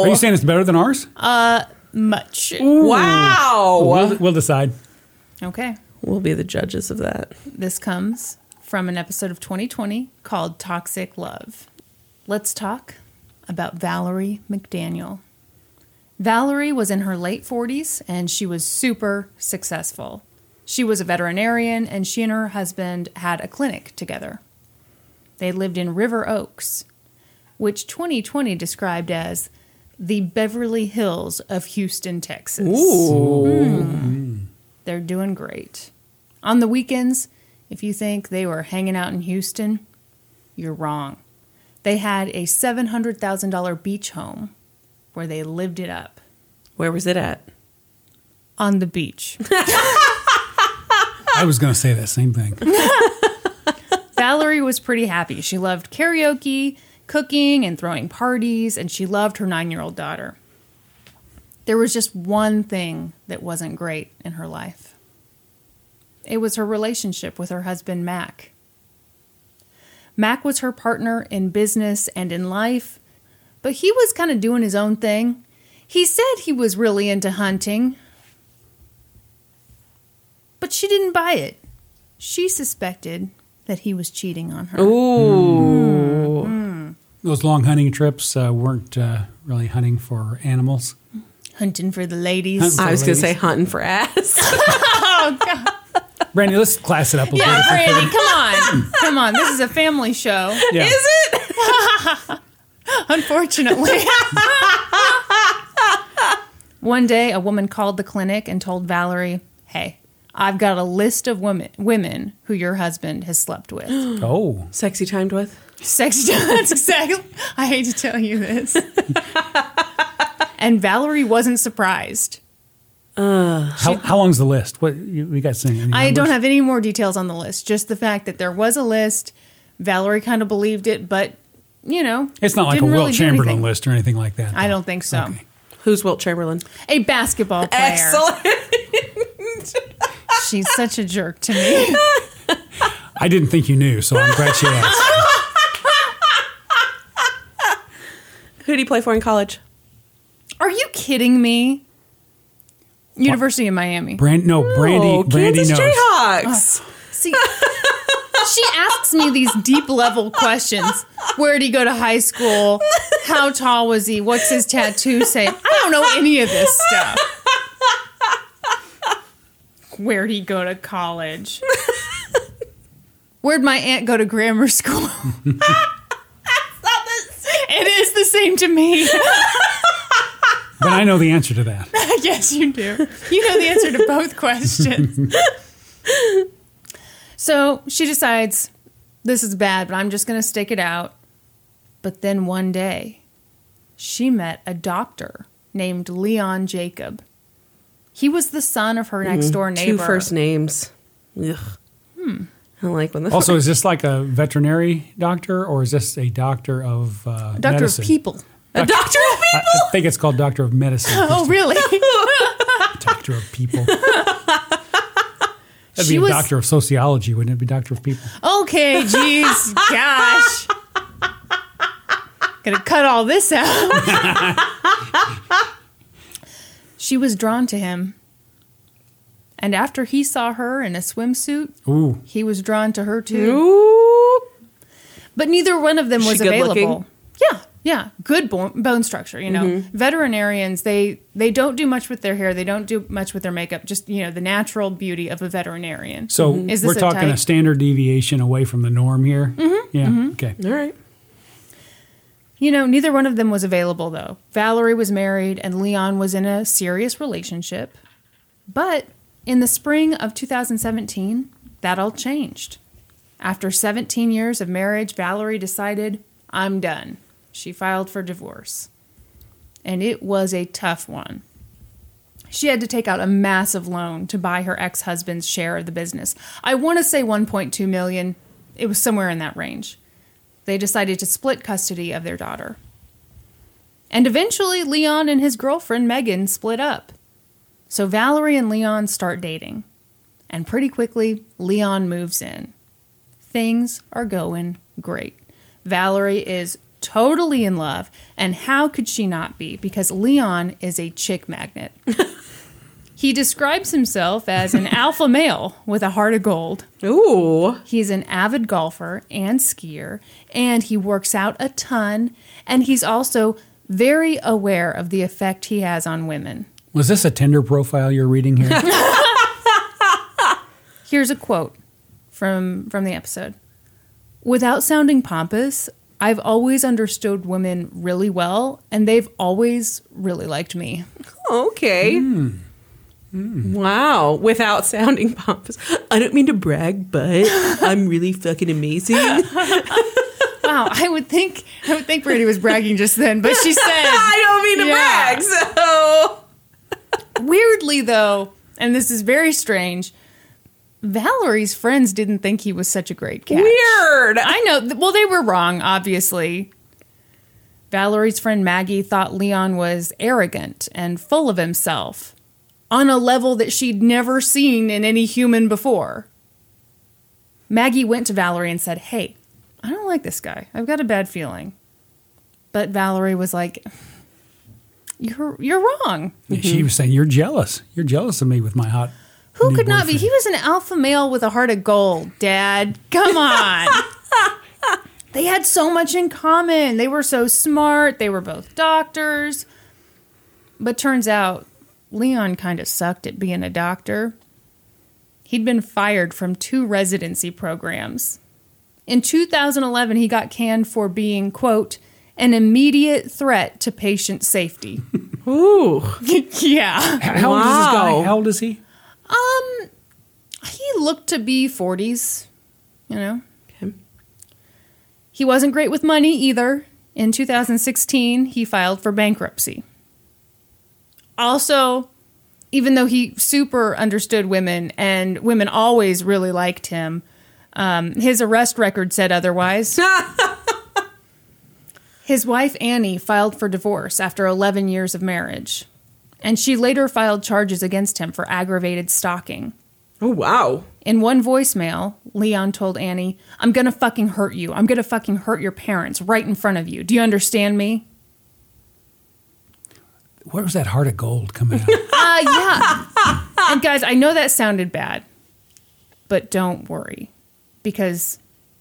C: Are you
B: Oh.
C: saying it's better than ours?
A: Much.
B: Wow.
C: Oh, We'll, we'll decide.
A: Okay.
B: We'll be the judges of that.
A: This comes from an episode of 2020 called Toxic Love. Let's talk about Valerie McDaniel. Valerie was in her late 40s and she was super successful. She was a veterinarian and she and her husband had a clinic together. They lived in River Oaks, which 2020 described as the Beverly Hills of Houston, Texas. Hmm. They're doing great. On the weekends, if you think they were hanging out in Houston, you're wrong. They had a $700,000 beach home where they lived it up
B: Where was it at?
A: on the beach.
C: I was going to say that same thing.
A: Valerie was pretty happy. She loved karaoke, cooking, and throwing parties, and she loved her nine year old daughter. There was just one thing that wasn't great in her life it was her relationship with her husband, Mac. Mac was her partner in business and in life, but he was kind of doing his own thing. He said he was really into hunting, but she didn't buy it. She suspected that he was cheating on her.
C: Those long hunting trips uh, weren't uh, really hunting for animals.
A: Hunting for the ladies.
C: Hunting
B: I was going to
C: ladies.
B: say hunting for ass.
A: Oh,
C: Brandy, let's class it up a little bit.
A: yeah, Brandy, come on. Come on. This is a family show.
C: Yeah.
A: Unfortunately. One day, a woman called the clinic and told Valerie, Hey, I've got a list of women women who your husband has slept with.
C: Oh,
B: Sexy timed with.
A: Sexy That's exactly. I hate to tell you this. and Valerie wasn't surprised.
C: how, how long's the list? What you, we got singing?
A: I don't have any more details on the list, just the fact that there was a list. Valerie kind of believed it, but, you know.
C: It's not like a
A: didn't
C: Will
A: really do
C: Chamberlain
A: anything.
C: list or anything like that.
A: I
C: though.
A: don't think so.
C: Okay.
B: Who's Wilt Chamberlain?
A: A basketball player. She's such a jerk to me.
C: I didn't think you knew, so I'm glad she asked.
B: Who did he play for in college?
A: Are you kidding me? University of Miami.
C: Brand, no, Brandy.
B: oh,
C: Brandy
B: Kansas
C: knows.
B: Jayhawks.
A: See, she asks me these deep level questions. Where did he go to high school? How tall was he? What's his tattoo say? I don't know any of this stuff. Where'd he go to college? Where'd my aunt go to grammar school? It is the same to me.
C: But I know the answer to that.
A: yes, you do. You know the answer to both questions. so she decides this is bad, but I'm just going to stick it out. But then one day, she met a doctor named Leon Jacob. He was the son of her next door
B: Mm-hmm. Two
A: neighbor.
B: first names. Ugh. I don't like when the
C: Also, is this like a veterinary doctor or is this a doctor of uh,
A: doctor
C: medicine?
A: of people.
B: a doctor of
C: I, I think it's called doctor of medicine.
A: Oh, really?
C: doctor of people. That'd
A: She
C: be a
A: was- Mm-hmm.
C: doctor of sociology, wouldn't it? Be doctor of people.
A: okay, jeez, gosh. Gonna cut all this out. she was drawn to him. And after he saw her in a swimsuit,
C: Ooh,
A: he was drawn to her too.
B: Ooh.
A: But neither one of them was
B: she good
A: available.
B: looking?
A: Yeah, yeah, good bone, bone structure. You know,
C: Mm-hmm.
A: veterinarians they they don't do much with their hair. They don't do much with their makeup. Just you know, the natural beauty of a veterinarian.
C: so
A: Is this
C: we're
A: a
C: talking a,
A: type? Mm-hmm,
C: standard deviation away from the norm here. Yeah. Okay.
B: All right.
A: You know, neither one of them was available though. Valerie was married and Leon was in a serious relationship. But in the spring of 2017, that all changed. After 17 years of marriage, Valerie decided, I'm done. She filed for divorce. And it was a tough one. She had to take out a massive loan to buy her ex-husband's share of the business. I want to say 1.2 million. It was somewhere in that range. They decided to split custody of their daughter. And eventually Leon and his girlfriend Megan split up. So Valerie and Leon start dating. And pretty quickly Leon moves in. Things are going great. Valerie is totally in love and how could she not be because Leon is a chick magnet. He describes himself as an alpha male with a heart of gold.
B: Ooh.
A: He's an avid golfer and skier, and he works out a ton, and he's also very aware of the effect he has on women.
C: Was this a Tinder profile you're reading here?
A: Here's a quote from from the episode. Without sounding pompous, I've always understood women really well, and they've always really liked me.
B: Okay. Hmm. Wow. Without sounding pompous. I don't mean to brag, but I'm really fucking amazing.
A: Wow, I would think I would think Brady was bragging just then, but she said
B: I don't mean to
A: Yeah.
B: brag. So
A: Weirdly, though, and this is very strange, Valerie's friends didn't think he was such a great catch.
B: weird.
A: I know. th- Well, they were wrong, obviously. Valerie's friend Maggie thought Leon was arrogant and full of himself on a level that she'd never seen in any human before. Maggie went to Valerie and said, Hey, I don't like this guy. I've got a bad feeling. But Valerie was like, You're, you're wrong.
C: She was saying you're jealous. You're jealous of me with my hot.
A: Who
C: new
A: could not be?
C: boyfriend."
A: He was an alpha male with a heart of gold, Dad. Come on. they had so much in common. They were so smart. They were both doctors. But turns out Leon kind of sucked at being a doctor. He'd been fired from two residency programs. In 2011, he got canned for being, quote, an immediate threat to patient safety.
B: Ooh.
A: yeah.
C: How old is this guy?
B: Wow.
C: How old is he?
A: Um, he looked to be 40s, you know.
B: Okay.
A: He wasn't great with money either. In 2016, he filed for bankruptcy. Also, even though he super understood women and women always really liked him, um, his arrest record said otherwise. his wife Annie filed for divorce after 11 years of marriage, and she later filed charges against him for aggravated stalking.
B: Oh wow.
A: In one voicemail, Leon told Annie, I'm gonna fucking hurt you. I'm gonna fucking hurt your parents right in front of you. Do you understand me?
C: Where was that heart of gold coming out?
A: Uh, yeah. and guys, I know that sounded bad, but don't worry because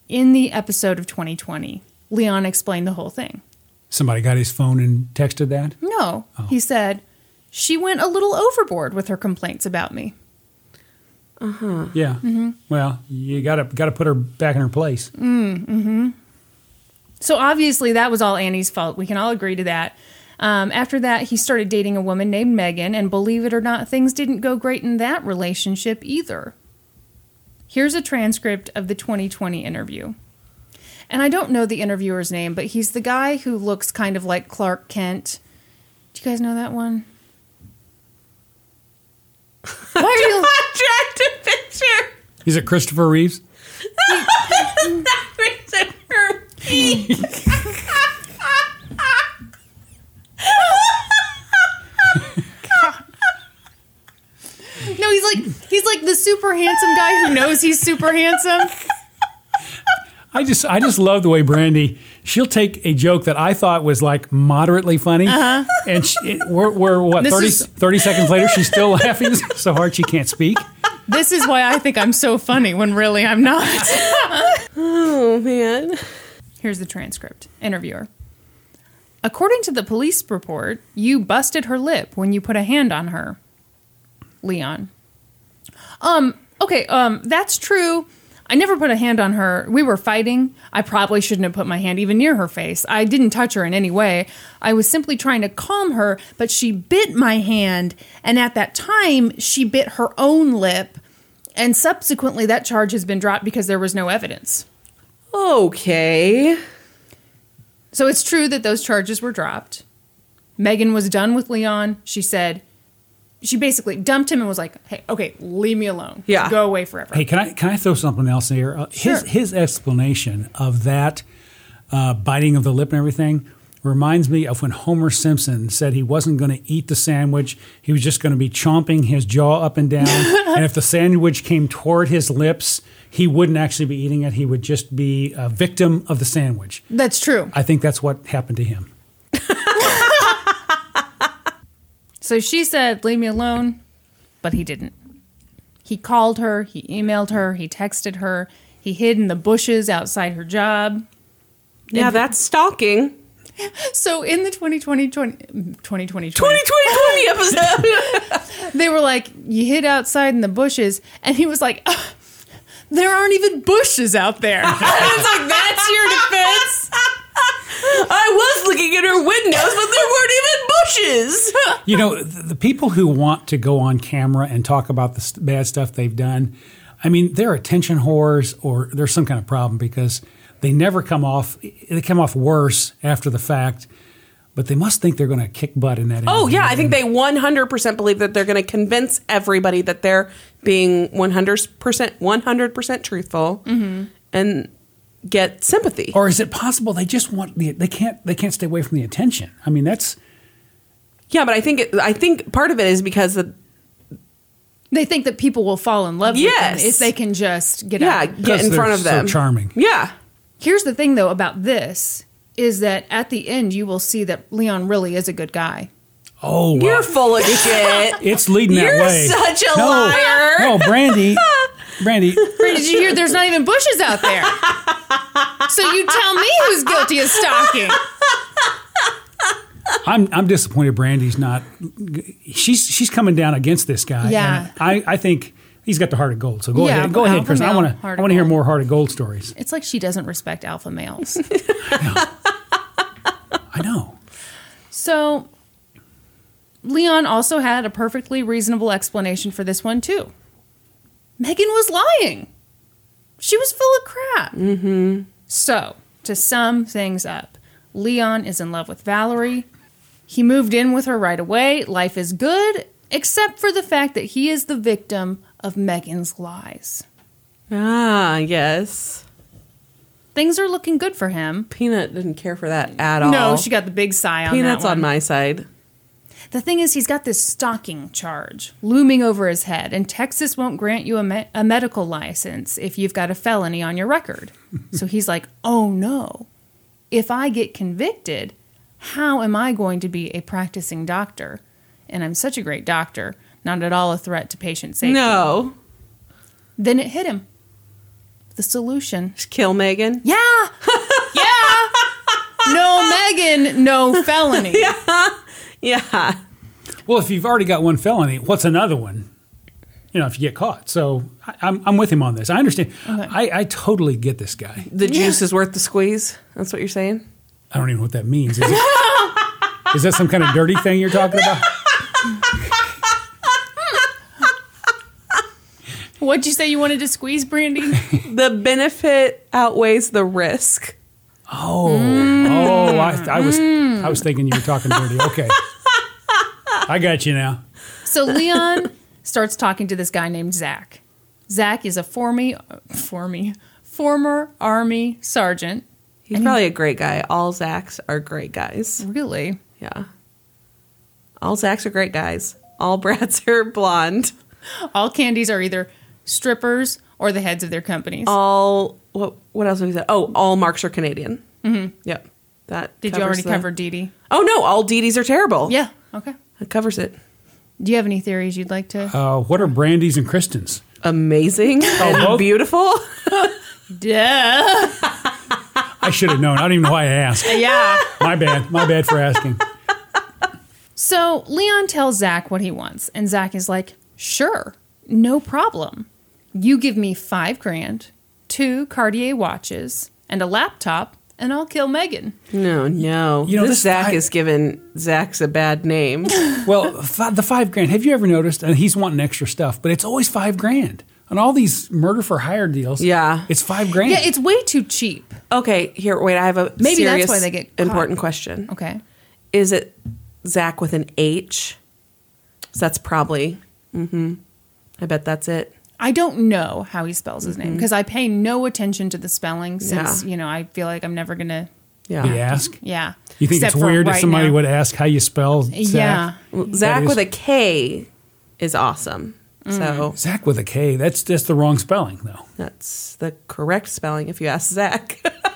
A: in the episode of 2020, Leon explained the whole thing.
C: Somebody got his phone and texted that.
A: No, he said, she went a little overboard with her complaints about me.
C: Yeah.
A: Mm-hmm.
C: Well, you gotta gotta put her back in her place.
A: Mm. So obviously, that was all Annie's fault. We can all agree to that. Um, after that, he started dating a woman named Megan, and believe it or not, things didn't go great in that relationship either. Here's a transcript of the 2020 interview. And I don't know the interviewer's name, but he's the guy who looks kind of like Clark Kent. Do you guys know that one? Why are you?
B: Attractive picture.
C: Is it Christopher Reeves?
A: No, he's like he's like the super handsome guy who knows he's super handsome.
C: I just I just love the way Brandy she'll take a joke that I thought was like moderately funny, and she, we're, we're what
A: Uh-huh. This
C: 30,
A: is-
C: 30 seconds later she's still laughing so hard she can't speak.
A: This is why I think I'm so funny when really I'm not.
B: Oh man.
A: Here's the transcript. Interviewer. According to the police report, you busted her lip when you put a hand on her. Leon. Um, okay, um, that's true. I never put a hand on her. We were fighting. I probably shouldn't have put my hand even near her face. I didn't touch her in any way. I was simply trying to calm her, but she bit my hand, and at that time, she bit her own lip, and subsequently, that charge has been dropped because there was no evidence.
B: Okay.
A: So it's true that those charges were dropped. Megan was done with Leon. She said, she basically dumped him and was like, hey, okay, leave me alone.
B: Yeah.
A: Go away forever.
C: Hey, can I can I throw something else in here? Uh, His
A: Sure.
C: his explanation of that uh, biting of the lip and everything reminds me of when Homer Simpson said he wasn't going to eat the sandwich; he was just going to be chomping his jaw up and down. and if the sandwich came toward his lips, he wouldn't actually be eating it; he would just be a victim of the sandwich.
A: That's true.
C: I think that's what happened to him.
A: So she said, leave me alone, but he didn't. He called her, he emailed her, he texted her, he hid in the bushes outside her job.
B: Now that's stalking.
A: So in the 2020, 2020,
B: 2020 episode.
A: they were like, "You hid outside in the bushes," and he was like, "Ugh, "There aren't even bushes out there." and it's like that's your defense.
B: I was looking at her windows, but there weren't even bushes.
C: You know, the, the people who want to go on camera and talk about the st- bad stuff they've done, I mean, they're attention whores or there's some kind of problem because they never come off, they come off worse after the fact, but they must think they're going to kick butt in that
B: Oh
C: interview.
B: yeah, I think they 100% believe that they're going to convince everybody that they're being 100% 100% truthful and get sympathy.
C: Or is it possible they just want the, they can't, they can't stay away from the attention? I mean, that's,
B: yeah, but I think it, I think part of it is because the,
A: They think that people will fall in love with
B: Yes.
A: them if they can just get
B: yeah,
A: out.
B: get in
C: they're
B: front of
C: so
B: them.
C: charming.
B: Yeah.
A: Here's the thing, though, about this is that at the end you will see that Leon really is a good guy.
C: oh, wow.
B: You're full of shit.
C: it's leading
B: You're
C: that way.
B: such a
C: no,
B: liar.
C: No, Brandy, Brandy,
A: Brady, did you hear? There's not even bushes out there. So you tell me who's guilty of stalking.
C: I'm I'm disappointed. Brandy's not. She's she's coming down against this guy.
A: Yeah.
C: And I I think he's got the heart of gold. So go
A: Yeah,
C: ahead, go
A: alpha
C: ahead, Chris. I
A: male,
C: want to I
A: heart of
C: want to hear
A: gold.
C: more heart of gold stories.
A: It's like she doesn't respect alpha males.
C: I know.
A: So Leon also had a perfectly reasonable explanation for this one too. Megan was lying. She was full of crap. Mm-hmm. So to sum things up, Leon is in love with Valerie. He moved in with her right away. Life is good, except for the fact that he is the victim of Megan's lies.
B: Ah, yes.
A: Things are looking good for him.
B: Peanut didn't care for that at all.
A: No, she got the big sigh on
B: Peanut's
A: that one.
B: on my side.
A: The thing is, he's got this stalking charge looming over his head, and Texas won't grant you a, me- a medical license if you've got a felony on your record. so he's like, oh no, if I get convicted, how am I going to be a practicing doctor? And I'm such a great doctor, not at all a threat to patient safety.
B: No.
A: Then it hit him. the solution.
B: Kill Megan.
A: Yeah. yeah. No Megan, no felony.
B: Yeah.
C: Well, if you've already got one felony, what's another one? You know, if you get caught. So I, I'm, I'm with him on this. I understand. I, I totally get this guy.
B: The juice is worth the squeeze. That's what you're saying?
C: I don't even know what that means. Is, it, is that some kind of dirty thing you're talking about?
A: What'd you say you wanted to squeeze, Brandy?
B: The benefit outweighs the risk.
C: Oh, oh, I, I was, I was thinking you were talking dirty. Okay, I got you now.
A: So Leon starts talking to this guy named Zach. Zach is a formy, formy, former army sergeant. Mm.
B: He's probably a great guy. All Zachs are great guys.
A: Really?
B: Yeah. All Zachs are great guys. All brats are blonde.
A: All candies are either strippers or the heads of their companies.
B: All what? What else have we said? Oh, all marks are Canadian. Mm-hmm. Yep. That
A: Did you
B: covers
A: already
B: the-
A: cover Dee Dee?
B: Oh no, all DDs are terrible.
A: Yeah. Okay.
B: that covers it.
A: Do you have any theories you'd like to?
C: Uh, what are Brandy's and Kristen's?
B: Amazing and
C: Oh, both?
B: beautiful.
A: Duh.
C: I should have known. I don't even know why I asked.
A: Yeah.
C: My bad. My bad for asking.
A: So Leon tells Zach what he wants, and Zach is like, sure, no problem. You give me five grand, two Cartier watches, and a laptop, and I'll kill Megan.
B: No, no.
C: You know,
B: this,
C: this
B: Zach
C: guy-
B: is giving Zach's a bad name.
C: Well, fi- the five grand. Have you ever noticed? And he's wanting extra stuff, but it's always five grand on all these murder for hire deals.
B: Yeah.
C: it's five grand.
A: Yeah, it's way too cheap.
B: okay, here, wait. I have a
A: Maybe that's
B: serious,
A: why they get caught.
B: important question.
A: Okay.
B: Is it Zach with an H? So that's probably. Mm-hmm. I bet that's it.
A: I don't know how he spells his
C: Mm-hmm.
A: name because I pay no attention to the spelling since,
B: Yeah.
A: you know, I feel like I'm never going to.
B: Yeah.
C: you ask.
A: Yeah.
C: You think
A: Except
C: it's
A: for
C: weird
A: right
C: if somebody
A: now.
C: would ask how you spell Zach?
A: Yeah.
B: Well, Zach
C: is-
B: with a K is awesome. So
A: Mm.
C: Zach with a K. That's that's the wrong spelling though.
B: that's the correct spelling if you ask Zach.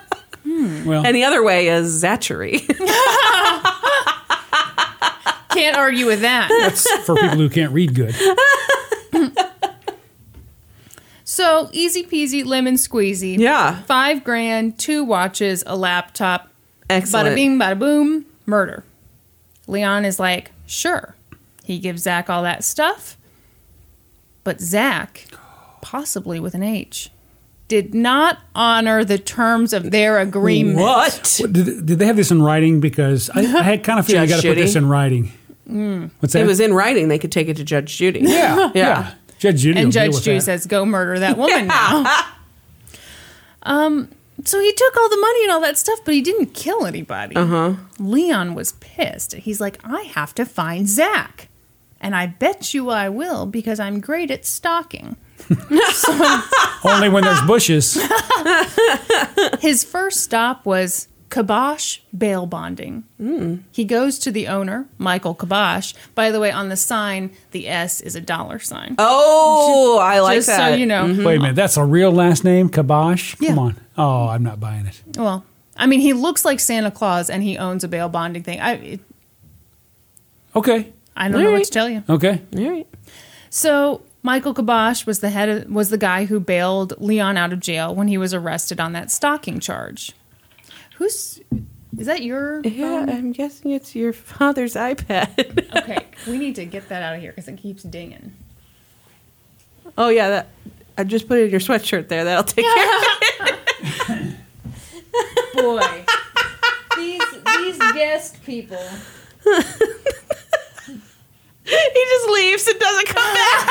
C: Well,
B: and the other way is Zachary.
A: Can't argue with that.
C: that's for people who can't read good.
A: So easy peasy, lemon squeezy.
B: Yeah.
A: Five grand, two watches, a laptop.
B: Excellent.
A: Bada bing, bada boom, murder. Leon is like, sure. He gives Zach all that stuff. But Zach, possibly with an H, did not honor the terms of their agreement.
B: what?
C: What, did, did they have this in writing? Because I, I had kind of feeling I got
B: Judge
C: to put this
B: Judy.
C: in writing.
A: Hmm.
C: What's that?
B: It was in writing. They could take it to Judge Judy.
C: yeah, yeah. Judge Judy will
A: And
C: deal
A: Judge
C: with
A: Drew
C: that.
A: says, go murder that woman now. Um, so he took all the money and all that stuff, but he didn't kill anybody. Uh-huh. Leon was pissed. He's like, I have to find Zach. And I bet you I will because I'm great at stalking.
C: only when there's bushes.
A: His first stop was Kabosh bail bonding.
B: Hmm.
A: He goes to the owner, Michael Kabosh. By the way, on the sign, the S is a dollar sign.
B: Oh, I like
A: Just
B: that.
A: so you know.
C: Wait a minute, that's a real last name, Kabosh. Come
A: Mm-hmm. Yeah.
C: on. Oh, I'm not buying it.
A: Well, I mean, he looks like Santa Claus and he owns a bail bonding thing. I it,
C: Okay,
A: I don't know what to tell you.
C: okay.
B: All right.
A: So Michael Kabosh was the head of, was the guy who bailed Leon out of jail when he was arrested on that stalking charge. Who's is that your?
B: Yeah, I'm guessing it's your father's iPad.
A: Okay, we need to get that out of here because it keeps dinging.
B: oh yeah, that I just put it in your sweatshirt there. That'll take care of it.
A: Boy, these these guest people.
B: He just leaves and doesn't come back.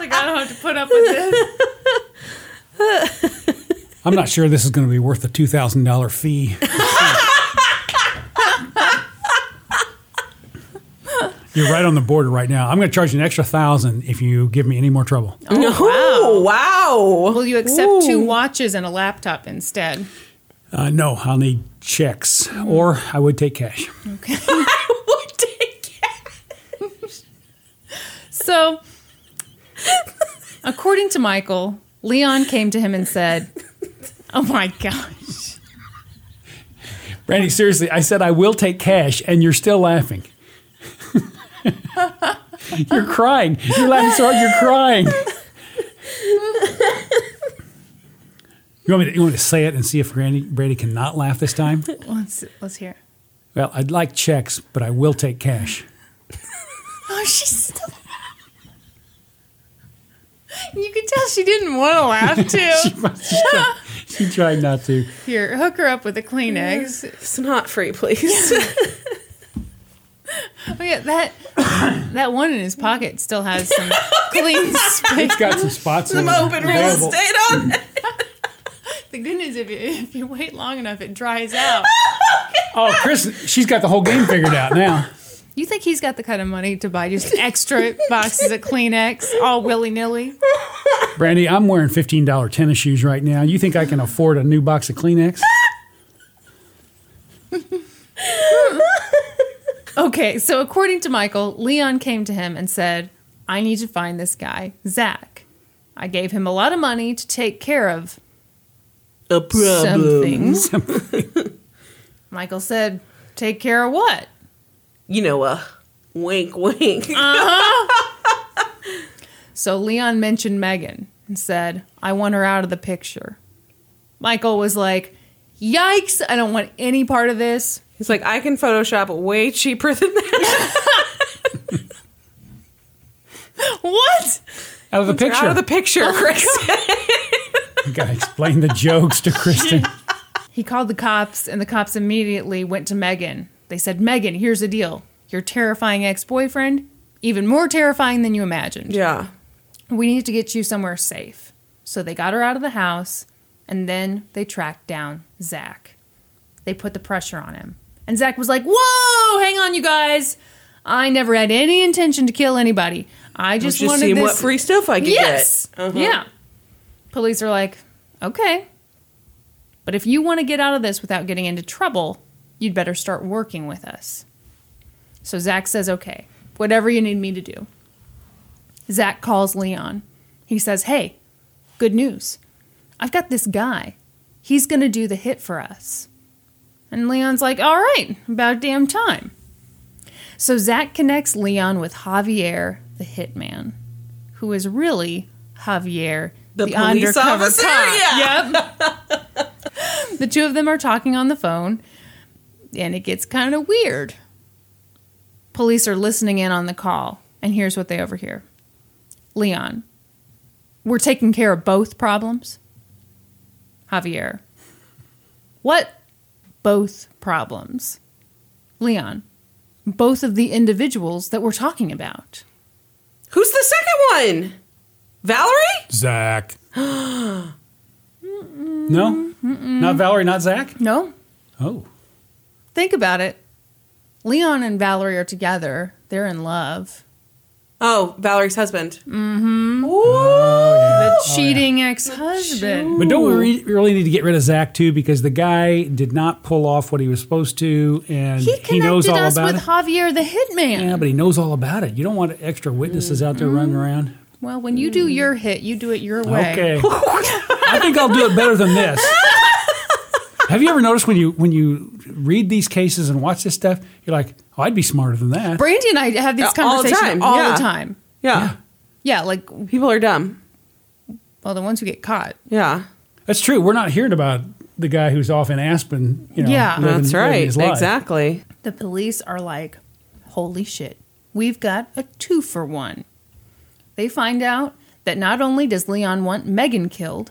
A: Like I don't have to put up with this.
C: I'm not sure this is going to be worth the two thousand dollar fee. You're right on the border right now. I'm going to charge you an extra thousand if you give me any more trouble.
B: Oh, wow.
A: Will you accept two watches and a laptop instead?
C: Uh, no, I'll need checks, or I would take cash.
B: What did-
A: So, according to Michael, Leon came to him and said, Oh my gosh.
C: Randy, seriously, I said I will take cash, and you're still laughing. you're crying. You're laughing so hard, you're crying. You want me to, you want me to say it and see if Brandy, Brandy can not laugh this time?
A: Let's let's hear.
C: Well, I'd like checks, but I will take cash.
A: Oh, she's still. You could tell she didn't want to laugh too.
C: She tried not to.
A: Here, hook her up with a Kleenex.
B: It's not free, please.
A: Oh yeah, that that one in his pocket still has some clean space.
C: It's got some spots in
B: Some
C: it
B: open real
C: available.
B: estate on it.
A: The good news, if you, if you wait long enough, it dries out.
C: Oh, Chris, she's got the whole game figured out now.
A: You think he's got the kind of money to buy just extra boxes of Kleenex all willy nilly?
C: Brandy, I'm wearing $15 tennis shoes right now. You think I can afford a new box of Kleenex?
A: Okay, so according to Michael, Leon came to him and said, I need to find this guy, Zach. I gave him a lot of money to take care of
B: A
A: something. Michael said, Take care of what?
B: You know, uh, wink, wink.
A: So Leon mentioned Megan and said, I want her out of the picture. Michael was like, Yikes, I don't want any part of this.
D: He's like, I can Photoshop way cheaper than that.
A: What?
C: Out of the picture. Oh
D: Out of the picture, Chris.
C: You gotta explain the jokes to Kristen.
A: He called the cops, and the cops immediately went to Megan. They said, Megan, here's the deal. Your terrifying ex boyfriend, even more terrifying than you imagined.
D: yeah.
A: We need to get you somewhere safe. So they got her out of the house, and then they tracked down Zach. They put the pressure on him. And Zach was like, Whoa, hang on, you guys. I never had any intention to kill anybody. I just,
B: Just, just
A: wanted
B: see
A: this.
B: what free stuff I can
A: Yes.
B: get. Uh-huh.
A: Yeah. Police are like, okay. But if you want to get out of this without getting into trouble, you'd better start working with us. So Zach says, okay, whatever you need me to do. Zach calls Leon. He says, hey, good news. I've got this guy. He's going to do the hit for us. And Leon's like, all right, about damn time. So Zach connects Leon with Javier, the hitman who is really Javier,
B: The police officer,
A: Yep. the two of them are talking on the phone, and it gets kind of weird. Police are listening in on the call, and here's what they overhear Leon, we're taking care of both problems. Javier, what? Both problems. Leon, both of the individuals that we're talking about.
B: Who's the second one? Valerie?
C: Zach. no? Not Valerie, not Zach?
A: No,
C: Oh.
A: think about it. Leon and Valerie are together. They're in love.
B: Oh, Valerie's husband.
A: Oh, The cheating ex-husband.
C: Oh, But don't we re- really need to get rid of Zach too? Because the guy did not pull off what he was supposed to, and
A: He
C: he,
A: connected
C: knows all
A: us
C: about
A: with
C: it.
A: Javier the hitman.
C: yeah, but he knows all about it. You don't want extra witnesses out there running around.
A: Well, when you do your hit, you do it your way.
C: Okay, I think I'll do it better than this. Have you ever noticed when you when you read these cases and watch this stuff, you're like, "Oh, I'd be smarter than that."
A: Brandy and I have these
B: Yeah, all the
A: conversations all, the time.
B: time, yeah. Yeah.
A: Yeah, like
B: People are dumb.
A: well, the ones who get caught.
B: Yeah.
C: That's true. We're not hearing about the guy who's off in Aspen. You know,
A: Yeah.
C: living-
B: That's
C: living
B: right.
C: his life.
B: Exactly.
A: The police are like, holy shit, we've got a two for one. They find out that not only does Leon want Megan killed,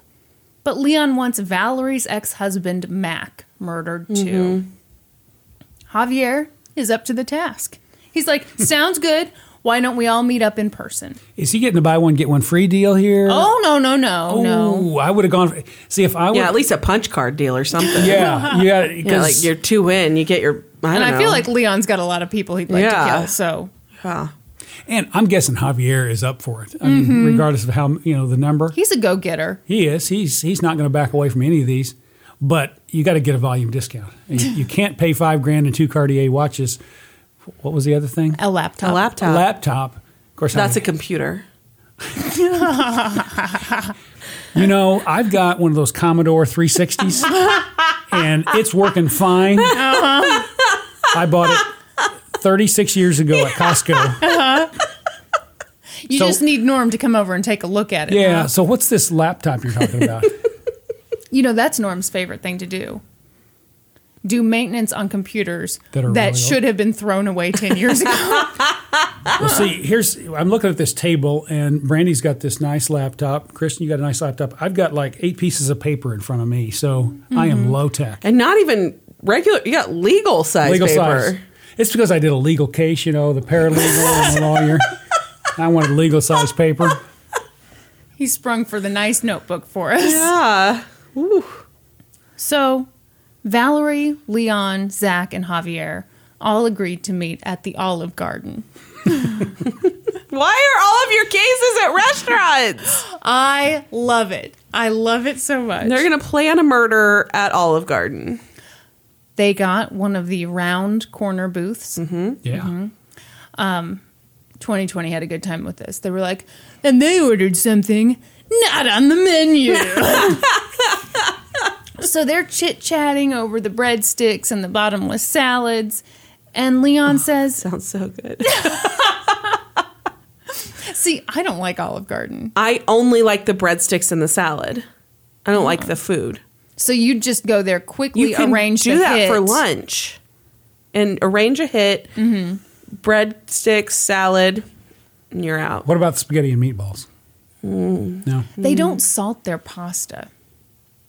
A: but Leon wants Valerie's ex husband, Mac, murdered too. Mm-hmm. Javier is up to the task. He's like, sounds good. Why don't we all meet up in person?
C: Is he getting to buy one get one free deal here?
A: Oh, no, no, no, no.
C: Ooh, I would have gone. For, see if I would.
B: Yeah, at least a punch card deal or something.
C: Yeah, yeah,
B: yeah, like you're two in, you get your. I don't
A: And
B: know.
A: I feel like Leon's got a lot of people he'd like to
B: Yeah.
A: kill. So,
B: Yeah.
C: and I'm guessing Javier is up for it, I mean,
A: Mm-hmm.
C: regardless of how you know the number.
A: he's a go getter.
C: He is. He's he's not going to back away from any of these. But you got to get a volume discount. You, you can't pay five grand and two Cartier watches. What was the other thing?
A: A laptop.
B: a laptop.
C: Laptop. Of course,
B: That's
C: I,
B: a computer.
C: you know I've got one of those Commodore 360s, and it's working fine. I bought it 36 years ago at Costco.
A: You
C: So-
A: just need Norm to come over and take a look at it.
C: Yeah.
A: huh?
C: So what's this laptop you're talking about?
A: you know that's Norm's favorite thing to do. Do maintenance on computers
C: That are really old.
A: should have been thrown away ten years ago.
C: Well, see, here's I'm looking at this table, and Brandy's got this nice laptop. Kristen, you got a nice laptop. I've got like eight pieces of paper in front of me, so I am low tech,
B: and not even regular. You got legal size
C: legal
B: paper.
C: size. It's because I did a legal case, you know, the paralegal and the lawyer. I wanted legal size paper.
A: he sprung for the nice notebook for us.
B: Yeah.
A: So, Valerie, Leon, Zach, and Javier all agreed to meet at the Olive Garden.
B: Why are all of your cases at restaurants?
A: I love it. I love it so much.
B: They're gonna plan a murder at Olive Garden.
A: they got one of the round corner booths.
C: Yeah.
A: 2020 had a good time with this. They were like, and they ordered something not on the menu. so they're chit chatting over the breadsticks and the bottomless salads. And Leon says,
B: Sounds Oh, so good.
A: See, I don't like Olive Garden.
B: I only like the breadsticks and the salad. I don't
A: Oh.
B: like the food.
A: So you just go there quickly,
B: You can
A: arrange
B: do
A: the
B: that
A: hit.
B: for lunch, and arrange a hit,
A: Mm-hmm.
B: breadsticks, salad, and you're out.
C: What about spaghetti and meatballs? No.
A: They
B: Mm-hmm.
A: don't salt their pasta.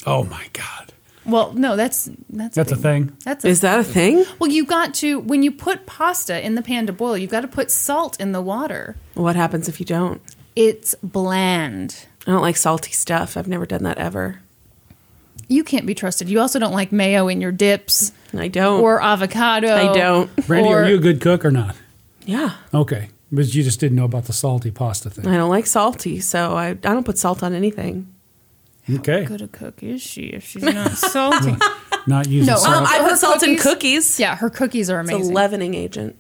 C: Oh my God,
A: Well, no, that's that's
C: that's a
A: big.
C: thing.
A: That's a
B: Is that a thing?
A: Well, you got to when you put pasta in the pan to boil, you've got to put salt in the water.
B: What happens if you don't?
A: It's bland.
B: I don't like salty stuff. I've never done that ever.
A: You can't be trusted. You also don't like mayo in your dips
B: I don't.
A: or avocado.
B: Oh. I don't.
C: Brandy,
A: Or-
C: are you a good cook or not?
B: Yeah.
C: Okay, but you just didn't know about the salty pasta thing.
B: I don't like salty, so I, I don't put salt on anything.
C: Okay,
A: Good a cook is she if she's not salty?
C: not using
A: No,
C: salt.
A: um,
B: I
A: Or
B: put salt in
A: cookies.
B: cookies.
A: yeah, her cookies are
B: It's a
A: amazing.
B: leavening agent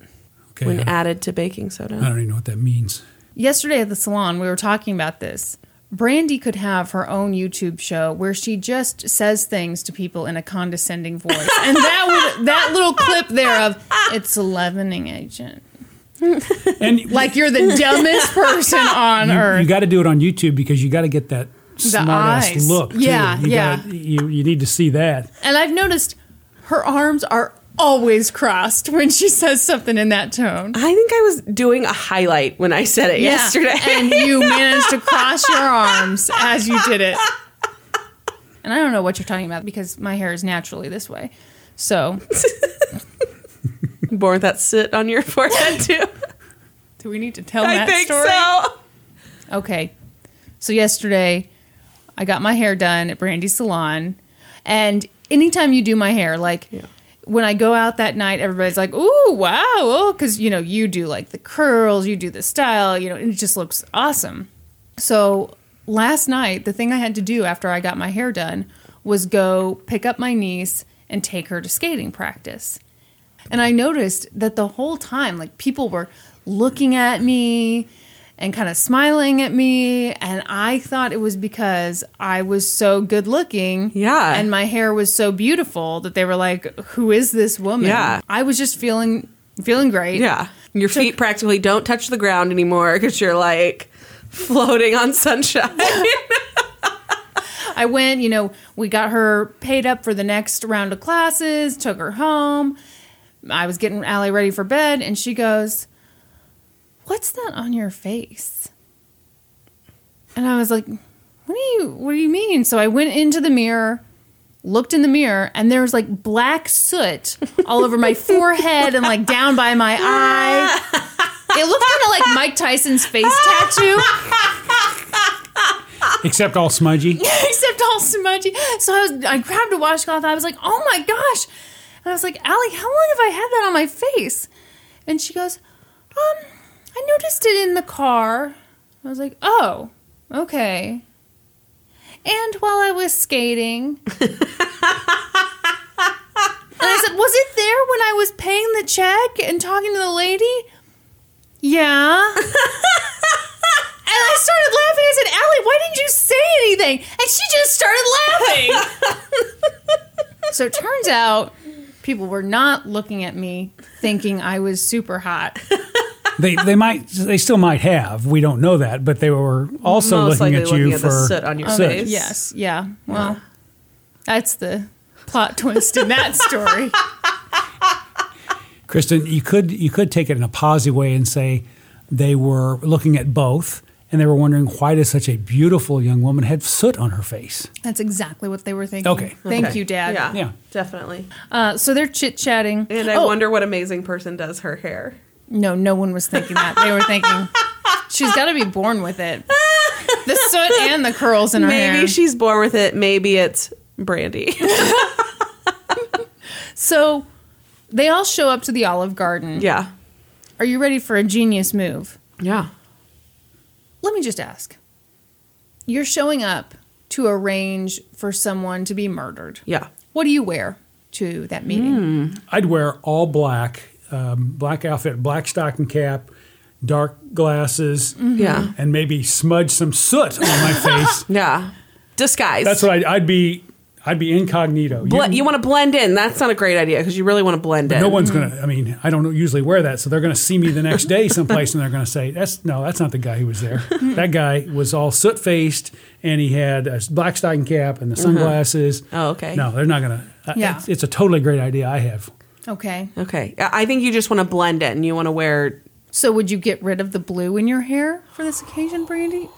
C: okay, Uh.
B: when
C: I-
B: added to baking
C: I
B: soda.
C: don't even know what that means.
A: Yesterday at the salon, we were talking about this. Brandy could have her own YouTube show where she just says things to people in a condescending voice, and that would that little clip there of it's a leavening agent.
C: And
A: Like you're the dumbest person on
C: you,
A: earth.
C: got to do it on YouTube because you got to get that smart ass
A: eyes.
C: look. too.
A: Yeah,
C: You
A: yeah.
C: gotta- you you need to see that.
A: and I've noticed her arms are always crossed when she says something in that tone.
B: I think I was doing a highlight when I said it yesterday.
A: and you managed to cross your arms as you did it. And I don't know what you're talking about because my hair is naturally this way. So,
B: Born with that sit on your forehead too.
A: do we need to tell
B: I
A: that
B: think
A: story?
B: so.
A: Okay. So yesterday, I got my hair done at Brandy's salon, and anytime you do my hair, like when I go out that night, everybody's like, "Ooh, wow!" Oh, because you know you do like the curls, you do the style, you know, and it just looks awesome. So last night, the thing I had to do after I got my hair done was go pick up my niece and take her to skating practice. And I noticed that the whole time, like people were looking at me and kind of smiling at me. And I thought it was because I was so good looking.
B: Yeah.
A: And my hair was so beautiful that they were like, who is this woman?
B: Yeah.
A: I was just feeling feeling great.
B: Yeah. Your feet practically don't touch the ground anymore because you're like floating on sunshine.
A: I went, you know, we got her paid up for the next round of classes, took her home. I was getting Allie ready for bed, and she goes, What's that on your face? And I was like, What do you what do you mean? So I went into the mirror, looked in the mirror, and there was like black soot all over my forehead and like down by my eye. It looked kind of like Mike Tyson's face tattoo.
C: Except all smudgy.
A: except all smudgy. So I was, I grabbed a washcloth. I was like, oh my gosh. And I was like, Allie, how long have I had that on my face? And she goes, um, I noticed it in the car. I was like, oh, okay. And while I was skating. and I said, was it there when I was paying the check and talking to the lady? Yeah. And I started laughing. I said, Allie, why didn't you say anything? And she just started laughing. so it turns out people were not looking at me thinking I was super hot.
C: they they might they still might have. We don't know that, but they were also
B: Most
C: looking
B: likely
C: at you
B: looking at
C: for
B: the soot on your face.
A: Yes. Yeah. Well, That's the plot twist in that story.
C: Kristen, you could you could take it in a positive way and say they were looking at both and they were wondering why does such a beautiful young woman have soot on her face?
A: That's exactly what they were thinking.
C: Okay.
A: Thank
B: Okay.
A: you, Dad.
B: Yeah,
C: Yeah.
B: definitely.
A: Uh, so they're chit chatting.
B: And
D: Oh.
B: I wonder what amazing person does her hair.
A: No, no one was thinking that. They were thinking she's got to be born with it. The soot and the curls in her
B: Maybe
A: hair.
B: she's born with it. Maybe it's Brandy.
A: so they all show up to the Olive Garden.
B: yeah.
A: Are you ready for a genius move?
B: Yeah.
A: Let me just ask. You're showing up to arrange for someone to be murdered.
B: Yeah.
A: What do you wear to that meeting?
C: I'd wear all black, um, black outfit, black stocking cap, dark glasses,
B: Yeah.
C: and maybe smudge some soot on my face.
B: Yeah.
D: Disguise.
C: That's what I'd, I'd be. I'd be incognito. You-
D: Ble- you want to blend in. That's not a great idea because you really want to blend in.
C: no one's gonna. I mean, I don't usually wear that, so they're gonna see me the next day someplace, and they're gonna say, "That's no, that's not the guy who was there. that guy was all soot faced, and he had a black stocking cap and the sunglasses."
D: Oh, okay.
C: No, they're not gonna. uh,
A: Yeah.
C: it's, it's a totally great idea I have.
A: Okay.
D: Okay. I I think you just want to blend in. You want to wear.
A: So would you get rid of the blue in your hair for this occasion, Brandy?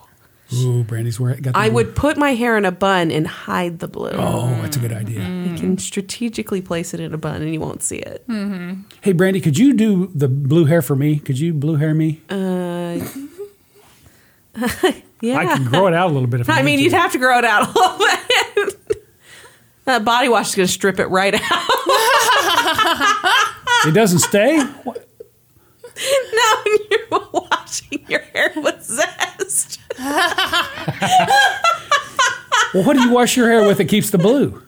C: Ooh, Brandy's wearing. Got the
D: I
C: blue.
D: would put my hair in a bun and hide the blue.
C: Oh, that's a good idea.
D: You
B: Mm-hmm.
D: can strategically place it in a bun and you won't see it.
B: Hmm.
C: Hey, Brandy, could you do the blue hair for me? Could you blue hair me?
D: Uh, Yeah.
C: I can grow it out a little bit if I,
D: I mean,
C: need
D: you'd
C: to.
D: have to grow it out a little bit. that body wash is going to strip it right out.
C: it doesn't stay. What?
D: now when you're washing your hair with zest.
C: Well, what do you wash your hair with that keeps the blue?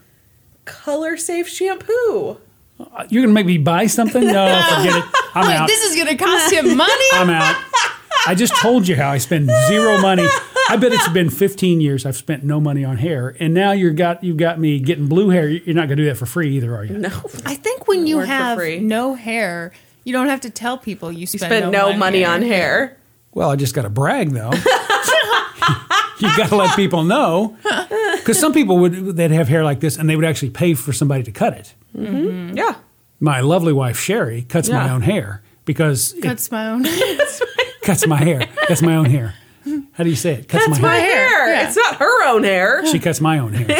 B: Color safe shampoo.
C: Uh, You're gonna make me buy something? No, forget it. I'm out.
A: This is gonna cost him money.
C: I'm out. I just told you how I spend zero money. I bet it's been 15 years I've spent no money on hair, and now you're got you've got me getting blue hair. You're not gonna do that for free either, are you? No.
A: I think when you
B: Work for
A: have
B: free.
A: no hair, you don't have to tell people you spend,
B: Spent no, money on hair.
C: Well, I just got to brag though. you got to let people know because some people would they'd have hair like this and they would actually pay for somebody to cut it.
B: Yeah.
C: My lovely wife Sherry cuts my
B: Yeah.
C: own hair because it
A: Cuts my own
C: cuts my hair. Cuts my own hair. How do you say it? Cuts my, hair.
B: Hair.
A: Yeah.
B: It's not her own hair.
C: She cuts my own hair.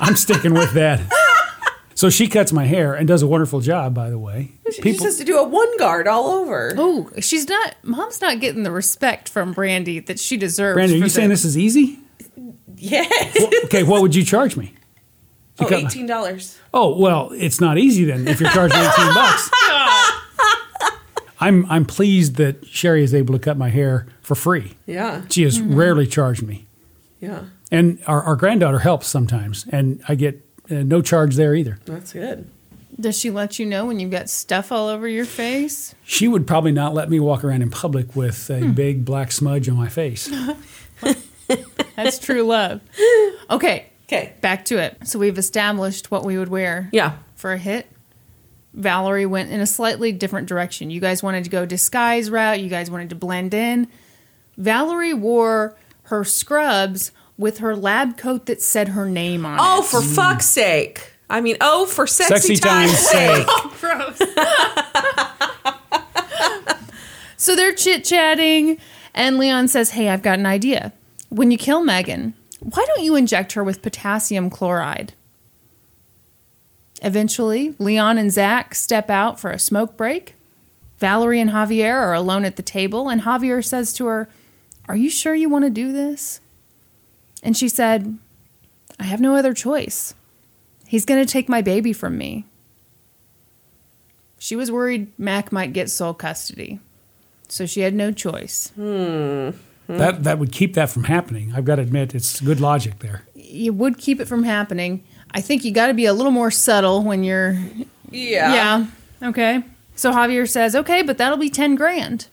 C: I'm sticking with that. So she cuts my hair and does a wonderful job, by the way.
B: She just has to do a one guard all over.
A: Oh, she's not. Mom's not getting the respect from Brandy that she deserves.
C: Brandon, are
A: for
C: you saying
A: the-
C: this is easy?
B: Yes.
C: Well, okay, what would you charge me? To
B: Oh,
C: cut my-
B: $18.
C: Oh well, it's not easy then if you're charging eighteen bucks. I'm I'm pleased that Sherry is able to cut my hair for free.
B: Yeah.
C: She has rarely charged me,
B: Yeah.
C: and our, our granddaughter helps sometimes, and I get uh, no charge there either.
B: That's good.
A: Does she let you know when you've got stuff all over your face?
C: She would probably not let me walk around in public with a big black smudge on my face.
A: That's true love. Okay,
B: Okay.
A: back to it. So we've established what we would wear.
D: Yeah.
A: For a hit, Valerie went in a slightly different direction. You guys wanted to go disguise route. You guys wanted to blend in. Valerie wore her scrubs with her lab coat that said her name on
D: Oh,
A: it.
D: for fuck's sake. I mean, oh, for sexy,
C: Sexy
D: time's
C: time's
D: sake.
A: gross. so they're chit chatting, and Leon says, Hey, I've got an idea. When you kill Megan, why don't you inject her with potassium chloride? Eventually, Leon and Zach step out for a smoke break. Valerie and Javier are alone at the table, and Javier says to her, Are you sure you want to do this? And she said, I have no other choice. He's going to take my baby from me. She was worried Mac might get sole custody. So she had no choice.
C: That that would keep that from happening. I've got to admit, it's good logic there.
A: You would keep it from happening. I think you got to be a little more subtle when you're.
B: Yeah.
A: yeah. Okay. So Javier says, okay, but that'll be 10 grand.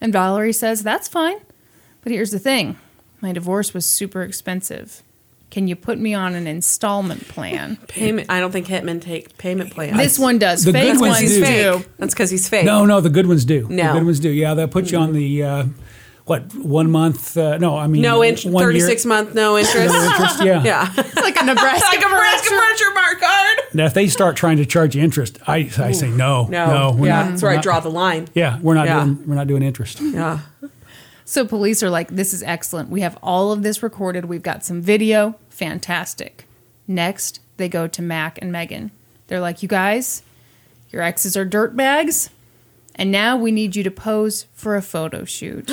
A: And Valerie says, that's fine. But here's the thing my divorce was super expensive. Can you put me on an installment plan?
D: Payment. I don't think hitmen take payment plans.
A: this one does.
C: The
A: Fake
C: good ones
A: ones
C: do.
A: do.
D: That's because he's fake.
C: No, no, the good ones do.
D: No.
C: The good ones do. Yeah, they'll put you on the uh, what one month? Uh, no, I mean
D: No interest.
C: one year-
D: Thirty-six month. No interest.
C: No interest. Yeah.
D: yeah.
A: It's like a Nebraska.
B: Nebraska furniture mark card.
C: Now, if they start trying to charge you interest, I, I say no, no, we're
B: yeah,
C: not.
B: that's where
C: we're
B: I
C: not-
B: draw the line.
C: Yeah, we're not
B: Yeah.
C: doing we're not doing interest.
B: Yeah.
A: So police are like, this is excellent. We have all of this recorded. We've got some video. Fantastic. Next, they go to Mac and Megan. They're like, you guys, your exes are dirt bags, and now we need you to pose for a photo shoot.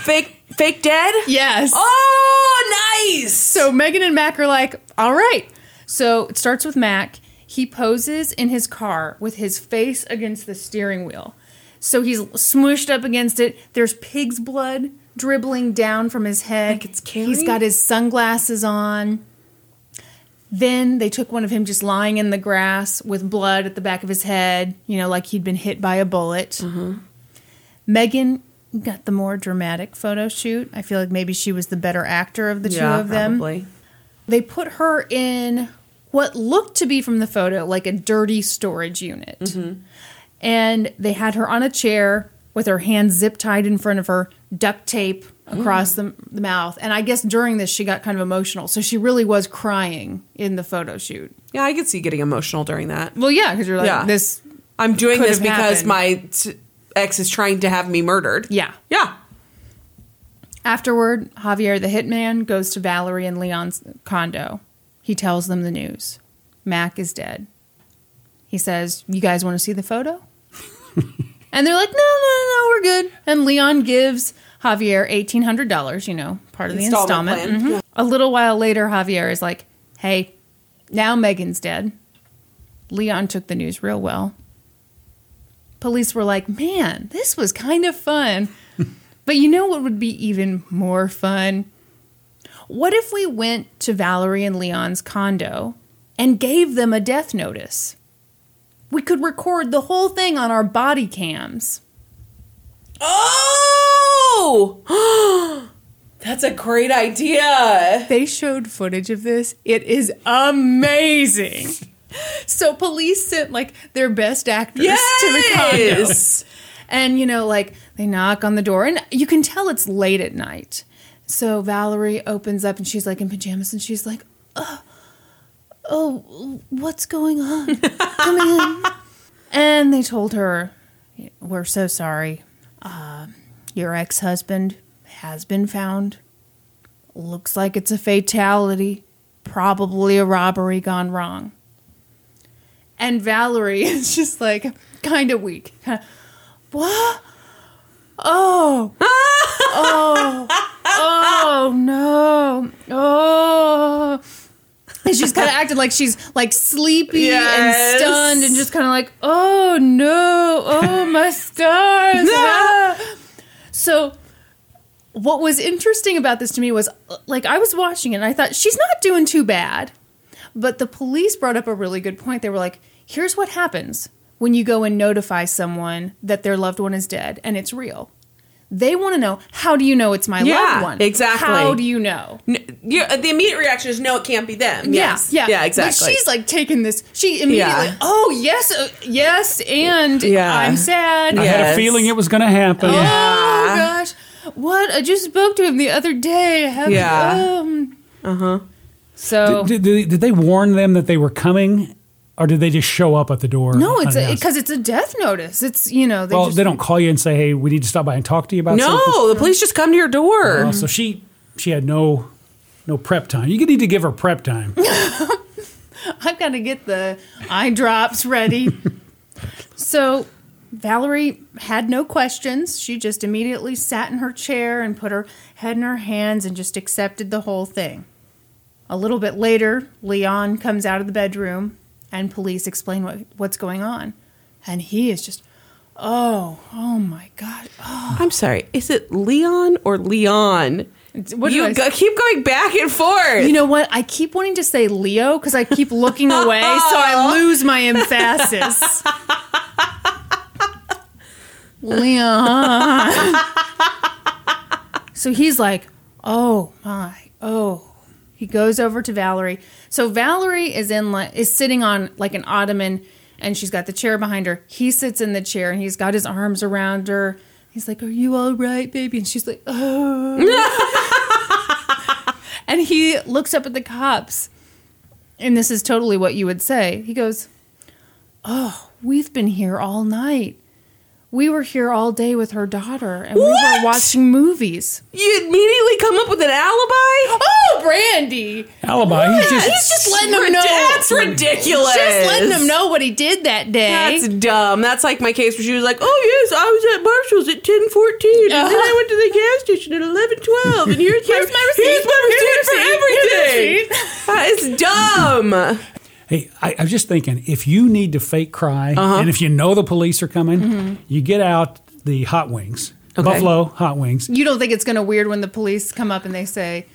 D: Fake, fake dead.
A: yes.
D: Oh, nice.
A: So Megan and Mac are like, all right. So it starts with Mac. He poses in his car with his face against the steering wheel. So he's smooshed up against it. There's pig's blood dribbling down from his head.
D: Like it's carrying?
A: He's got his sunglasses on. Then they took one of him just lying in the grass with blood at the back of his head, you know, like he'd been hit by a bullet.
D: Mm-hmm.
A: Megan got the more dramatic photo shoot. I feel like maybe she was the better actor of the two of them.
D: probably.
A: They put her in what looked to be from the photo like a dirty storage unit. And they had her on a chair with her hands zip tied in front of her, duct tape across the, the mouth. And I guess during this, she got kind of emotional. So she really was crying in the photo shoot.
D: Yeah, I could see getting emotional during that.
A: Well, yeah, because you're like,
D: Yeah.
A: this,
D: I'm doing
A: Could
D: this
A: have
D: because
A: happened.
D: my t- ex is trying to have me murdered.
A: yeah.
D: Yeah.
A: Afterward, Javier the hitman goes to Valerie and Leon's condo. He tells them the news. Mac is dead. He says, "You guys want to see the photo?" and they're like, "No, no, no, we're good." And Leon gives Javier eighteen hundred dollars. You know, part of the
D: Installment
A: installment.
D: plan.
A: Mhm. A little while later, Javier is like, "Hey, now Megan's dead." Leon took the news real well. Police were like, "Man, this was kind of fun." But you know what would be even more fun? What if we went to Valerie and Leon's condo and gave them a death notice? We could record the whole thing on our body cams.
D: Oh, that's a great idea.
A: They showed footage of this. It is amazing. so police sent like their best actors to the condo.
D: Yes.
A: And you know, like they knock on the door, and you can tell it's late at night. So Valerie opens up, and she's like in pajamas, and she's like, "Oh, oh, what's going on? Come in." and they told her, "We're so sorry. Um, your ex-husband has been found. Looks like it's a fatality. Probably a robbery gone wrong." And Valerie is just like kind of weak. Kinda, what? Oh. oh. Oh no. Oh. And she's kind of acting like she's like sleepy
D: Yes.
A: and stunned and just kind of like, oh no, oh my stars. ah." So, what was interesting about this to me was like, I was watching it and I thought, she's not doing too bad. But the police brought up a really good point. They were like, here's what happens when you go and notify someone that their loved one is dead and it's real. They want to know, how do you know it's my
D: Yeah,
A: loved one?
D: exactly.
A: How do you know?
D: N- you- uh, the immediate reaction is no, it can't be them. yes.
A: Yeah, yeah,
D: yeah, exactly.
A: But she's like taking this. She immediately,
D: Yeah.
A: oh yes, uh, yes, and
D: Yeah.
A: I'm sad.
C: I had a
D: Yes.
C: feeling it was going to happen.
A: Oh gosh, what? I just spoke to him the other day. I have,
D: Yeah. Uh-huh.
A: Um, uh huh. So
C: Did, did, did they warn them that they were coming, or did they just show up at the door?
A: no, it's
C: unannounced?
A: because it's a death notice. It's you know they
C: well,
A: just
C: they don't call you and say, "Hey, we need to stop by and talk to you about something."
D: no, the police just come to your door.
A: Oh.
C: Uh, so she she had no no prep time. You need to give her prep time.
A: I've got to get the eye drops ready. so Valerie had no questions. She just immediately sat in her chair and put her head in her hands and just accepted the whole thing. A little bit later, Leon comes out of the bedroom and police explain what, what's going on. And he is just, oh, oh my God.
D: I'm sorry. Is it Leon or Leon?
A: what did I
D: you
A: s-
D: go, keep going back and forth.
A: You know what? I keep wanting to say Leo because I keep looking away, so I lose my emphasis. Leon. so he's like, "Oh my, oh." He goes over to Valerie. So Valerie is in like is sitting on like an ottoman, and she's got the chair behind her. He sits in the chair, and he's got his arms around her. He's like, "Are you all right, baby?" And she's like, "Oh." and he looks up at the cops And this is totally what you would say. He goes, Oh, we've been here all night. We were here all day with her daughter and we
B: What?
A: were watching movies.
B: You immediately come up with an alibi?
A: Oh, Brandy.
C: Alibi. He's just
A: He's just letting them know.
B: That's ridiculous.
A: Just letting them know what he did that day.
B: That's dumb. That's like my case where she was like, "Oh yes, I was at Marshalls at ten fourteen, and then I went to the gas station at eleven twelve, and here's,
A: Uh-huh. Here's my receipt. Here's my receipt.
B: Here's my receipt for everything. That is dumb.
C: Hey, I, I was just thinking if you need to fake cry
A: Uh-huh.
C: and if you know the police are coming,
A: Mm-hmm.
C: you get out the hot wings, buffalo hot wings.
A: You don't think it's going to weird when the police come up and they say,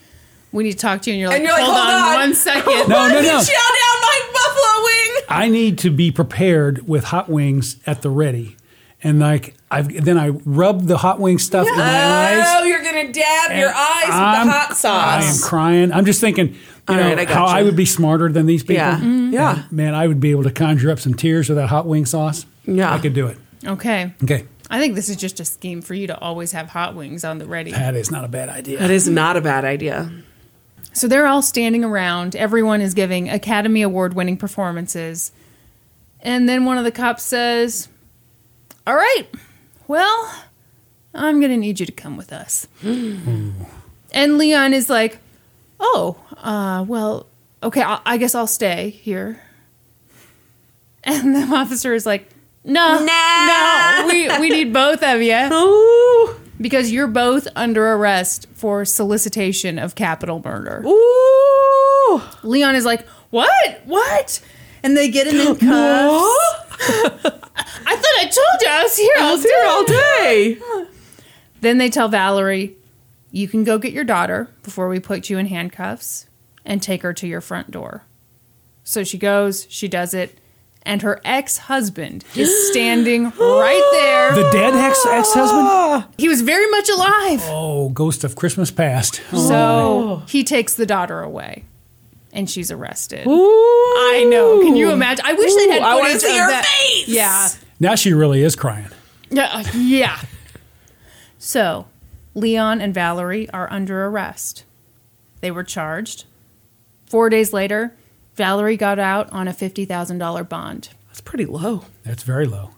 A: "We need to talk to you," and you're like,
B: you're like, "Oh,
A: hold,
B: "Hold
A: on,
B: on."
A: one second.
C: No, no,
B: Shout
C: no.
B: down my buffalo wing.
C: I need to be prepared with hot wings at the ready. And like I've then I rub the hot wing stuff in my eyes.
B: Oh, you're gonna dab
C: and
B: your eyes with
C: I'm-
B: the hot
C: I am
B: sauce.
C: crying. I'm just thinking, you know,
B: right, I
C: how
B: gotcha.
C: I would be smarter than these people.
B: Yeah.
C: Mm-hmm.
B: Mhm. Yeah.
C: And, man, I would be able to conjure up some tears with that hot wing sauce.
B: Yeah.
C: I could do it.
A: Okay,
C: Okay.
A: I think this is just a scheme for you to always have hot wings on the ready.
C: That is not a bad idea.
B: That is not a bad idea.
A: So they're all standing around. Everyone is giving Academy Award winning performances. And then one of the cops says, All right, well, I'm going to need you to come with us. and Leon is like, Oh, uh, well, okay, I-, I guess I'll stay here. And the officer is like, No,
B: Nah.
A: no, we, we need both of you.
B: Ooh,
A: Because you're both under arrest for solicitation of capital murder.
B: ooh.
A: Leon is like, "What? What?" And they get him in cuffs. I thought I told you I was here all
B: Here
A: day.
B: all day.
A: Then they tell Valerie, "You can go get your daughter before we put you in handcuffs and take her to your front door." So she goes, she does it, and her ex-husband is standing right there.
C: the dead ex ex husband?
B: Ah.
A: He was very much alive.
C: Oh, ghost of Christmas past.
B: Oh
A: So he takes the daughter away, and she's arrested.
B: Ooh.
A: I know. Can you imagine? I wish they had
B: Ooh, I wanna
A: footage
B: see
A: of
B: her
A: that.
B: face.
A: Yeah.
C: Now she really is crying.
A: Yeah. uh, Yeah. so, Leon and Valerie are under arrest. They were charged. Four days later, Valerie got out on a $50,000 bond.
B: That's pretty low.
C: That's very low.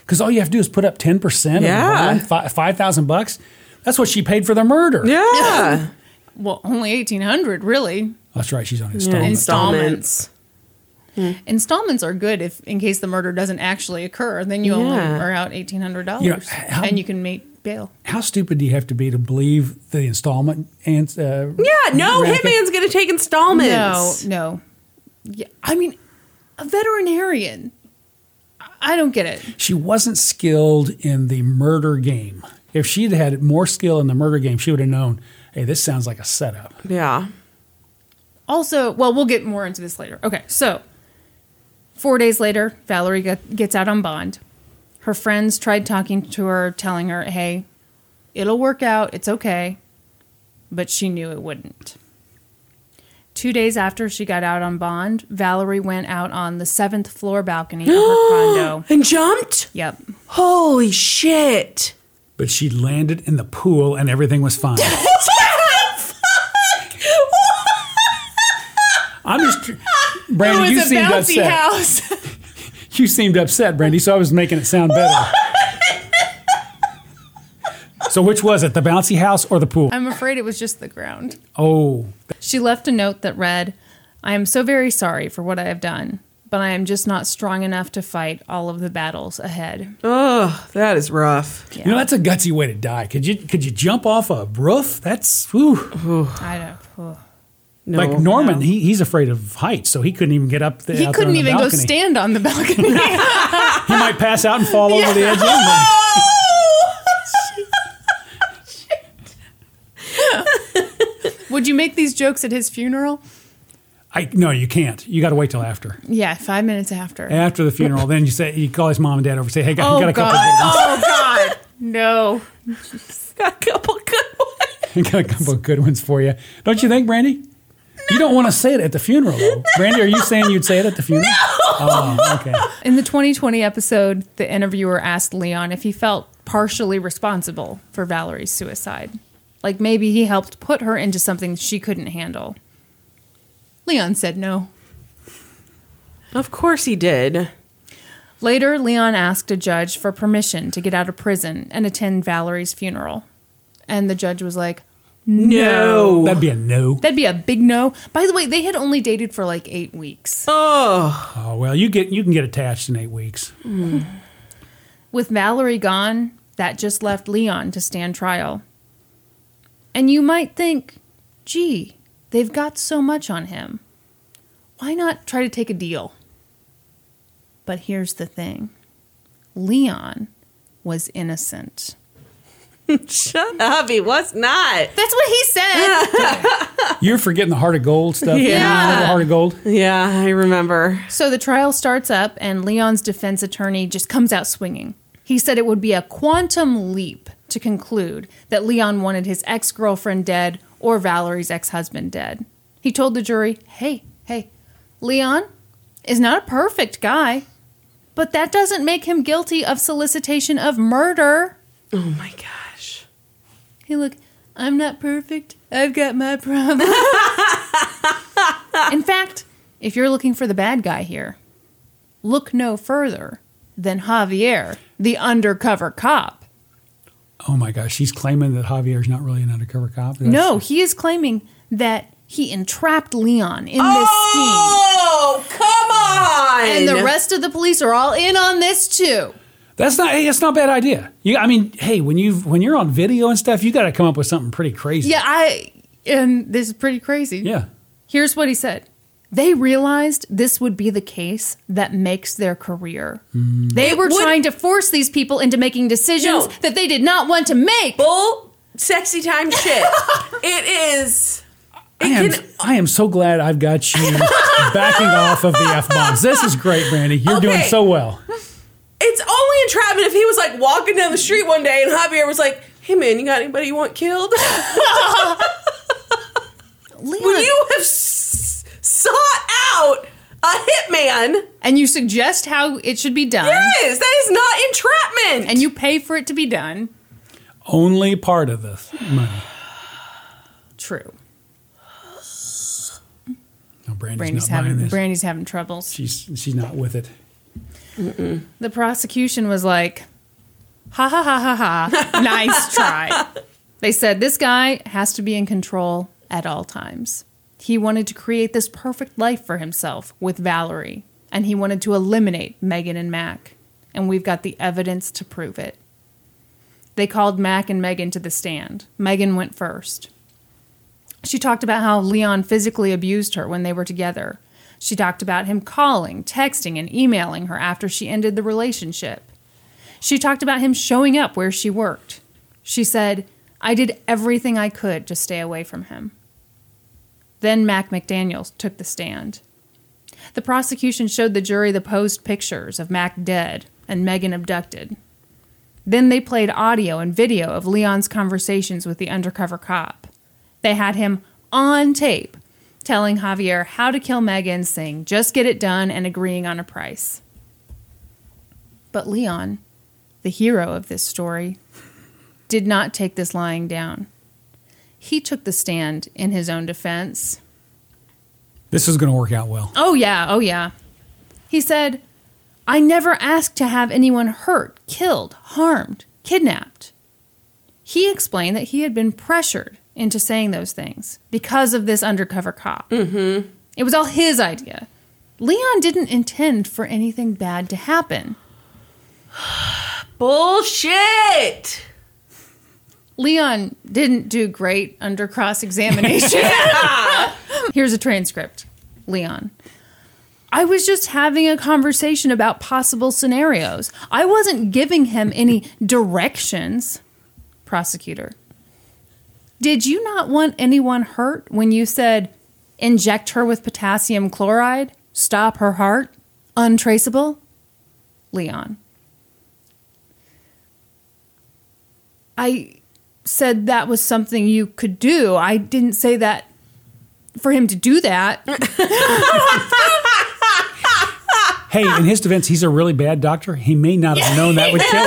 C: Because all you have to do is put up ten percent.
B: Yeah.
C: Yeah, five thousand bucks. That's what she paid for the murder.
B: Yeah.
A: Well, only 1800 really.
C: that's right. She's on installment.
A: Installments. Installments are good if, in case the murder doesn't actually occur, then you only
B: Yeah.
A: are out $1,800
C: You know, how-
A: and you can make bail.
C: How stupid do you have to be to believe the installment and uh,
B: Yeah, no
C: racket?
B: hitman's gonna take
A: No,
B: installments.
A: no. Yeah, I mean, a veterinarian. I- I don't get it.
C: She wasn't skilled in the murder game. If she'd had more skill in the murder game, she would have known. Hey, this sounds like a setup.
B: Yeah.
A: Also, well, we'll get more into this later. Okay, so four days later, Valerie get, gets out on bond. Her friends tried talking to her, telling her, hey, it'll work out, it's okay. But she knew it wouldn't. Two days after she got out on bond, Valerie went out on the seventh floor balcony of her condo.
B: And jumped?
A: Yep.
B: Holy shit.
C: But she landed in the pool and everything was fine. I'm just Brandy. you seemed upset.
A: house.
C: You seemed upset, Brandy. So I was making it sound better. so which was it, the bouncy house or the pool?
A: I'm afraid it was just the ground.
C: oh,
A: She left a note that read, I am so very sorry for what I have done, but I am just not strong enough to fight all of the battles ahead.
B: Ugh, that is rough.
C: you know that's a gutsy way to die. Could you could you jump off a roof? That's whew.
A: I don't. oh. ugh.
B: No.
C: like Norman, he, he's afraid of heights, so he couldn't even get up there.
A: He
C: out there
A: couldn't
C: on the
A: even go
C: balcony.
A: stand on the balcony.
C: He might pass out and fall over the edge. anyway.
A: Would you make these jokes at his funeral?
C: I no, you can't. You got to wait till after
A: Yeah, five minutes after.
C: after the funeral. then you say you call his mom and dad over. Say, hey, got,
A: oh,
C: got a
A: God.
C: couple. Of
A: Oh, God. No.
B: got a couple good ones.
C: good, got a couple of good ones for you. Don't you think, Brandy? You don't want to say it at the funeral, though. Brandy, are you saying you'd say it at the funeral? Oh, okay.
A: In the 2020 episode, the interviewer asked Leon if he felt partially responsible for Valerie's suicide. Like maybe he helped put her into something she couldn't handle. Leon said no.
D: Of course he did.
A: Later, Leon asked a judge for permission to get out of prison and attend Valerie's funeral. And the judge was like, No.
C: That'd be a no.
A: That'd be a big no. By the way, they had only dated for like eight weeks.
C: Oh well, you get you can get attached in eight weeks.
A: With Valerie gone, that just left Leon to stand trial. And you might think, gee, they've got so much on him. Why not try to take a deal? But here's the thing Leon was innocent.
D: Shut up. He was not.
A: That's what he said.
C: You're forgetting the heart of gold stuff. Yeah, the heart of gold.
D: Yeah, I remember.
A: So the trial starts up, and Leon's defense attorney just comes out swinging. He said it would be a quantum leap to conclude that Leon wanted his ex girlfriend dead or Valerie's ex husband dead. He told the jury, hey, hey, Leon is not a perfect guy, but that doesn't make him guilty of solicitation of murder.
D: Oh my gosh.
A: Hey, look, I'm not perfect. I've got my problems. In fact, if you're looking for the bad guy here, look no further than Javier, the undercover cop.
C: Oh my gosh, she's claiming that Javier's not really an undercover cop. That's-
A: No, he is claiming that he entrapped Leon in
D: Oh, come
A: this scheme. And the rest of the police are all in on this too.
C: that's not. Hey, that's not a bad idea. You, I mean, hey, when you when you're on video and stuff, you got to come up with something pretty crazy.
A: Yeah, I and this is pretty crazy.
C: Yeah.
A: Here's what he said. They realized this would be the case that makes their career.
C: Mm.
A: They were trying to force these people into making decisions
D: No.
A: that they did not want to make.
D: Bull sexy time shit. it is.
C: I am, I am so glad I've got you backing off of the F bombs. This is great, Brandy. You're doing
D: Okay.
C: so well.
D: It's only entrapment if he was like walking down the street one day and Javier was like, hey man, you got anybody you want killed?
A: Leon,
D: Would you have s- sought out a hitman?
A: and you suggest how it should be done,
D: Yes, that is not entrapment.
A: and you pay for it to be done.
C: Only part of this money.
A: True.
C: No, Brandy's
A: Brandy's
C: not buying
A: having
C: this.
A: Brandy's having troubles.
C: she's she's not with it.
A: The prosecution was like, ha ha ha ha ha, nice try. They said this guy has to be in control at all times. He wanted to create this perfect life for himself with Valerie, and he wanted to eliminate Megan and Mac. And we've got the evidence to prove it. They called Mac and Megan to the stand. Megan went first. She talked about how Leon physically abused her when they were together. She talked about him calling, texting, and emailing her after she ended the relationship. She talked about him showing up where she worked. She said, I did everything I could to stay away from him. Then Mac McDaniels took the stand. The prosecution showed the jury the posed pictures of Mac dead and Megan abducted. Then they played audio and video of Leon's conversations with the undercover cop. They had him on tape telling Javier how to kill Megan, saying, just get it done, and agreeing on a price. But Leon, the hero of this story, did not take this lying down. He took the stand in his own defense.
C: This is going to work out well.
A: Oh, yeah. Oh, yeah. He said, I never asked to have anyone hurt, killed, harmed, kidnapped. He explained that he had been pressured into saying those things because of this undercover cop. Mm-hmm. It was all his idea. Leon didn't intend for anything bad to happen.
D: Bullshit.
A: Leon didn't do great under cross examination. Here's a transcript Leon. I was just having a conversation about possible scenarios. I wasn't giving him any directions. Prosecutor. Did you not want anyone hurt when you said inject her with potassium chloride, stop her heart, untraceable? Leon. I said that was something you could do. I didn't say that for him to do that.
C: Hey, in his defense, he's a really bad doctor. He may not have known that would kill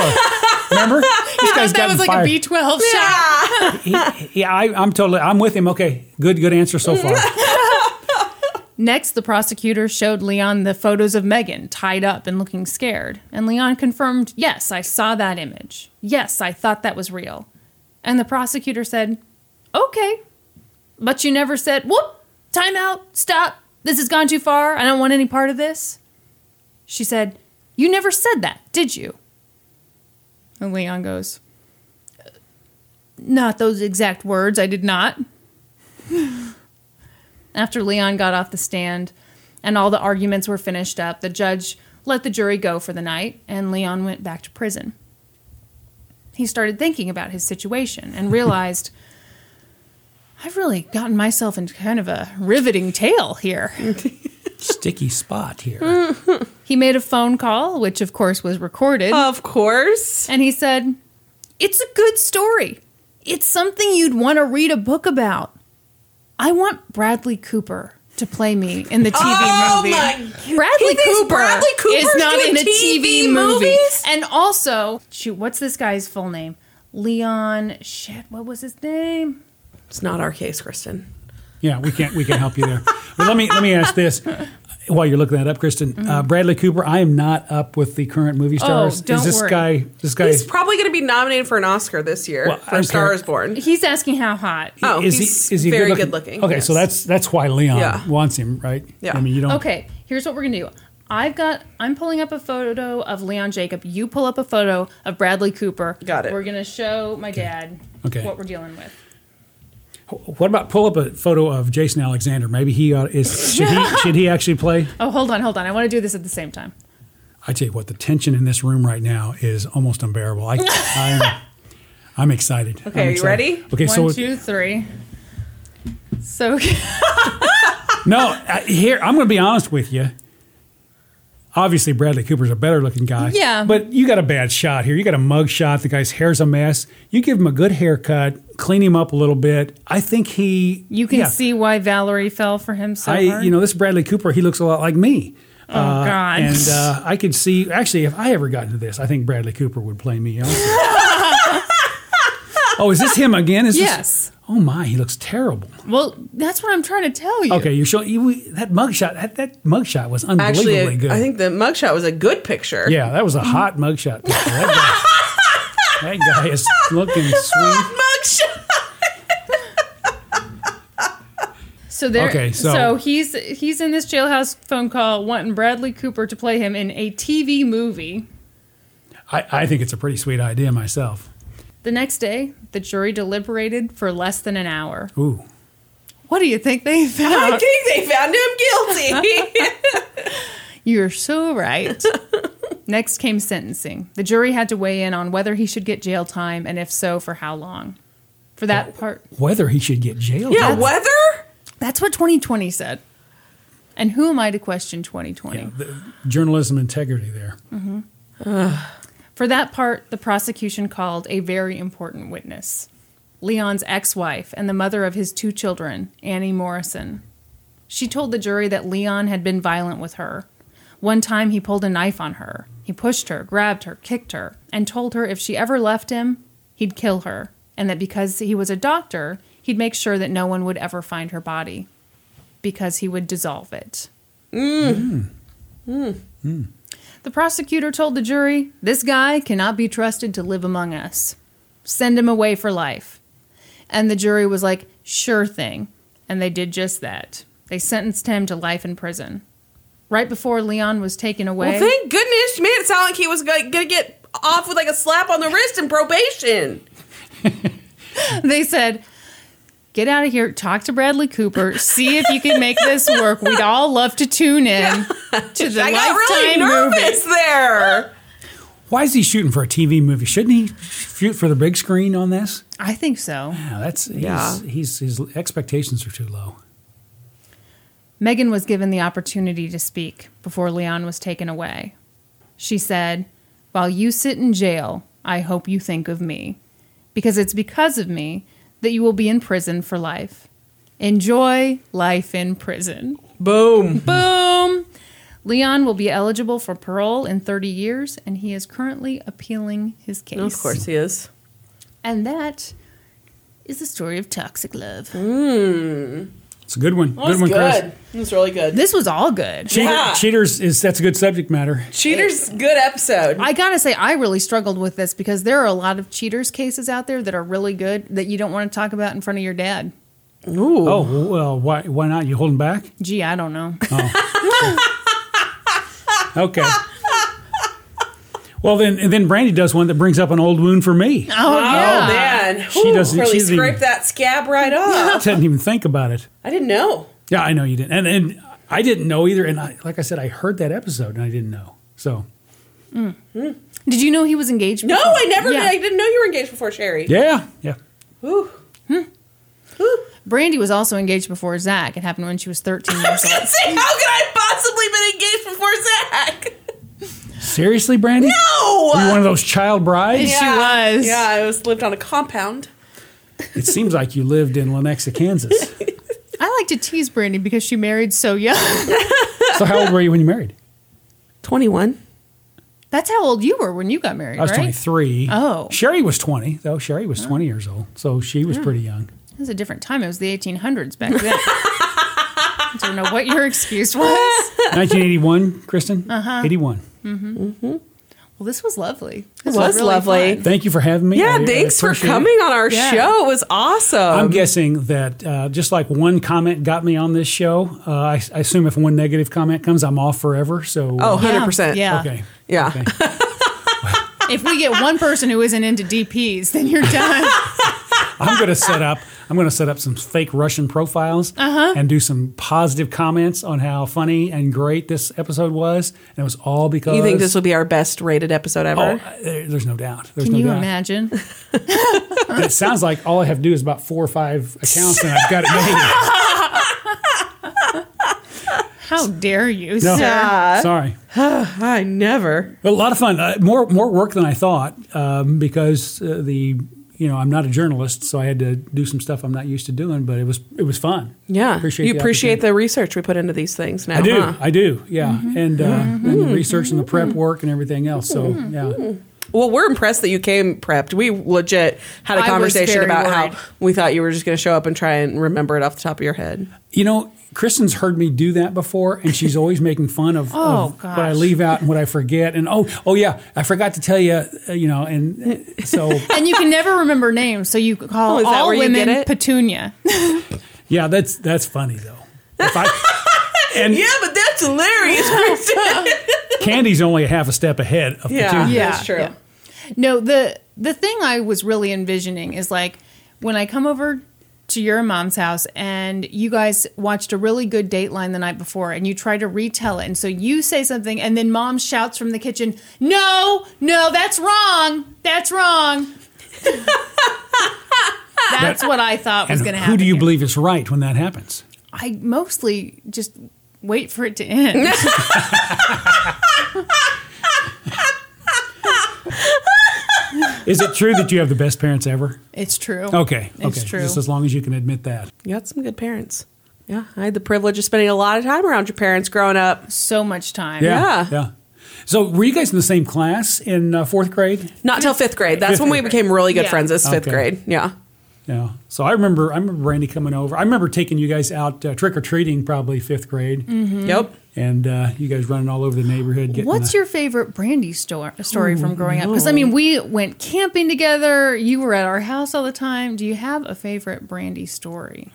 C: her. Remember, this guy's
A: that was like a B twelve shot.
C: Yeah, I, I'm totally. I'm with him. Okay, good, good answer so far.
A: Next, the prosecutor showed Leon the photos of Megan tied up and looking scared, and Leon confirmed, Yes, I saw that image. Yes, I thought that was real. And the prosecutor said, Okay. But you never said, Whoop, time out, stop, this has gone too far, I don't want any part of this. She said, You never said that, did you? And Leon goes, Not those exact words, I did not after Leon got off the stand and all the arguments were finished up, the judge let the jury go for the night and Leon went back to prison. He started thinking about his situation and realized I've really gotten myself into kind of a riveting tale here.
C: Sticky spot here.
A: He made a phone call, which of course was recorded,
B: Of course.
A: and he said, It's a good story. It's something you'd want to read a book about. I want Bradley Cooper to play me in the TV
B: Oh
A: movie.
B: my
A: Bradley
B: He thinks
A: Cooper
B: Bradley
A: is
B: Cooper's
A: not
B: doing
A: in a
B: TV
A: TV movie.
B: movies?
A: And also, shoot, what's this guy's full name? Leon, shit, what was his name?
B: It's not our case, Kristen.
C: Yeah, we can't we can help you there. But let me let me ask this. While you're looking that up, Kristen,
B: Mm-hmm.
C: uh, Bradley Cooper. I am not up with the current movie stars.
A: don't
C: Is this
A: worry.
C: guy? This guy.
B: Oh, He's probably going to be nominated for an Oscar this year
C: Well,
B: for
C: I'm
B: Star
C: sorry.
B: Is Born.
A: He's asking how hot.
B: Oh,
C: is
B: he's
C: he is he
B: very
C: good looking?
B: good-looking,
C: Okay,
B: yes.
C: so that's that's why Leon
B: Yeah.
C: wants him, right?
B: Yeah.
C: I mean, you don't.
A: Okay, here's what we're gonna do. I've got. I'm pulling up a photo of Leon Jacob. You pull up a photo of Bradley Cooper.
B: Got it.
A: We're gonna show my dad
C: Okay.
A: what we're dealing with.
C: What about pull up a photo of Jason Alexander? Maybe he ought, is should he should he actually play?
A: Oh, hold on, hold on. I want to do this at the same time.
C: I tell you what, the tension in this room right now is almost unbearable. I, I'm, I'm excited. Okay,
B: are you ready?
C: Okay, so
A: One, two, three. So
C: no, I, here I'm going to be honest with you. Obviously, Bradley Cooper's a better looking guy.
A: Yeah.
C: but you got a bad shot here. You got a mug shot. The guy's hair's a mess. You give him a good haircut, clean him up a little bit. I think he.
A: you can
C: yeah.
A: see why Valerie fell for him so
C: I,
A: hard.
C: you know, this Bradley Cooper, he looks a lot like me.
A: oh God.
C: And uh, I could see, actually, if I ever got into this, I think Bradley Cooper would play me. Also. oh, is this him again? Is this-
A: Yes.
C: oh my, he looks terrible.
A: Well, that's what I'm trying to tell you.
C: Okay, you're showing you, we- that mugshot. That, that mugshot was unbelievably
B: Actually,
C: good.
B: I think the mugshot was a good picture.
C: yeah, that was a hot mugshot. picture. That guy, that guy is looking sweet.
B: Ah, Mugshot.
A: So there.
C: Okay, so-
A: so. he's he's in this jailhouse phone call wanting Bradley Cooper to play him in a TV movie.
C: I, I think it's a pretty sweet idea myself.
A: The next day, the jury deliberated for less than an hour.
C: Ooh,
A: What do you think they
B: I
C: Uh,
A: found?
B: think they found him guilty.
A: You're so right. Next came sentencing. The jury had to weigh in on whether he should get jail time and if so, for how long. For that part,
C: whether he should get jailed.
B: yeah, weather?
A: that's what 2020 said. And who am I to question 2020?
C: Yeah, the journalism integrity there.
A: For that part, the prosecution called a very important witness Leon's ex wife and the mother of his two children, Annie Morrison. She told the jury that Leon had been violent with her. One time he pulled a knife on her. He pushed her, grabbed her, kicked her, and told her if she ever left him, he'd kill her, and that because he was a doctor, he'd make sure that no one would ever find her body because he would dissolve it.
B: Mm.
A: The prosecutor told the jury, This guy cannot be trusted to live among us. Send him away for life. And the jury was like, Sure thing. And they did just that. They sentenced him to life in prison. Right before Leon was taken away.
B: Well, thank goodness she made it sound like he was going to get off with like a slap on the wrist and probation.
A: they said, Get out of here, talk to Bradley Cooper, see if you can make this work. We'd all love to tune in to the
B: I got really
A: Lifetime movie.
B: nervous there.
C: Why is he shooting for a TV movie? Shouldn't he shoot for the big screen on this?
A: I think so.
C: Yeah, that's he's,
B: Yeah.
C: he's his expectations are too low.
A: Megan was given the opportunity to speak before Leon was taken away. She said, While you sit in jail, I hope you think of me, because it's because of me that you will be in prison for life. Enjoy life in prison.
B: Boom.
A: Boom! Leon will be eligible for parole in 30 years, and he is currently appealing his case.
B: Of course he is.
A: And that is the story of toxic love.
C: It's a good one.
B: That
C: good one,
B: was good.
C: Chris.
B: It was really good.
A: This was all good.
C: Cheater,
B: Yeah.
C: Cheaters is that's a good subject matter.
B: Cheaters, good episode.
A: I gotta say, I really struggled with this because there are a lot of cheaters cases out there that are really good that you don't want to talk about in front of your dad.
B: Ooh.
C: Oh well, why why not? You holding back?
A: Gee, I don't know.
C: Okay. Well then, and then Brandy does one that brings up an old wound for me.
A: Oh, yeah.
B: Oh man,
C: She
B: Ooh,
C: doesn't-
B: really
C: she doesn't
B: scraped
C: even-
B: that scab right off.
C: didn't even think about it.
B: I didn't know.
C: Yeah, I know you didn't, and and I didn't know either. And I, like I said, I heard that episode and I didn't know. So
A: Did you know he was engaged?
B: No, I never.
A: Yeah.
B: I didn't know you were engaged before Sherry.
C: yeah, yeah.
B: Ooh.
A: Brandy was also engaged before Zach. It happened when she was 13 years old.
B: Say, how could I possibly been engaged before Zach?
C: Seriously, Brandy,
B: No.
C: you one of those child brides?
A: She was.
B: Yeah, I was lived on a compound.
C: It seems like you lived in Lenexa, Kansas.
A: I like to tease Brandy because she married so young.
C: So how old were you when you married?
B: Twenty-one.
A: That's how old you were when you got married,
C: I was
A: right?
C: 23.
A: Oh.
C: Sherry was 20, though. Sherry was 20 years old. So she was pretty young.
A: It was a different time. It was the 1800s back then. I don't know what your excuse was.
C: 1981, Kristen? Uh-huh. 81.
A: Well, this was lovely.
B: It
A: This
B: was
A: really
B: lovely.
A: fun.
C: Thank you for having me.
B: Yeah,
C: I- I
B: thanks for
C: appreciate it.
B: coming on our
A: Yeah.
B: show. It was awesome.
C: I'm guessing that uh, just like one comment got me on this show, uh, I, I assume if one negative comment comes, I'm off forever. So,
B: oh,
C: uh,
B: 100%.
A: Yeah.
C: okay.
B: Yeah.
C: Okay.
A: If we get one person who isn't into DPs, then you're done.
C: I'm going to set up. I'm going to set up some fake Russian profiles
B: Uh-huh.
C: and do some positive comments on how funny and great this episode was. And it was all because
B: You think this will be our best rated episode ever?
C: Oh, I- there- there's no doubt. There's
A: Can
C: no
A: you
C: doubt.
A: imagine?
C: It sounds like all I have to do is about four or five accounts, and I've got it made.
A: How dare you,
C: No,
A: sir?
C: sorry. Oh.
B: I never.
C: But a lot of fun. Uh, more more work than I thought um, because uh, the you know I'm not a journalist, so I had to do some stuff I'm not used to doing. But it was it was fun.
B: Yeah. you
C: the
B: appreciate
C: opportunity.
B: the research we put into these things now.
C: I do.
B: huh? Mm-hmm.
C: I do. Yeah. And uh, and the research and the prep work and everything else. So
B: Mm-hmm.
C: yeah.
B: Well, we're impressed that you came prepped. We legit had
A: I
B: a
A: was
B: conversation
A: very
B: about
A: worried.
B: how we thought you were just going to show up and try and remember it off the top of your head.
C: You know, Kristen's heard me do that before, and she's always making fun of,
A: Oh,
C: of what I
A: gosh.
C: leave out and what I forget. And oh, oh yeah, I forgot to tell you, uh, you know. And uh, so,
A: And you can never remember names, so you call
B: Oh, is that
A: all
B: where you get
A: women
B: it?
A: Petunia.
C: yeah, that's that's funny though. If I, and
B: Yeah, but that's hilarious, Kristen.
C: Candy's only a half a step ahead of
B: yeah,
C: Petunia.
A: Yeah,
B: that's true.
A: yeah. No, the the thing I was really envisioning is like when I come over to your mom's house and you guys watched a really good dateline the night before and you try to retell it and so you say something and then mom shouts from the kitchen, "No, no, that's wrong. That's wrong." that's what I thought was
C: And
A: going to happen.
C: who do you
A: here.
C: believe is right when that happens?
A: I mostly just wait for it to end.
C: Is it true that you have the best parents ever?
A: it's true.
C: Okay,
A: It's
C: okay.
A: true.
C: Just as long as you can admit that.
B: You got some good parents. Yeah, I had the privilege of spending a lot of time around your parents growing up.
A: So much time.
B: Yeah.
C: Yeah, yeah. So, were you guys in the same class in uh, fourth grade?
B: Not till fifth grade. That's when we became really good
A: Yeah.
B: friends. Is fifth
C: Okay.
B: grade. Yeah.
C: Yeah. So I remember, I remember Randy coming over. I remember taking you guys out uh, trick or treating, probably fifth grade,
B: Mm.
A: Mm-hmm.
B: Yep.
C: and uh, you guys running all over the neighborhood. Getting
A: What's
C: the-
A: your favorite Brandy sto- story from growing up? Because I mean, we went camping together. You were at our house all the time. Do you have a favorite Brandy story?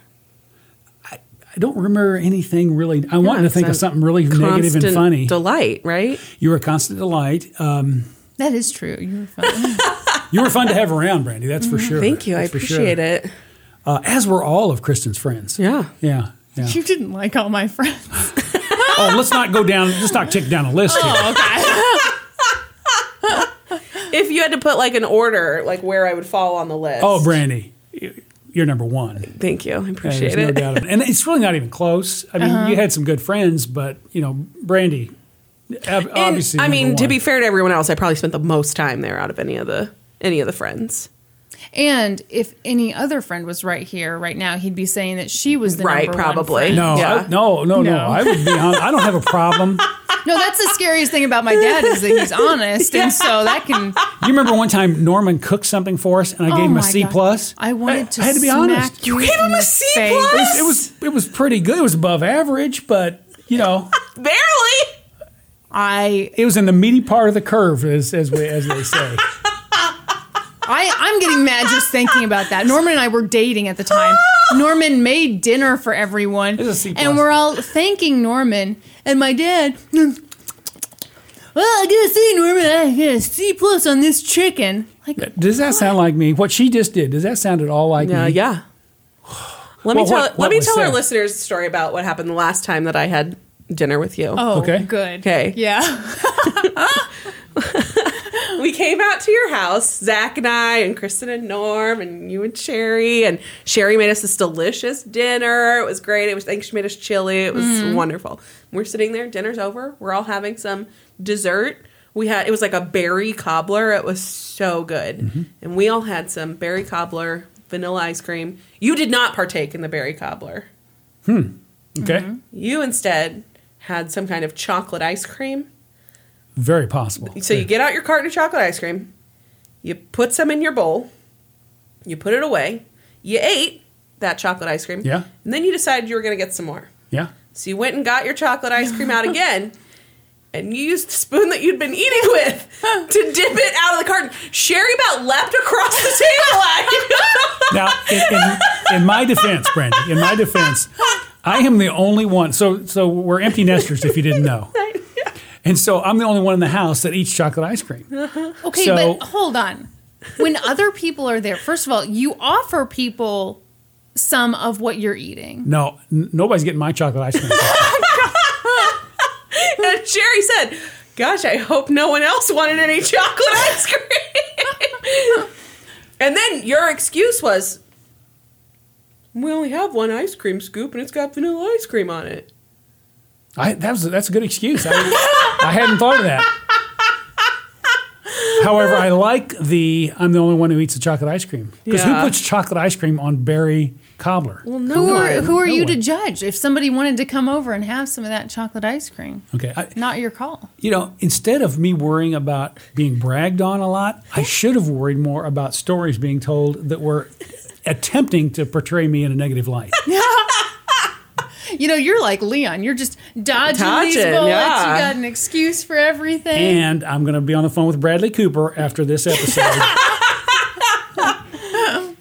C: I don't remember anything really. I wanted to
B: it's
C: think
B: a
C: of something really negative and
B: Constant
C: funny.
B: Delight, right?
C: you were a constant delight. Um,
A: That is true. You were fun.
C: you were fun to have around, Brandy. That's for sure.
B: Mm-hmm. Thank you. I
C: That's for sure.
B: appreciate it.
C: Uh, as were all of Kristen's friends.
B: Yeah.
C: Yeah. Yeah.
A: you didn't like all my friends.
C: oh, let's not go down. Let's not tick down a list. here.
A: Oh.
D: Oh,
B: If you had to put like an order, like where I would fall on the list.
C: Oh, Brandy, you- you're number one.
B: Thank you. I
C: Yeah,
B: appreciate
C: there's
B: it.
C: no doubt. And it's really not even close. I
A: Uh-huh.
C: mean, you had some good friends, but you know, Brandy, ob-
B: And,
C: obviously.
B: I
C: number
B: mean, to
C: one.
B: be fair to everyone else, I probably spent the most time there out of any of the any of the friends.
A: And if any other friend was right here, right now, he'd be saying that she was the
D: Right,
A: number one
D: probably.
A: friend.
C: No,
D: Yeah.
C: I, no, no, no,
A: No.
C: I would be honest. I don't have a problem.
A: No, that's the scariest thing about my dad is that he's honest, and so that can.
C: You remember one time Norman cooked something for us, and I
A: oh
C: gave him
A: my
C: a C
A: God.
C: plus.
A: I wanted to.
C: I had to be
A: smack
C: honest.
A: You
D: gave
A: in
D: him a
A: the
D: C
A: face.
D: plus?
C: It was, it was it was pretty good. It was above average, but you know,
D: Barely.
A: I,
C: it was in the meaty part of the curve, as as, we, as they say.
A: I, I'm getting mad just thinking about that. Norman and I were dating at the time. Norman made dinner for everyone,
C: It's a C plus.
A: and we're all thanking Norman. And my dad, well, I gotta say, Norman, I got a C plus on this chicken. Like,
C: Does that sound like me? What she just did? Does that sound at all like
D: Uh,
C: me?
D: yeah.
B: Let
C: Mm-hmm. Well,
B: me tell
C: what- what
B: let me
C: was
B: tell our
C: there?
B: listeners a story about what happened the last time that I had dinner with you.
A: oh,
C: Okay.
A: good,
D: Okay.
A: yeah.
B: We came out to your house, Zach and I, and Kristen and Norm, and you and Sherry. And Sherry made us this delicious dinner. It was great. It was. I think she made us chili. It was wonderful. We're sitting there. Dinner's over. We're all having some dessert. We had it was like a berry cobbler. It was so good, and we all had some berry cobbler, vanilla ice cream. You did not partake in the berry cobbler.
C: Okay.
B: You instead had some kind of chocolate ice cream.
C: Very possible.
B: So you get out your carton of chocolate ice cream, you put some in your bowl, you put it away, you ate that chocolate ice cream,
C: Yeah.
B: and then you decided you were going to get some more.
C: Yeah.
B: So you went and got your chocolate ice cream out again, and you used the spoon that you'd been eating with to dip it out of the carton. Sherry about leapt across the table at you.
C: Now, in, in, in my defense, Brandy, in my defense, I am the only one. So, so we're empty nesters, if you didn't know. And so I'm the only one in the house that eats chocolate ice cream.
A: Okay,
C: So-
A: but hold on. When other people are there, first of all, you offer people some of what you're eating.
C: No, n- nobody's getting my chocolate ice cream.
B: And Sherry said, Gosh, I hope no one else wanted any chocolate ice cream. and then your excuse was, We only have one ice cream scoop and it's got vanilla ice cream on it.
C: I, that was, that's a good excuse. I, I hadn't thought of that. However, I like the I'm the only one who eats the chocolate ice cream. Because
B: Yeah.
C: who puts chocolate ice cream on berry cobbler?
A: who are who are
C: No
A: you to
C: one.
A: judge? If somebody wanted to come over and have some of that chocolate ice cream,
C: Okay. I,
A: not your call.
C: you know, instead of me worrying about being bragged on a lot, I should have worried more about stories being told that were attempting to portray me in a negative light.
A: You know, you're like Leon. You're just dodging, these
B: Dodging,
A: bullets.
B: yeah.
A: You got an excuse for everything.
C: and I'm going to be on the phone with Bradley Cooper after this episode.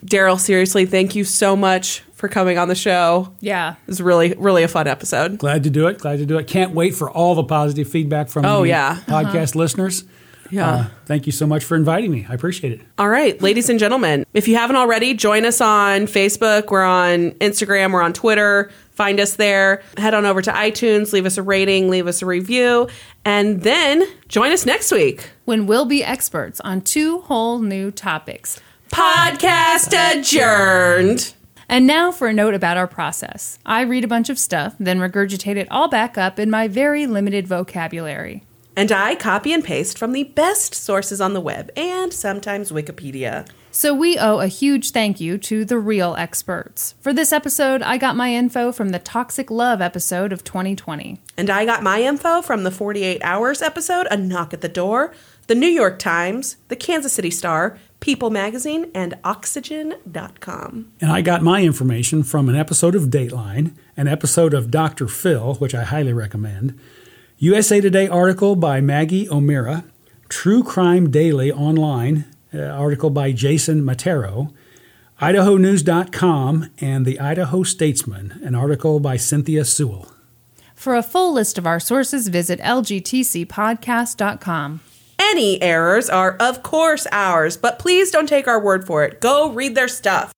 B: Daryl, seriously, thank you so much for coming on the show.
A: yeah.
B: It was really, really a fun episode.
C: Glad to do it. Glad to do it. Can't wait for all the positive feedback from
B: Oh,
C: the
B: yeah. Uh-huh.
C: podcast listeners.
B: Yeah.
C: Uh, thank you so much for inviting me. I appreciate it.
B: All right, ladies and gentlemen, if you haven't already, join us on Facebook. We're on Instagram. We're on Twitter. Find us there. Head on over to iTunes. Leave us a rating. Leave us a review. And then join us next week.
A: When we'll be experts on two whole new topics.
B: Podcast adjourned.
A: And now for a note about our process. I read a bunch of stuff, then regurgitate it all back up in my very limited vocabulary.
B: And I copy and paste from the best sources on the web and sometimes Wikipedia.
A: So, we owe a huge thank you to the real experts. For this episode, I got my info from the Toxic Love episode of 2020.
B: And I got my info from the 48 Hours episode, A Knock at the Door, the New York Times, the Kansas City Star, People Magazine, and Oxygen.com.
C: And I got my information from an episode of Dateline, an episode of Dr. Phil, which I highly recommend, USA Today article by Maggie O'Meara, True Crime Daily Online uh, article by Jason Matero, IdahoNews.com, and the Idaho Statesman, an article by Cynthia Sewell.
A: For a full list of our sources, visit lgtcpodcast.com.
B: Any errors are, of course, ours, but please don't take our word for it. Go read their stuff.